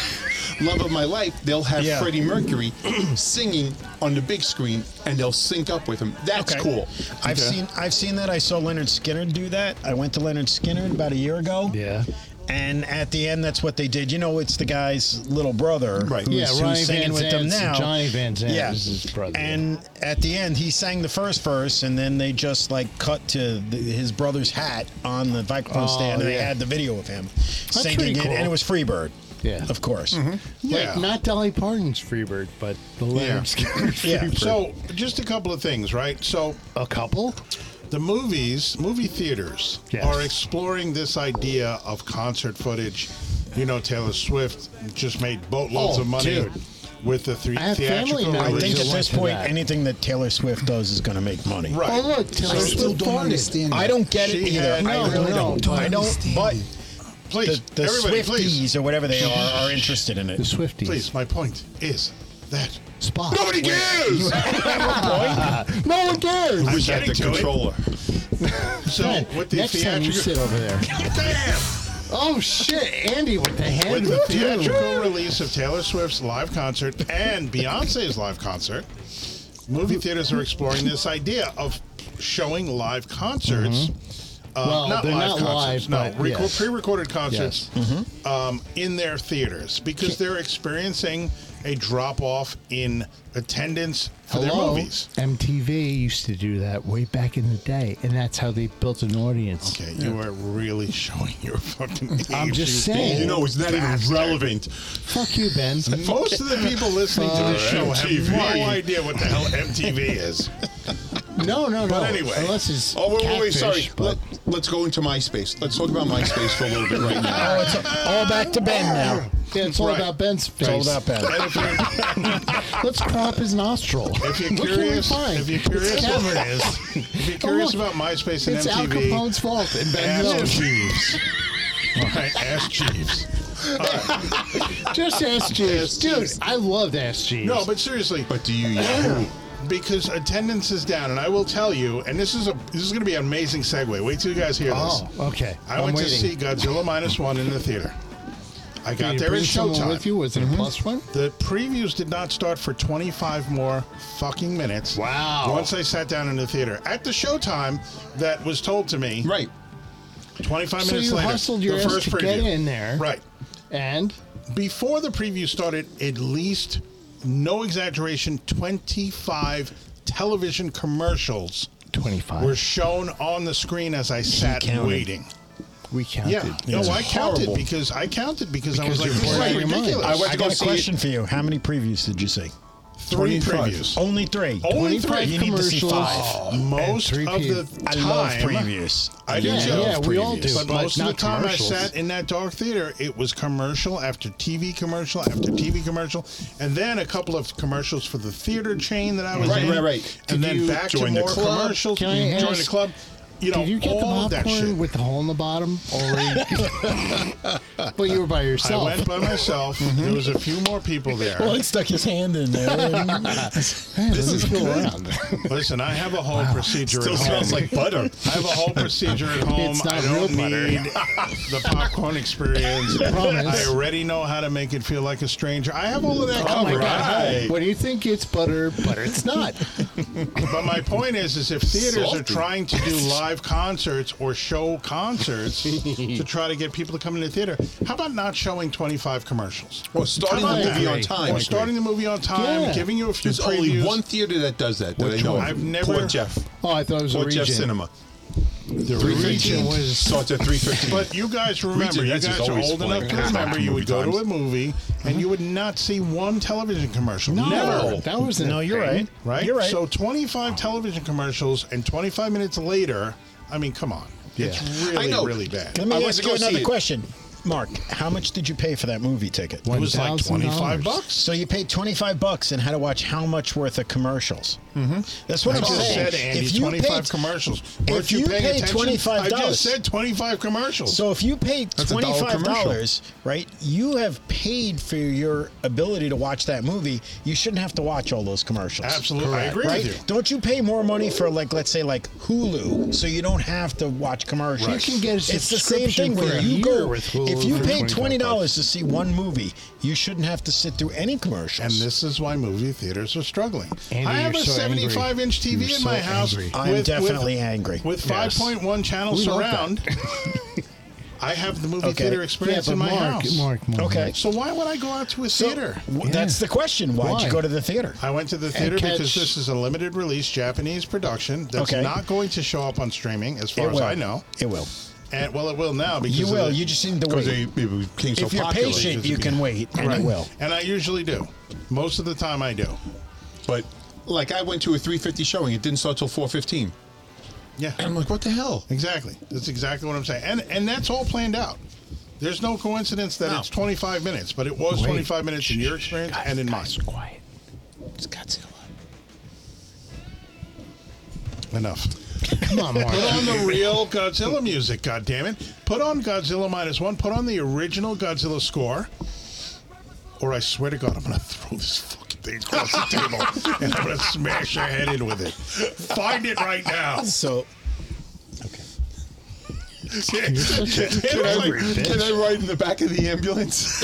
S3: "Love of My Life," they'll have
S5: Yeah.
S3: Freddie Mercury singing on the big screen, and they'll sync up with him. That's
S5: Okay.
S3: cool.
S5: I've seen I've seen that. I saw Leonard Skinner do that. I went to Leonard Skinner about a year ago.
S2: Yeah.
S5: And at the end, that's what they did. You know, it's the guy's little brother
S3: Right.
S5: who's,
S2: Yeah,
S5: who's
S2: Ryan
S5: singing
S2: Van
S5: with them
S2: Zandt's-
S5: now.
S2: Johnny Van Zandt
S5: yeah.
S2: is his brother.
S5: And at the end, he sang the first verse, and then they just like cut to the, his brother's hat on the microphone
S2: Oh,
S5: stand, and they
S2: yeah.
S5: had the video of him
S2: pretty
S5: singing it,
S2: cool.
S5: and it was Freebird.
S2: Yeah.
S5: Of course.
S1: Mm-hmm. Yeah.
S2: Like not Dolly Parton's Freebird, but the
S1: Yeah.
S2: Leonard Skinner
S5: Yeah.
S2: Freebird.
S1: So, just a couple of things, right? So,
S2: a couple.
S1: the movies, movie theaters
S2: Yes.
S1: are exploring this idea of concert footage. You know, Taylor Swift just made boatloads
S2: Oh,
S1: of money
S2: dude.
S1: with the three
S2: I have
S1: theatrical
S2: family
S5: I
S2: members
S1: release.
S5: think
S2: Original
S5: at
S2: one
S5: this
S2: to
S5: point,
S2: that.
S5: anything that Taylor Swift does is going to make money.
S1: Right.
S2: Oh look, Taylor
S3: I
S2: Swift
S3: still don't
S2: farted.
S3: understand.
S5: I don't get it
S1: She
S5: either.
S1: had-
S5: I
S2: No,
S5: really
S2: no,
S5: don't.
S2: don't
S5: I don't.
S3: understand
S5: But
S3: it.
S1: Please,
S5: the, the
S1: everybody,
S5: Swifties
S1: please.
S5: or whatever they are are interested in
S2: The
S5: it.
S2: Swifties.
S1: Please, my point is that
S2: Spot.
S3: Nobody cares.
S2: No one cares.
S3: I wish
S1: getting
S3: I had the
S1: to it.
S3: controller.
S1: so
S2: Ben,
S1: with the
S2: next time you sit
S1: theatrical
S2: over there.
S1: Damn!
S2: Oh shit, Andy with the hand.
S1: with the
S2: too.
S1: theatrical release of Taylor Swift's live concert and Beyonce's live concert, movie theaters are exploring this idea of showing live concerts. Uh,
S2: Mm-hmm. Well,
S1: not
S2: they're
S1: live
S2: not
S1: concerts,
S2: live,
S1: no,
S2: but
S1: reco-
S2: yes. Mm-hmm.
S1: pre-recorded concerts um, in their theaters because they're experiencing a drop-off in attendance for
S2: Hello?
S1: their movies.
S2: MTV used to do that way back in the day, and that's how they built an audience.
S1: Okay, you are really showing your fucking age.
S2: I'm just
S1: you
S2: saying.
S3: You know, it's not even relevant.
S2: Oh. Fuck you, Ben.
S1: Most of the people listening to this show have no idea what the hell MTV is.
S2: No, no, no.
S1: But anyway.
S2: unless it's
S3: Oh, wait, wait, wait
S2: catfish,
S3: sorry.
S2: But
S3: Let, us go into MySpace. Let's talk about MySpace for a little bit right now.
S5: Oh, it's all back to Ben now.
S2: yeah, it's all
S1: Right.
S2: about Ben's face.
S5: It's all about Ben.
S1: And if you're,
S2: Let's crop his nostril.
S1: if you're
S2: What can we
S1: curious,
S2: find?
S1: if you're curious,
S2: it's,
S1: what it is, if you're curious about MySpace and
S2: it's Al
S1: MTV,
S2: Capone's fault, and Ben
S1: ask
S2: knows.
S1: Jeeves. All right, ask Jeeves.
S2: Just ask Jeeves, dude. I loved Ask Jeeves.
S1: No, but seriously,
S3: But do you Yahoo?
S1: because attendance is down, and I will tell you, and this is a this is going to be an amazing segue. Wait till you guys hear
S2: oh,
S1: this.
S2: okay.
S1: I
S2: I'm
S1: went
S2: waiting.
S1: to see Godzilla minus one in the theater. I
S2: Did
S1: got
S2: you
S1: there in
S2: bring someone
S1: showtime.
S2: with you? Was it a plus one?
S1: The previews did not start for 25 more fucking minutes.
S2: Wow.
S1: Once I sat down in the theater at the showtime that was told to me.
S3: Right.
S1: 25
S2: So
S1: minutes
S2: you
S1: later,
S2: hustled your
S1: the
S2: ass
S1: first
S2: to
S1: preview.
S2: get in there.
S1: Right.
S2: And
S1: Before the preview started, at least, no exaggeration, 25 television commercials
S2: 25.
S1: were shown on the screen as I sat
S5: counted.
S1: waiting.
S2: we counted.
S1: Yeah. No,
S5: It's
S1: I counted
S5: horrible.
S1: because I counted because, I was
S2: Because
S1: like,
S2: you're
S1: this is
S2: playing your mind.
S1: ridiculous.
S3: I went
S5: I
S3: to go
S5: got a
S3: see
S5: question for you. How many previews did you see?
S1: three
S3: 25.
S1: previews.
S5: Only three.
S1: Only three.
S2: 25
S5: You need to see
S2: commercials.
S5: five.
S1: Most
S2: And
S1: of
S2: three
S1: the
S2: people.
S1: time,
S5: I love previews.
S1: I do
S2: Yeah,
S1: too.
S2: yeah, we all do.
S1: But
S2: but
S1: most of the
S2: not
S1: time I
S2: commercials.
S1: sat in that dark theater, it was commercial after TV commercial after TV commercial, and then a couple of commercials for the theater chain that I was
S3: Right,
S1: in.
S3: right, right.
S1: And
S3: Did
S1: then
S3: you
S1: back to
S3: join the
S1: more
S3: club?
S1: commercials.
S2: Can I
S1: you join
S2: ask-
S1: the club. You know,
S2: Did you get the
S1: all that shit.
S2: popcorn with the hole in the bottom already? but you were by
S1: I
S2: yourself. Mm-hmm.
S1: went by myself. There was a few more people there.
S5: One stuck his hand in there.
S2: this is go around.
S1: Listen, I have a whole procedure
S3: Still
S1: at home.
S3: smells like butter.
S1: I have a whole procedure at home.
S2: It's not
S1: I
S2: real
S1: don't
S2: butter.
S1: need the popcorn experience. I
S2: Promise.
S1: already know how to make it feel like a stranger. I have all of that
S2: Oh
S1: covered.
S3: Right.
S2: When you think it's butter, butter it's not.
S1: But my point is, is if theaters are
S3: Salty.
S1: trying to do live concerts or show concerts to try to get people to come into the theater, how about not showing 25 commercials?
S3: Or starting
S1: How
S3: the
S1: about
S3: movie
S1: that?
S3: on time.
S1: Or starting the movie on time,
S2: Yeah.
S1: giving you a few
S3: There's
S1: previews.
S3: only one theater that does that. that I know of.
S1: one? I've never-
S3: Poor Jeff.
S2: Oh, I thought it was
S3: Poor
S2: a
S3: Jeff
S2: region.
S3: Cinema.
S2: The region was
S3: starts at three fifteen.
S1: But you guys remember, you
S3: That's
S1: guys
S3: just
S1: are
S3: always
S1: old
S3: fun.
S1: enough to
S3: That's not
S1: remember you would
S3: movie
S1: go to a
S3: times.
S1: movie and you would not see one television commercial.
S2: no,
S1: Never.
S2: That was
S5: no, you're right.
S1: Right?
S5: You're right.
S1: So 25 television commercials and 25 minutes later, I mean, come on. It's
S3: I
S1: really,
S3: know.
S1: really bad. It
S5: Let me
S3: I went
S5: ask
S3: to
S5: you
S3: go see
S5: another
S3: it.
S5: question. Mark, how much did you pay for that movie ticket?
S2: It
S1: was like 25 bucks.
S5: So you paid 25 bucks and had to watch how much worth of commercials? Mm-hmm. That's what
S1: I
S5: I'm
S1: just
S5: saying.
S1: said, Andy,
S5: If you
S1: 25
S5: paid-
S1: commercials.
S5: if
S1: Weren't
S5: you
S1: paying
S5: paid
S1: attention? I
S5: $25.
S1: just said 25 commercials.
S5: So if you paid
S3: That's a dollar
S5: $25,
S3: commercial.
S5: right, you have paid for your ability to watch that movie. You shouldn't have to watch all those commercials.
S1: Absolutely. I agree
S5: Right?
S1: with you.
S5: Don't you pay more money for like let's say like Hulu so you don't have to watch commercials?
S2: You can get a
S5: it's the same
S2: subscription
S5: thing
S2: for
S5: where
S2: a
S5: you
S2: year
S5: go
S2: with Hulu
S5: if you
S2: for
S5: pay
S2: $25.
S5: twenty dollars to see one movie, you shouldn't have to sit through any commercials.
S1: And this is why movie theaters are struggling.
S2: Andy,
S1: I have
S2: you're
S1: a
S2: so angry.
S1: 75 inch TV in
S2: You're
S1: my
S2: so
S1: house.
S2: angry.
S5: I'm definitely angry.
S1: With
S5: Yes.
S1: 5.1 channel
S2: We love
S1: surround, I have the movie
S5: Okay.
S1: theater
S2: Yeah,
S1: experience
S2: but
S1: in my
S2: Mark,
S1: house.
S2: Mark, Mark,
S5: Okay.
S1: So why would I go out to a
S5: So,
S1: theater?
S5: w- That's the question. Why'd
S2: Why?
S5: you go to the theater?
S1: I went to the theater because
S2: catch-
S1: this is a limited release Japanese production that's
S5: Okay.
S1: not going to show up on streaming, as far as I know.
S5: It will.
S1: And well, it will now because
S5: You
S1: of
S5: will.
S1: the-
S5: You just need to
S3: because
S5: wait.
S3: they it became so
S5: if you're
S3: popular.
S5: patient, you can wait, and
S1: Right.
S5: it will.
S1: And I usually do. Most of the time, I do.
S3: But like I went to a three fifty showing. It didn't start till four fifteen.
S1: Yeah.
S3: And I'm like, what the hell?
S1: Exactly. That's exactly what I'm saying. And and that's all planned out. There's no coincidence that
S3: No.
S1: it's 25 minutes, but it was 25 minutes in your experience and in mine.
S2: Quiet.
S3: It's Godzilla.
S1: Enough.
S2: Come on, Mark.
S1: Put on the real Godzilla music, God damn it! Put on Godzilla minus one. Put on the original Godzilla score. Or I swear to God, I'm gonna throw this fucking thing across the table and I'm gonna smash your head in with it. Find it right now.
S5: So
S3: Can I, can I ride in the back of the ambulance?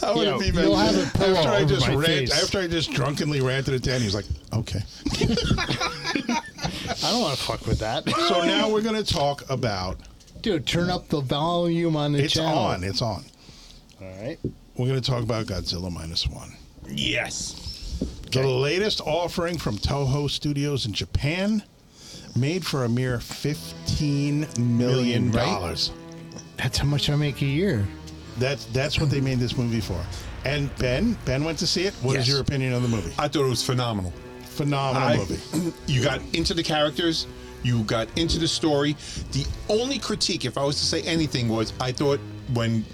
S3: How would
S2: Yo,
S3: it be, man?
S2: you'll have a pillow
S1: after I
S2: over
S1: just
S2: my
S1: rant,
S2: face.
S1: after I just drunkenly ranted at Dan, he was like, "Okay."
S2: I don't want to fuck with that.
S1: So now we're gonna talk about.
S2: Dude, turn up the volume on the
S1: It's
S2: channel.
S1: on. It's on.
S2: All right.
S1: We're going to talk about Godzilla Minus One.
S3: Yes.
S1: The latest offering from Toho Studios in Japan, made for a mere $15 million. dollars.
S2: That's how much I make a year.
S1: That's, that's what they made this movie for. And Ben, Ben went to see it. What is
S3: Yes.
S1: your opinion on the movie?
S3: I thought it was phenomenal.
S1: Phenomenal
S3: I-
S1: movie.
S3: You got into the characters. You got into the story. The only critique, if I was to say anything, was I thought when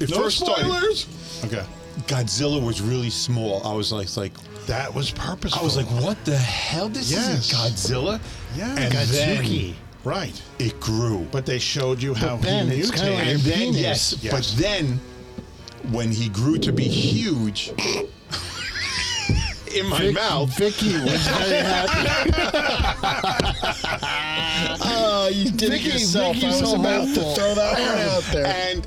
S3: it
S1: No
S3: first started,
S1: spoilers. Okay.
S3: Godzilla was really small. I was like, it's like
S1: That was purposeful.
S3: I was like, what the hell? This
S1: Yes.
S3: is Godzilla.
S1: Yeah.
S3: and
S2: Godzuki.
S3: then
S1: right.
S3: it grew.
S1: But they showed you how
S2: Ben,
S1: he
S2: it's kinda
S1: mutated.
S3: and
S2: Your
S3: then
S2: penis.
S3: yes,
S1: Yes.
S3: but then when he grew to be huge in my mouth,
S2: Vicky was very happy.
S5: Oh, you did
S2: Vicky- Vicky's so helpful.
S5: that one out
S3: and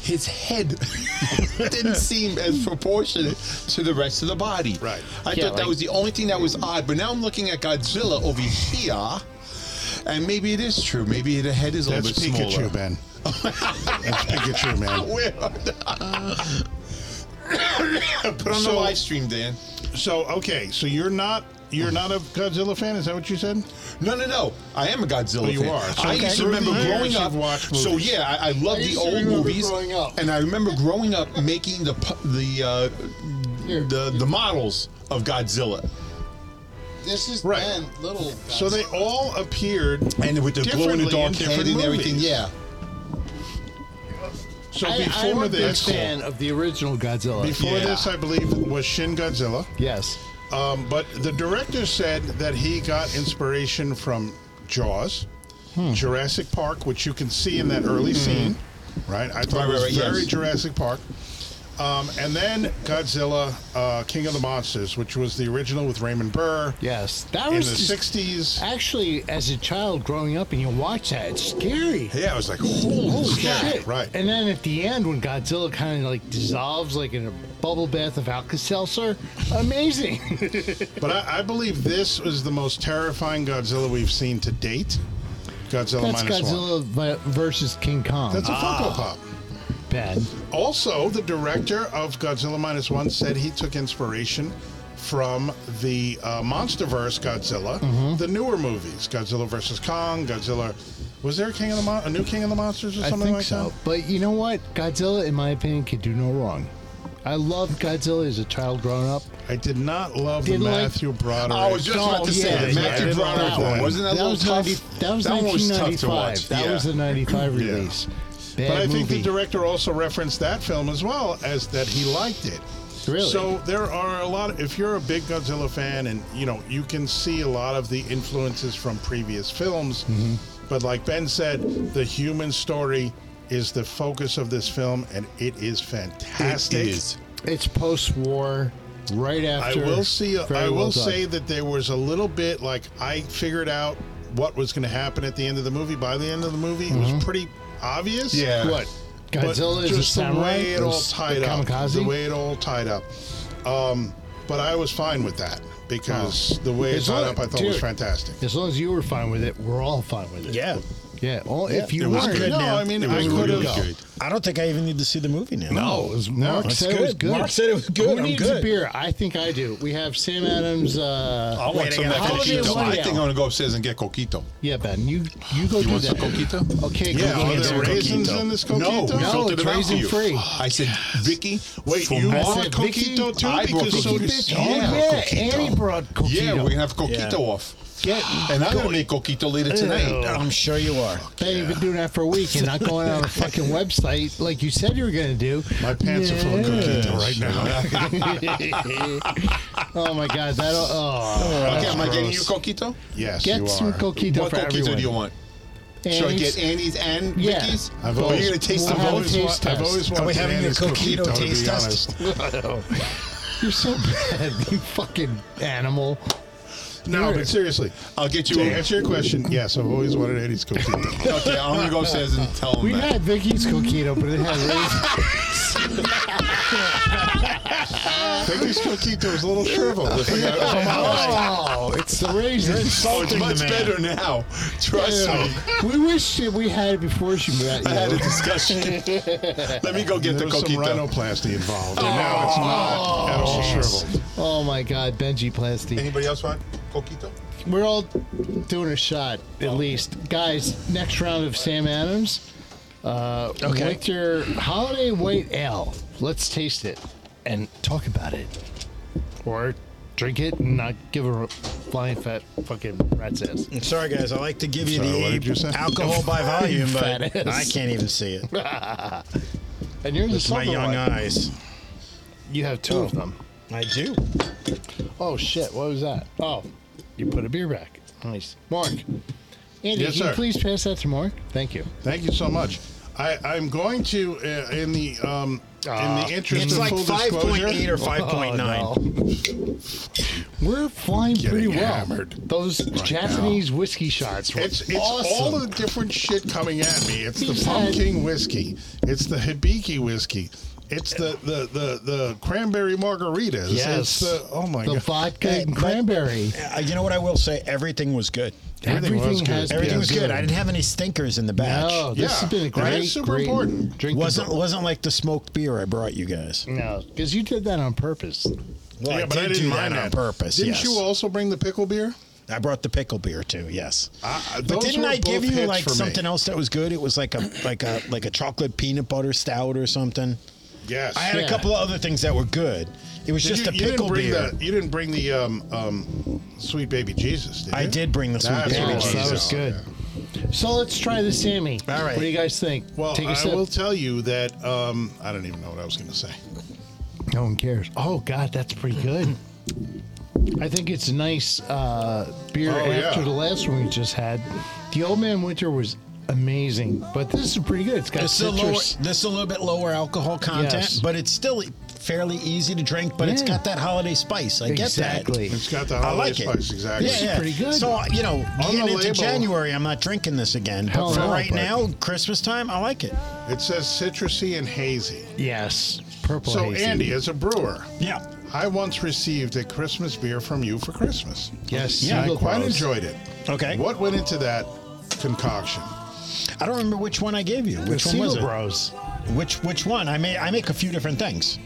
S3: his head didn't seem as proportionate to the rest of the body.
S1: Right.
S3: I
S2: Yeah,
S3: thought that
S2: like-
S3: was the only thing that was odd. But now I'm looking at Godzilla over here, And maybe it is true. Maybe the head is a
S1: That's
S3: little bit
S1: Pikachu,
S3: smaller.
S1: Ben. That's Pikachu, man.
S3: Where- Put on the
S1: So-
S3: live stream, Dan.
S1: So okay, so you're not you're not a Godzilla fan? Is that what you said?
S3: No, no, no. I am a Godzilla
S1: Oh, you
S3: fan.
S1: are. So
S3: I
S1: okay.
S3: used to
S1: Through the
S3: remember
S1: years,
S3: growing
S1: you've
S3: up.
S1: watched
S3: So
S1: movies.
S3: yeah, I, I love
S2: I
S3: the
S2: used to
S3: old
S2: remember
S3: movies.
S2: growing up.
S3: And I remember growing up making the pu- the uh,
S2: Here.
S3: the the models of Godzilla,
S6: This is
S1: Right.
S6: Ben Little.
S1: So they all appeared.
S3: and with the glow in
S1: Differently
S3: the
S1: in
S3: dark head
S1: different
S3: and everything.
S1: movies.
S3: Yeah.
S1: So
S2: I, I'm
S1: before
S2: a big
S1: this,
S2: fan of the original Godzilla.
S1: before
S3: Yeah.
S1: this, I believe was Shin Godzilla.
S2: yes.
S1: Um, but the director said that he got inspiration from Jaws,
S2: Hmm.
S1: Jurassic Park, which you can see in that early scene, right? I thought
S3: Right,
S1: it was
S3: right, right,
S1: very
S3: yes.
S1: Jurassic Park. Um, and then Godzilla, uh, King of the Monsters, which was the original with Raymond Burr
S2: Yes. That
S1: in the
S2: was just-
S1: 60s.
S2: actually as a child growing up and you watch that, it's scary.
S1: Yeah, I was like, holy,
S2: Holy
S1: crap,
S2: shit.
S1: Right.
S2: And then at the end when Godzilla kinda like dissolves like in a bubble bath of Alka Seltzer, amazing.
S1: But I, I believe this was the most terrifying Godzilla we've seen to date. Godzilla
S2: That's
S1: minus one.
S2: Godzilla Ah. vi- versus King Kong.
S1: That's a Funko Pop.
S2: Ben.
S1: Also, the director of Godzilla minus one said he took inspiration from the uh, MonsterVerse Godzilla,
S2: Mm-hmm.
S1: the newer movies, Godzilla versus Kong, Godzilla. Was there a King of the Mon- a new King of the Monsters or
S2: I
S1: something
S2: think
S1: like
S2: so. But you know what? Godzilla, in my opinion, could do no wrong. I loved Godzilla as a child growing up.
S1: that? I did not love
S2: Didn't
S1: the
S2: like-
S1: Matthew Broderick.
S3: Oh, I was just about to
S2: yeah,
S3: say that.
S2: yeah,
S3: Matthew
S1: yeah.
S3: Broderick
S1: That
S3: one.
S1: one.
S3: Wasn't that,
S2: That
S3: a
S2: was,
S3: little tiny?
S2: nice- that was
S3: that one was tough
S2: 1995.
S3: to watch.
S2: That
S3: yeah.
S2: was the 95
S1: Yeah.
S2: release. Bad
S1: But I
S2: movie.
S1: think the director also referenced that film as well as that he liked it.
S2: Really?
S1: So there are a lot. Of, if you're a big Godzilla fan, and you know you can see a lot of the influences from previous films,
S2: Mm-hmm.
S1: but like Ben said, the human story is the focus of this film, and it is fantastic.
S3: It is.
S2: it's post-war, right
S1: I
S2: after.
S1: will see. uh, I
S2: Very
S1: will
S2: well done.
S1: say that there was a little bit like I figured out what was going to happen at the end of the movie. By the end of the movie,
S2: Mm-hmm.
S1: it was pretty obvious.
S3: Yeah.
S1: What but
S2: Godzilla is a
S1: just the
S2: samurai.
S1: way it
S2: or
S1: all
S2: s-
S1: tied
S2: the
S1: up.
S2: Kamikaze.
S1: The way it all tied up. Um, but I was fine with that because the way it
S2: It's
S1: tied
S2: all-
S1: up, I thought
S2: dude.
S1: was fantastic.
S2: as long as you were fine with it, we're all fine with it.
S5: Yeah.
S2: Yeah. All, if you
S5: It was
S2: weren't,
S5: good
S1: no,
S5: now.
S1: I mean
S3: It
S1: I
S3: was
S1: could
S3: really
S1: have.
S3: good.
S5: I don't think I even need to see the movie now.
S2: No, it was Mark
S5: it's
S2: said it was
S5: good.
S2: good.
S5: Mark said it was good.
S2: Who
S5: I'm
S2: needs
S5: good.
S2: a beer? I think I do. We have Sam Adams. Uh,
S3: I want
S5: Wait,
S3: some of
S5: I
S3: that
S5: gotta-
S2: Holiday
S3: coquito. I
S2: Royale.
S3: think I'm gonna go upstairs and get coquito.
S2: yeah, Ben, you you go
S3: You
S2: do
S3: want some
S2: that.
S3: coquito?
S2: Okay,
S1: Yeah,
S2: go
S1: are
S2: get
S1: there
S2: some
S1: raisins
S5: coquito.
S1: in this
S3: No,
S1: coquito?
S3: we
S2: No,
S3: filtered
S2: it's
S3: it out for
S2: raisin
S3: you.
S2: free.
S3: I said, Vicky,
S1: Wait,
S3: for
S1: you
S3: me-
S2: I
S1: want
S2: said,
S1: coquito
S2: Vicky,
S1: too?
S3: I brought
S1: because so did
S3: coquito.
S2: Oh
S1: Sam.
S3: Yeah,
S2: yeah,
S3: coquito.
S2: Annie brought coquito.
S3: Yeah, we're gonna have coquito
S5: Yeah.
S3: off.
S2: Get,
S3: And I'm gonna make coquito later tonight.
S5: I'm sure you are.
S2: Ben, you've been doing that for a week and not going on a fucking website like you said you were going to do.
S1: My pants are full of coquito right now.
S2: oh my god, that oh.
S3: Okay, am I getting you coquito?
S1: yes,
S2: Get
S1: you
S2: some
S1: are.
S2: coquito
S3: What
S2: for
S3: coquito
S2: everyone.
S3: do you want?
S2: Annie's-
S3: Should I get Annie's and
S2: Yeah.
S3: Vicky's?
S1: I've
S3: Are
S1: always-
S3: you gonna taste
S2: We'll
S3: them
S2: have a
S3: both?
S2: taste
S1: I've
S2: test.
S1: always wanted
S5: we having a
S1: Annie's
S5: coquito
S1: coquito, to
S5: taste
S1: be
S5: test?
S1: honest.
S2: You're so bad, you fucking animal.
S1: No, but seriously,
S3: I'll get you.
S1: to
S3: a-
S1: answer your question, yes, I've always wanted Annie's coquito.
S3: Okay, I'm gonna go upstairs and tell them
S2: We
S3: that.
S2: had Vicky's coquito, but it had raisins.
S1: Vicky's coquito is a little shriveled.
S2: oh, it's the raisins.
S3: Oh, it's
S5: Insulting
S3: much
S5: the man.
S3: better now. Trust me.
S2: we wish that we had it before she met you.
S3: I had a discussion. Let me go get the
S1: There was some
S3: coquito. Oh.
S1: rhinoplasty involved, and now it's not at all shriveled.
S2: oh my god, Benji Plasty.
S3: Anybody else want coquito?
S2: We're all doing a shot at least, guys. Next round of Sam Adams. Uh,
S5: Okay.
S2: With your holiday white ale, let's taste it and talk about it, or drink it and not give a flying fat fucking rat's ass.
S5: I'm sorry, guys. I like to give you
S1: Sorry, what did
S5: the
S1: you say?
S5: alcohol by volume,
S2: Fat
S5: but I
S2: ass.
S5: can't even see it.
S2: And you're the
S5: It's my
S2: silver one.
S5: young eyes.
S2: You have two of them.
S5: I do.
S2: Oh shit! What was that? Oh, you put a beer back. Nice, Mark. Andy,
S1: Yes,
S2: can you
S1: sir.
S2: please pass that to Mark? Thank you.
S1: Thank you so much. I, I'm going to, uh, in the um,
S3: Ah.
S1: in the interest
S5: It's
S1: of
S5: like
S1: full
S5: 5.8
S1: disclosure, Oh,
S5: or 5.9.
S2: no. Oh, We're flying pretty
S1: Getting
S2: well.
S1: hammered
S2: Those Japanese whiskey shots were
S1: it's it's
S2: awesome.
S1: all the different shit coming at me. It's the
S2: He said-
S1: pumpkin whiskey. It's the hibiki whiskey. It's the the the, the cranberry margaritas.
S2: yes.
S1: It's the oh my
S2: the
S1: god.
S2: vodka and
S5: But-
S2: cranberry.
S5: Uh, you know what I will say? Everything was good.
S1: Everything was
S2: Everything
S1: good.
S2: has
S5: Everything
S2: been
S5: was good. I didn't have any stinkers in the batch.
S2: No, Oh, this
S1: Yeah,
S2: has been a
S1: and
S2: great,
S1: that's super
S2: great
S1: important.
S2: drink.
S5: wasn't wasn't like the smoked beer I brought you guys.
S2: no, because Uh, you did that on purpose.
S5: Well,
S1: yeah, but I
S5: did
S1: didn't
S5: do
S1: mind
S5: that on
S1: that.
S5: purpose.
S1: Didn't
S5: yes.
S1: you also bring the pickle beer?
S5: I brought the pickle beer too. Yes.
S1: I-
S5: but
S1: Uh, those
S5: didn't
S1: were
S5: I give
S1: both
S5: you
S1: hits
S5: like
S1: for me.
S5: something else that was good? It was like a like a like a chocolate peanut butter stout or something.
S1: Yes.
S5: I had
S2: Yeah.
S5: a couple of other things that were good. It was
S1: Did
S5: just
S1: you,
S5: the
S1: you
S5: pickle
S1: didn't bring
S5: beer.
S1: The, you didn't bring the um, um, sweet baby Jesus, did you?
S5: I did bring the sweet
S1: That's
S5: baby
S1: what it
S2: Yes, that
S5: Jesus.
S2: was good. So let's try the Sammy.
S5: All right.
S2: What do you guys think?
S1: Well,
S2: Take a
S1: I
S2: sip.
S1: will tell you that um, I don't even know what I was going to say.
S2: No one cares. Oh God, that's pretty good. I think it's a nice uh, beer
S1: Oh,
S2: after
S1: yeah.
S2: the last one we just had. The Old Man Winter was amazing, but this is pretty good. It's got
S5: This is, a lower,
S2: citrus.
S5: this is a little bit lower alcohol content,
S2: Yes.
S5: but it's still fairly easy to drink. But it's
S2: Yeah.
S5: got that holiday spice. I
S2: Exactly.
S5: get that.
S1: It's got the
S5: I
S1: holiday
S5: like
S1: spice,
S5: it.
S1: exactly.
S5: Yeah,
S2: is
S5: yeah.
S2: pretty good.
S5: So you know,
S1: the
S5: getting into
S1: label-
S5: January, I'm not drinking this again. But
S2: Hell
S5: for
S2: no,
S5: right
S2: but-
S5: now, Christmas time, I like it.
S1: It says citrusy and hazy.
S2: Yes, purple.
S1: So,
S2: hazy.
S1: Andy, as a brewer,
S5: Yeah.
S1: I once received a Christmas beer from you for Christmas.
S2: yes,
S5: Yeah,
S1: I
S2: single
S1: quite
S2: grows.
S1: enjoyed it.
S5: Okay.
S1: What went into that concoction?
S5: I don't remember which one I gave you. Which one
S2: Single
S5: was it?
S2: grows.
S5: Which which one? I may I make a few different things.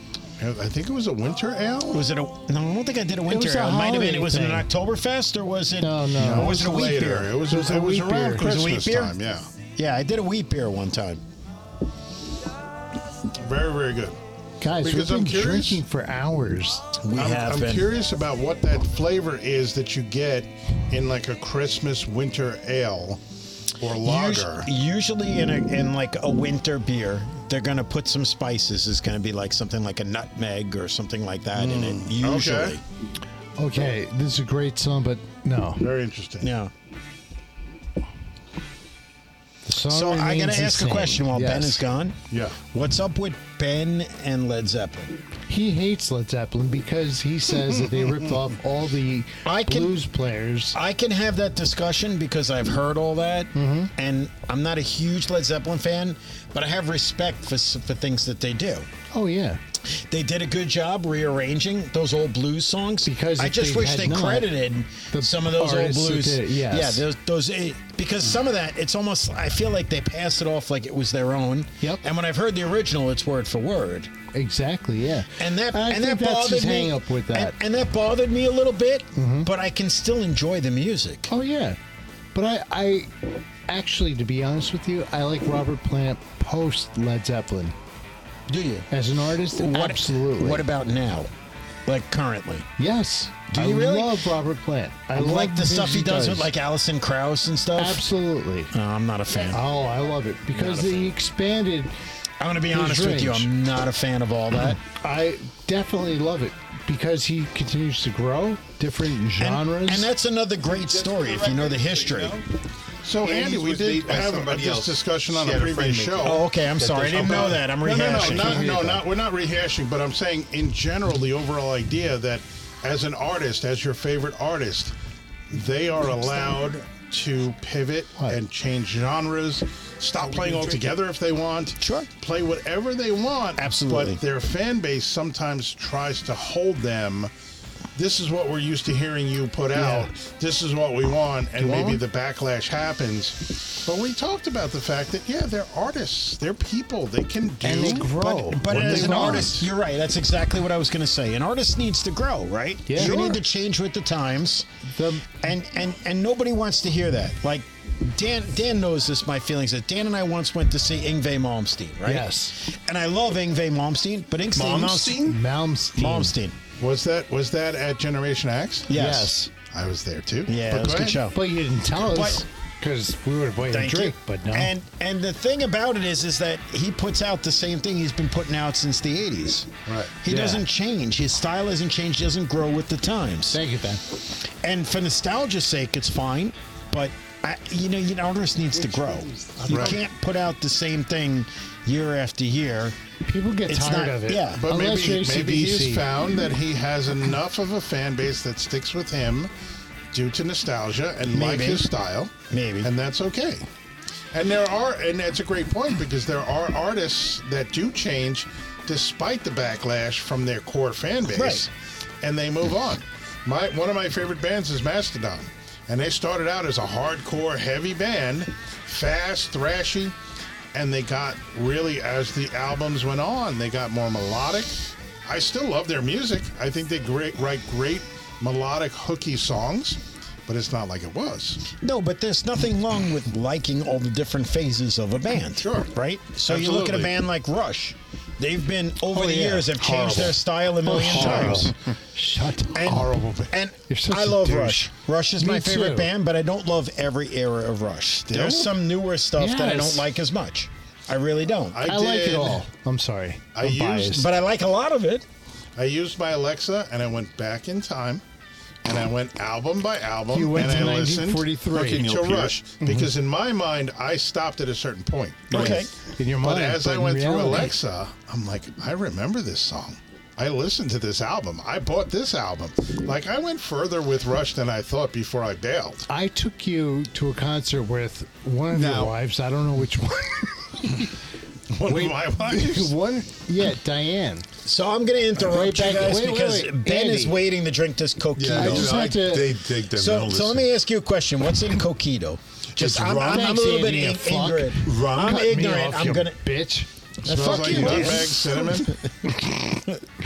S1: I think it was a winter ale.
S5: Was it a? No, I don't think I did a winter.
S2: was a
S5: ale. It might have been.
S2: holiday
S5: Was it an
S2: thing.
S5: Oktoberfest or was it?
S2: No, no.
S5: Or was it a wheat
S1: later.
S5: beer?
S1: It was,
S2: It was a
S1: it was
S2: wheat beer.
S1: around
S2: It was
S5: a wheat
S1: Christmas
S5: beer?
S1: time, yeah.
S5: Yeah, I did a wheat beer one time.
S1: Very, very good.
S2: Guys,
S1: Because
S2: we've
S1: I'm
S2: been
S1: curious.
S2: drinking for hours.
S5: We
S1: I'm,
S5: have
S1: I'm
S5: been.
S1: curious about what that flavor is that you get in like a Christmas winter ale or
S5: Us-
S1: lager.
S5: usually in a in like a winter beer, they're gonna put some spices. It's gonna be like something like a nutmeg or something like that in it. Usually,
S1: Mm, okay.
S2: Okay, this is a great song, but no.
S1: Very interesting.
S5: yeah.
S2: The song
S5: So I'm gonna
S2: remains the
S5: ask a
S2: same.
S5: question while Ben
S2: Yes.
S5: is gone.
S1: Yeah.
S5: What's up with Ben and Led Zeppelin?
S2: He hates Led Zeppelin because he says that they ripped off all the
S5: I can-
S2: blues players.
S5: I can have that discussion because I've heard all that, and I'm not a huge Led Zeppelin fan, but I have respect for s- for things that they do.
S2: Oh yeah,
S5: They did a good job rearranging those old blues songs.
S2: Because
S5: I
S2: if
S5: just
S2: they
S5: wish
S2: had
S5: they
S2: not,
S5: credited
S2: the
S5: some of those old
S2: artists that
S5: blues.
S2: did it, yes.
S5: Yeah, those, those eh, because some of that it's almost I feel like they pass it off like it was their own.
S2: Yep.
S5: And when I've heard the original, it's word for word.
S2: exactly. Yeah,
S5: And that
S2: I
S5: and
S2: think
S5: that
S2: that's
S5: bothered
S2: his
S5: me.
S2: hang up with that. Mm-hmm.
S5: And, and that bothered me a little bit, but I can still enjoy the music.
S2: oh yeah, but I, I actually, to be honest with you, I like Robert Plant post Led Zeppelin
S5: Do you?
S2: as an artist.
S5: What,
S2: absolutely.
S5: What about now? Like currently?
S2: yes?
S5: Do
S2: I
S5: you really?
S2: love Robert Plant? I
S5: I like
S2: love
S5: the
S2: things
S5: stuff he does, with like Alison Krauss and stuff.
S2: absolutely.
S5: No, I'm not a fan.
S2: Oh, I love it because he expanded.
S5: I'm gonna be
S2: His
S5: honest with you.
S2: range.
S5: I'm not a fan of all that.
S2: I definitely love it because he continues to grow different genres.
S5: And, and that's another great story if you know the history.
S1: So, Andy,
S3: Andy's
S1: we
S3: was
S1: did
S3: beat by
S1: have
S3: somebody
S1: this
S3: else.
S1: discussion on
S3: She
S1: a
S3: had a
S1: previous
S3: friend make
S1: show.
S3: it.
S5: Oh, okay. I'm sorry. I didn't know that. I'm
S1: No, no, no,
S5: rehashing.
S1: not, no, not, we're not rehashing, but I'm saying in general the overall idea that as an artist, as your favorite artist, they are allowed to pivot and change genres, stop playing altogether if they want,
S5: Sure.
S1: play whatever they want.
S5: Absolutely.
S1: But their fan base sometimes tries to hold them. This is what we're used to hearing you put out. This is what we want, and maybe the backlash happens. But we talked about the fact that yeah, they're artists, they're people, they can do
S2: And they grow.
S5: But, but
S2: What
S5: as
S2: they
S5: an
S2: want.
S5: artist, you're right. That's exactly what I was going to say. An artist needs to grow, right?
S2: Yeah.
S5: You
S2: Sure.
S5: need to change with the times.
S2: The-
S5: and and and nobody wants to hear that. Like Dan Dan knows this. My feelings that Dan and I once went to see Ingve Malmsteen, right?
S2: Yes.
S5: And I love Ingve Malmsteen, but Ingve Malmsteen.
S2: Malmsteen.
S5: Malmsteen.
S1: Was that was that at Generation X?
S5: Yes.
S1: I was there too.
S5: Yeah,
S1: But
S5: it was
S1: go
S5: a good
S1: ahead.
S5: show.
S2: But you didn't tell us
S5: Oh. But-
S2: because we would have bought you a
S5: Thank
S2: drink,
S5: you.
S2: but no.
S5: And and the thing about it is, is that he puts out the same thing he's been putting out since the '80s.
S1: Right.
S5: He
S2: Yeah.
S5: doesn't change. His style hasn't changed. Doesn't grow with the times.
S2: Thank you, Ben.
S5: and for nostalgia's sake, it's fine. But I, you know, an artist needs to grow. You
S1: Right.
S5: can't put out the same thing year after year.
S2: People get
S5: It's
S2: tired
S5: not-
S2: of it.
S5: yeah.
S1: But
S2: Unless
S1: maybe
S2: you're
S1: maybe he's
S2: AC/DC.
S1: found that he has enough of a fan base that sticks with him due to nostalgia and like
S5: Maybe.
S1: his style.
S5: Maybe.
S1: And that's okay. And there are and that's a great point because there are artists that do change despite the backlash from their core fan base.
S5: Right.
S1: And they move on. My one of my favorite bands is Mastodon. And they started out as a hardcore heavy band, fast, thrashy, and they got really, as the albums went on, they got more melodic. I still love their music. I think they great, write great melodic, hooky songs, but it's not like it was.
S5: No, but there's nothing wrong with liking all the different phases of a band.
S1: Sure.
S5: Right? So you look at a
S1: Absolutely.
S5: band like Rush. They've been over
S3: Oh,
S5: the
S3: yeah.
S5: years have changed their
S3: Horrible.
S5: style a million times.
S2: Shut up.
S5: And,
S1: Horrible band.
S5: And
S2: You're such
S5: I
S2: a
S5: love
S2: douche.
S5: Rush. Rush is my
S2: Me
S5: favorite
S2: too.
S5: band, but I don't love every era of Rush. There's some newer stuff that I
S2: Yes.
S5: don't like as much. I really don't.
S1: I,
S2: I like it
S1: did-
S2: all. I'm sorry.
S1: I
S2: I'm
S1: used-
S2: biased.
S5: but I like a lot of it.
S1: I used my Alexa and I went back in time and I went album by album
S2: You went
S1: and
S2: to Mm-hmm.
S1: I listened
S2: 1943.
S1: to Rush because in my mind I stopped at a certain point.
S5: Okay.
S2: in your
S1: But
S2: mind.
S1: as
S2: but
S1: I
S2: in
S1: went through
S2: reality-
S1: Alexa, I'm like, I remember this song. I listened to this album. I bought this album. Like I went further with Rush than I thought before I bailed.
S2: I took you to a concert with one of
S3: Now-
S2: your wives. I don't know which one.
S1: One of my wives.
S2: one? Yeah, Diane.
S5: So I'm going to interrupt
S2: Right
S5: you
S2: back-
S5: guys
S2: wait, wait,
S5: because
S2: wait.
S5: Ben
S2: Andy.
S5: is waiting to drink this coquito.
S3: Yeah,
S2: I
S3: no,
S2: just
S3: no,
S2: had to-
S3: They take them.
S5: So,
S3: don't
S5: so
S3: listen.
S5: let me ask you a question. What's in coquito? Just
S3: It's
S5: I'm,
S3: rum.
S5: I'm, I'm a
S2: Thanks,
S5: little bit
S2: Andy, you
S5: ig-
S2: fuck.
S5: ignorant.
S3: Rum.
S5: I'm
S3: Cut
S2: me
S5: ignorant.
S2: off,
S5: I'm
S2: you
S5: gonna
S2: bitch.
S1: Smells
S5: fuck
S1: like
S5: you.
S1: nutmeg,
S5: yes.
S1: cinnamon.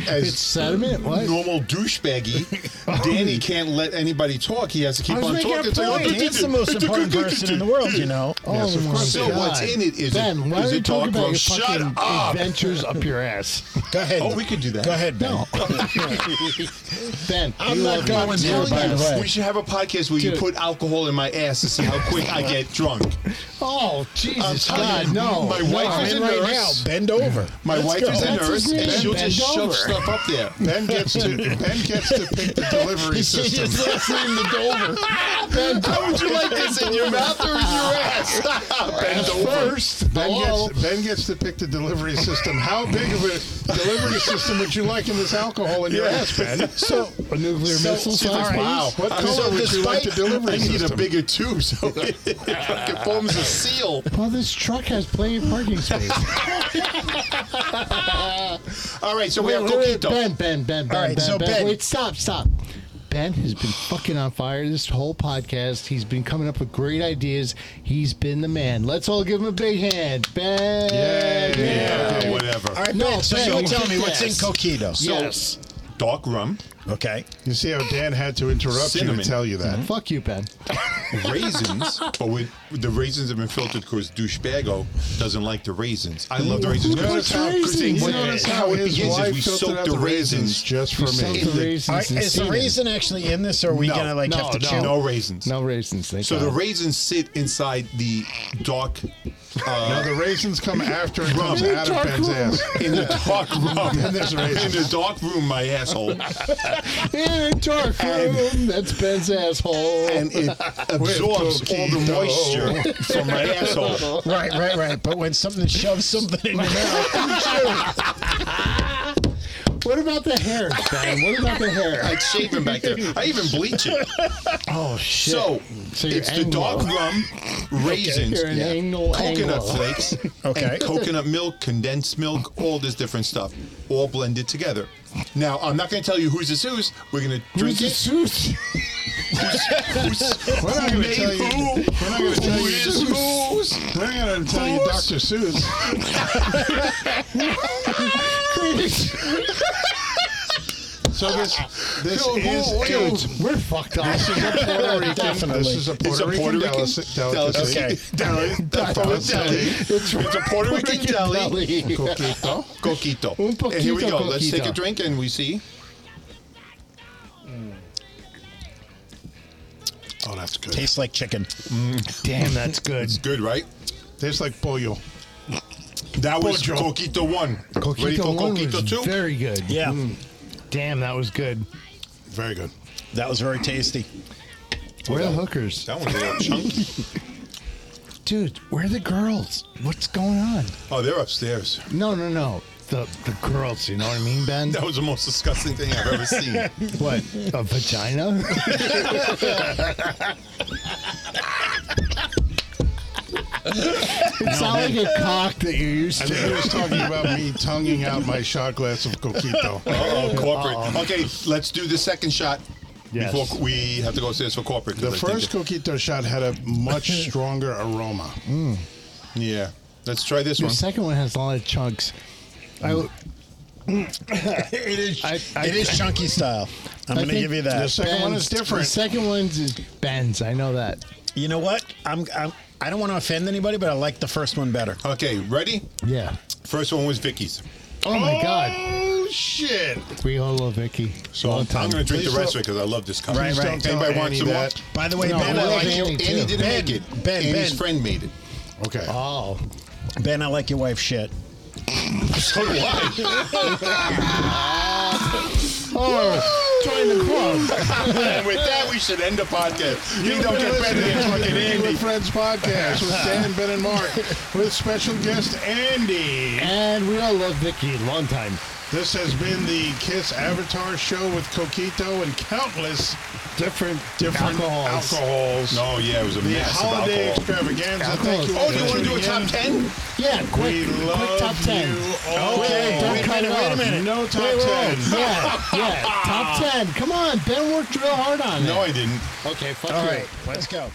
S3: As
S2: It's sediment. What?
S3: normal douchebaggy, Danny can't let anybody talk. He has to keep
S5: I was
S3: on
S5: making
S3: talking.
S5: a
S3: It's like,
S5: point.
S3: "Oh, did-
S5: He's the
S3: did-
S5: most
S3: did-
S5: important
S3: did-
S5: person
S3: did-
S5: in the world, you know.
S2: Oh
S3: Yes, of
S2: my
S3: course. So
S2: God.
S3: what's in it? Is
S2: ben,
S3: it-
S2: why
S3: is
S2: are
S3: it
S2: you talking
S3: dog
S2: about your
S3: gross? Shut
S2: fucking
S3: up!
S2: adventures up your ass?
S5: Go ahead.
S3: Oh, we could do that.
S5: Go ahead, Ben.
S2: Ben,
S5: I'm
S2: we love
S5: not going
S2: you.
S5: to
S2: You're
S5: your
S2: the
S5: best.
S2: best.
S5: way.
S3: We should have a podcast where you
S2: Dude.
S3: put alcohol in my ass to see how quick I get drunk.
S2: Oh Jesus
S3: I'm telling
S2: God,
S3: you,
S2: no!
S3: my
S2: no.
S3: wife
S5: I'm
S3: is
S5: in
S3: a
S5: right now.
S3: nurse.
S5: Oh, Bend over.
S3: My
S5: Let's
S3: wife
S5: go.
S3: is a
S2: That's
S3: nurse,
S2: his
S3: and
S2: name,
S3: she'll
S2: bend
S3: just
S2: over.
S3: shove stuff up there.
S1: Ben gets to Ben gets to pick the delivery
S3: She
S1: system.
S3: just last name the Dover. How would you like this in your mouth or in your ass? Bend over.
S2: First,
S1: Ben
S2: hello?
S1: gets, ben gets to pick the delivery system. How big of a delivery system would you like in this alcohol in your ass, Ben?
S5: So
S2: a nuclear missile
S3: She's
S2: size.
S3: like, wow.
S1: What
S3: I'm
S1: color
S3: so
S1: would you like
S3: despite-
S1: the delivery
S3: I need
S1: system?
S3: a bigger tube so it, it fucking forms a seal.
S2: Well, this truck has plenty of parking space.
S3: All right, so we
S2: Wait,
S3: have
S2: wait, wait,
S3: Coquito.
S2: Ben, Ben, Ben, Ben,
S5: right,
S2: Ben,
S5: so
S2: ben.
S5: Ben-
S2: Wait, stop, stop. Ben has been fucking on fire this whole podcast. He's been coming up with great ideas. He's been the man. Let's all give him a big hand, Ben.
S1: Yeah.
S3: Yeah, whatever.
S5: all right,
S2: No,
S5: Ben. So
S2: Ben,
S5: you
S2: you
S5: tell
S2: did
S5: me what's in
S2: this.
S5: coquito.
S2: Yes.
S3: Dark rum,
S5: Okay.
S1: You see how Dan had to interrupt you
S3: Cinnamon.
S1: to tell you that.
S2: Fuck you, Ben.
S3: raisins, but with the raisins have been filtered because douchebago doesn't like the raisins. I love the raisins.
S1: You notice
S3: because
S1: how,
S3: they-
S1: you
S2: raisins?
S1: notice
S3: how
S1: how
S3: it
S1: his
S3: begins is
S1: wife
S3: we
S1: filtered
S3: soak
S1: out
S3: the
S1: the
S3: raisins.
S1: raisins just for me.
S2: Soak the
S5: All
S2: raisins
S5: right,
S2: in
S5: is the
S2: semen.
S5: raisin actually in this, or are we
S3: No.
S5: gonna like have to
S2: No,
S5: chew?
S3: Oh, No raisins.
S2: No raisins. Thank
S3: So
S2: God.
S3: the raisins sit inside the dark,
S1: Now
S3: uh,
S1: the raisins come after it comes
S3: Rum.
S1: out of Ben's ass.
S3: in the dark room.
S1: And there's
S3: In
S1: raisins.
S3: the dark room, my asshole.
S2: in a dark room. That's Ben's asshole.
S3: And it absorbs all the moisture from my asshole.
S5: Right, right, right. But when something shoves something in your mouth,
S2: what about the hair, Ben? What about the hair?
S3: I shave him back there. I even bleach it.
S2: Oh shit!
S3: So,
S2: So you're
S3: it's the dark
S2: Anglo.
S3: rum, raisins,
S2: You're an
S3: yeah,
S2: Anglo-
S3: coconut
S2: Anglo.
S3: flakes,
S5: Okay.
S3: and coconut milk, condensed milk, all this different stuff, all blended together. Now, I'm not going to tell you who's is who's. We're going to drink
S2: Who's
S3: it.
S2: this who's-
S1: We're not going to
S3: made
S1: tell you.
S3: who?
S1: We're not going to tell
S3: Who is
S1: you.
S3: who's?
S1: We're not going to tell you Dr. Seuss. So this this
S3: Phil, who-
S1: is
S3: who-
S1: a
S2: Dude, we're fucked up.
S1: This is a Puerto Rican. This is a Puerto,
S3: It's a
S1: Rican,
S3: Puerto Rican
S1: delicacy. delicacy.
S5: Okay.
S3: Deli. That's from a deli. It's a Puerto Rican deli.
S1: Coquito.
S3: Coquito.
S2: Un poquito
S3: And here we go. Let's take a
S2: coquito.
S3: drink and we see.
S1: Oh, that's good.
S5: tastes like chicken.
S2: Damn, that's good.
S3: It's good, right?
S1: Tastes like pollo.
S3: That was
S1: Pocho.
S3: Coquito 1. Ready for
S2: Coquito one
S3: Coquito
S2: was
S3: 2?
S2: very good. Mm.
S5: Yeah,
S2: Damn, that was good.
S1: Very good.
S5: that was very tasty.
S2: Where are the hookers?
S3: That one's a little chunky.
S2: Dude, where are the girls? What's going on?
S3: Oh, they're upstairs.
S2: No, no, no. The the girls, you know what I mean, Ben?
S3: That was the most disgusting thing I've ever seen.
S2: What? A vagina? it's not like a cock that you're used
S1: I
S2: to.
S1: think he was talking about me tonguing out my shot glass of coquito. Um,
S3: Uh oh, corporate. Okay, let's do the second shot.
S4: Yes.
S3: before we have to go upstairs for corporate. 'cause
S1: The
S3: I think
S1: first coquito shot had a much stronger aroma.
S3: that- yeah. Let's try this
S2: The
S3: one.
S2: second one has a lot of chunks. I,
S5: it is.
S2: I- I-
S5: it is chunky style. I'm
S2: I
S5: going to
S2: think
S5: give you that.
S1: The second one is different.
S2: The second one's is Benz. I know that.
S5: You know what? I'm. I'm I don't want to offend anybody, but I like the first one better.
S3: Okay, ready?
S2: Yeah.
S3: First one was Vicky's.
S2: Oh my God.
S1: Oh shit!
S2: We all love Vicky.
S3: So I'm, I'm going to drink
S1: Please
S3: the rest
S1: don't-
S3: of it because I love this company.
S5: Right, right.
S1: Don't tell
S3: Anybody want
S1: Annie
S3: some more?
S1: that.
S5: By the way,
S2: No,
S5: Ben, I
S2: well,
S5: like
S2: Annie
S5: you.
S2: Annie too.
S3: Annie didn't
S5: Ben,
S3: make it.
S5: Ben,
S3: Annie's
S5: Ben.
S3: friend made it.
S1: Okay.
S2: Oh.
S5: Ben, I like your wife's shit.
S3: So do I.
S2: Oh. Join the club.
S3: and with that, we should end the podcast. You, don't get better than fucking
S1: Drinking
S3: Andy.
S1: with Friends podcast with Dan, Ben, and Mark, with special guest Andy.
S2: And we all love Vicky. Long time.
S1: This has been the Kiss Avatar Show with Coquito and countless different different
S2: Alcohols.
S1: alcohols.
S3: No, Oh, yeah, it was a
S1: The
S3: mess of
S1: holiday
S3: alcohol.
S1: extravaganza.
S2: Alcohols.
S1: Thank you. all
S3: Oh, do you
S1: for
S3: want to do a
S1: tuning
S3: top
S1: in.
S3: ten?
S2: Yeah.
S1: We
S2: Quick.
S1: love
S2: Quick top ten.
S1: you all.
S5: Okay,
S1: Wait,
S2: Don't
S1: wait,
S2: cut
S1: wait,
S2: it
S1: wait a
S2: off.
S1: minute. No top
S2: Wait, wait,
S1: ten.
S2: wait. Yeah. Yeah. top ten. Come on. Ben worked real hard on it.
S3: No, I didn't.
S2: Okay. Fuck
S5: All
S2: you.
S5: right, let's go.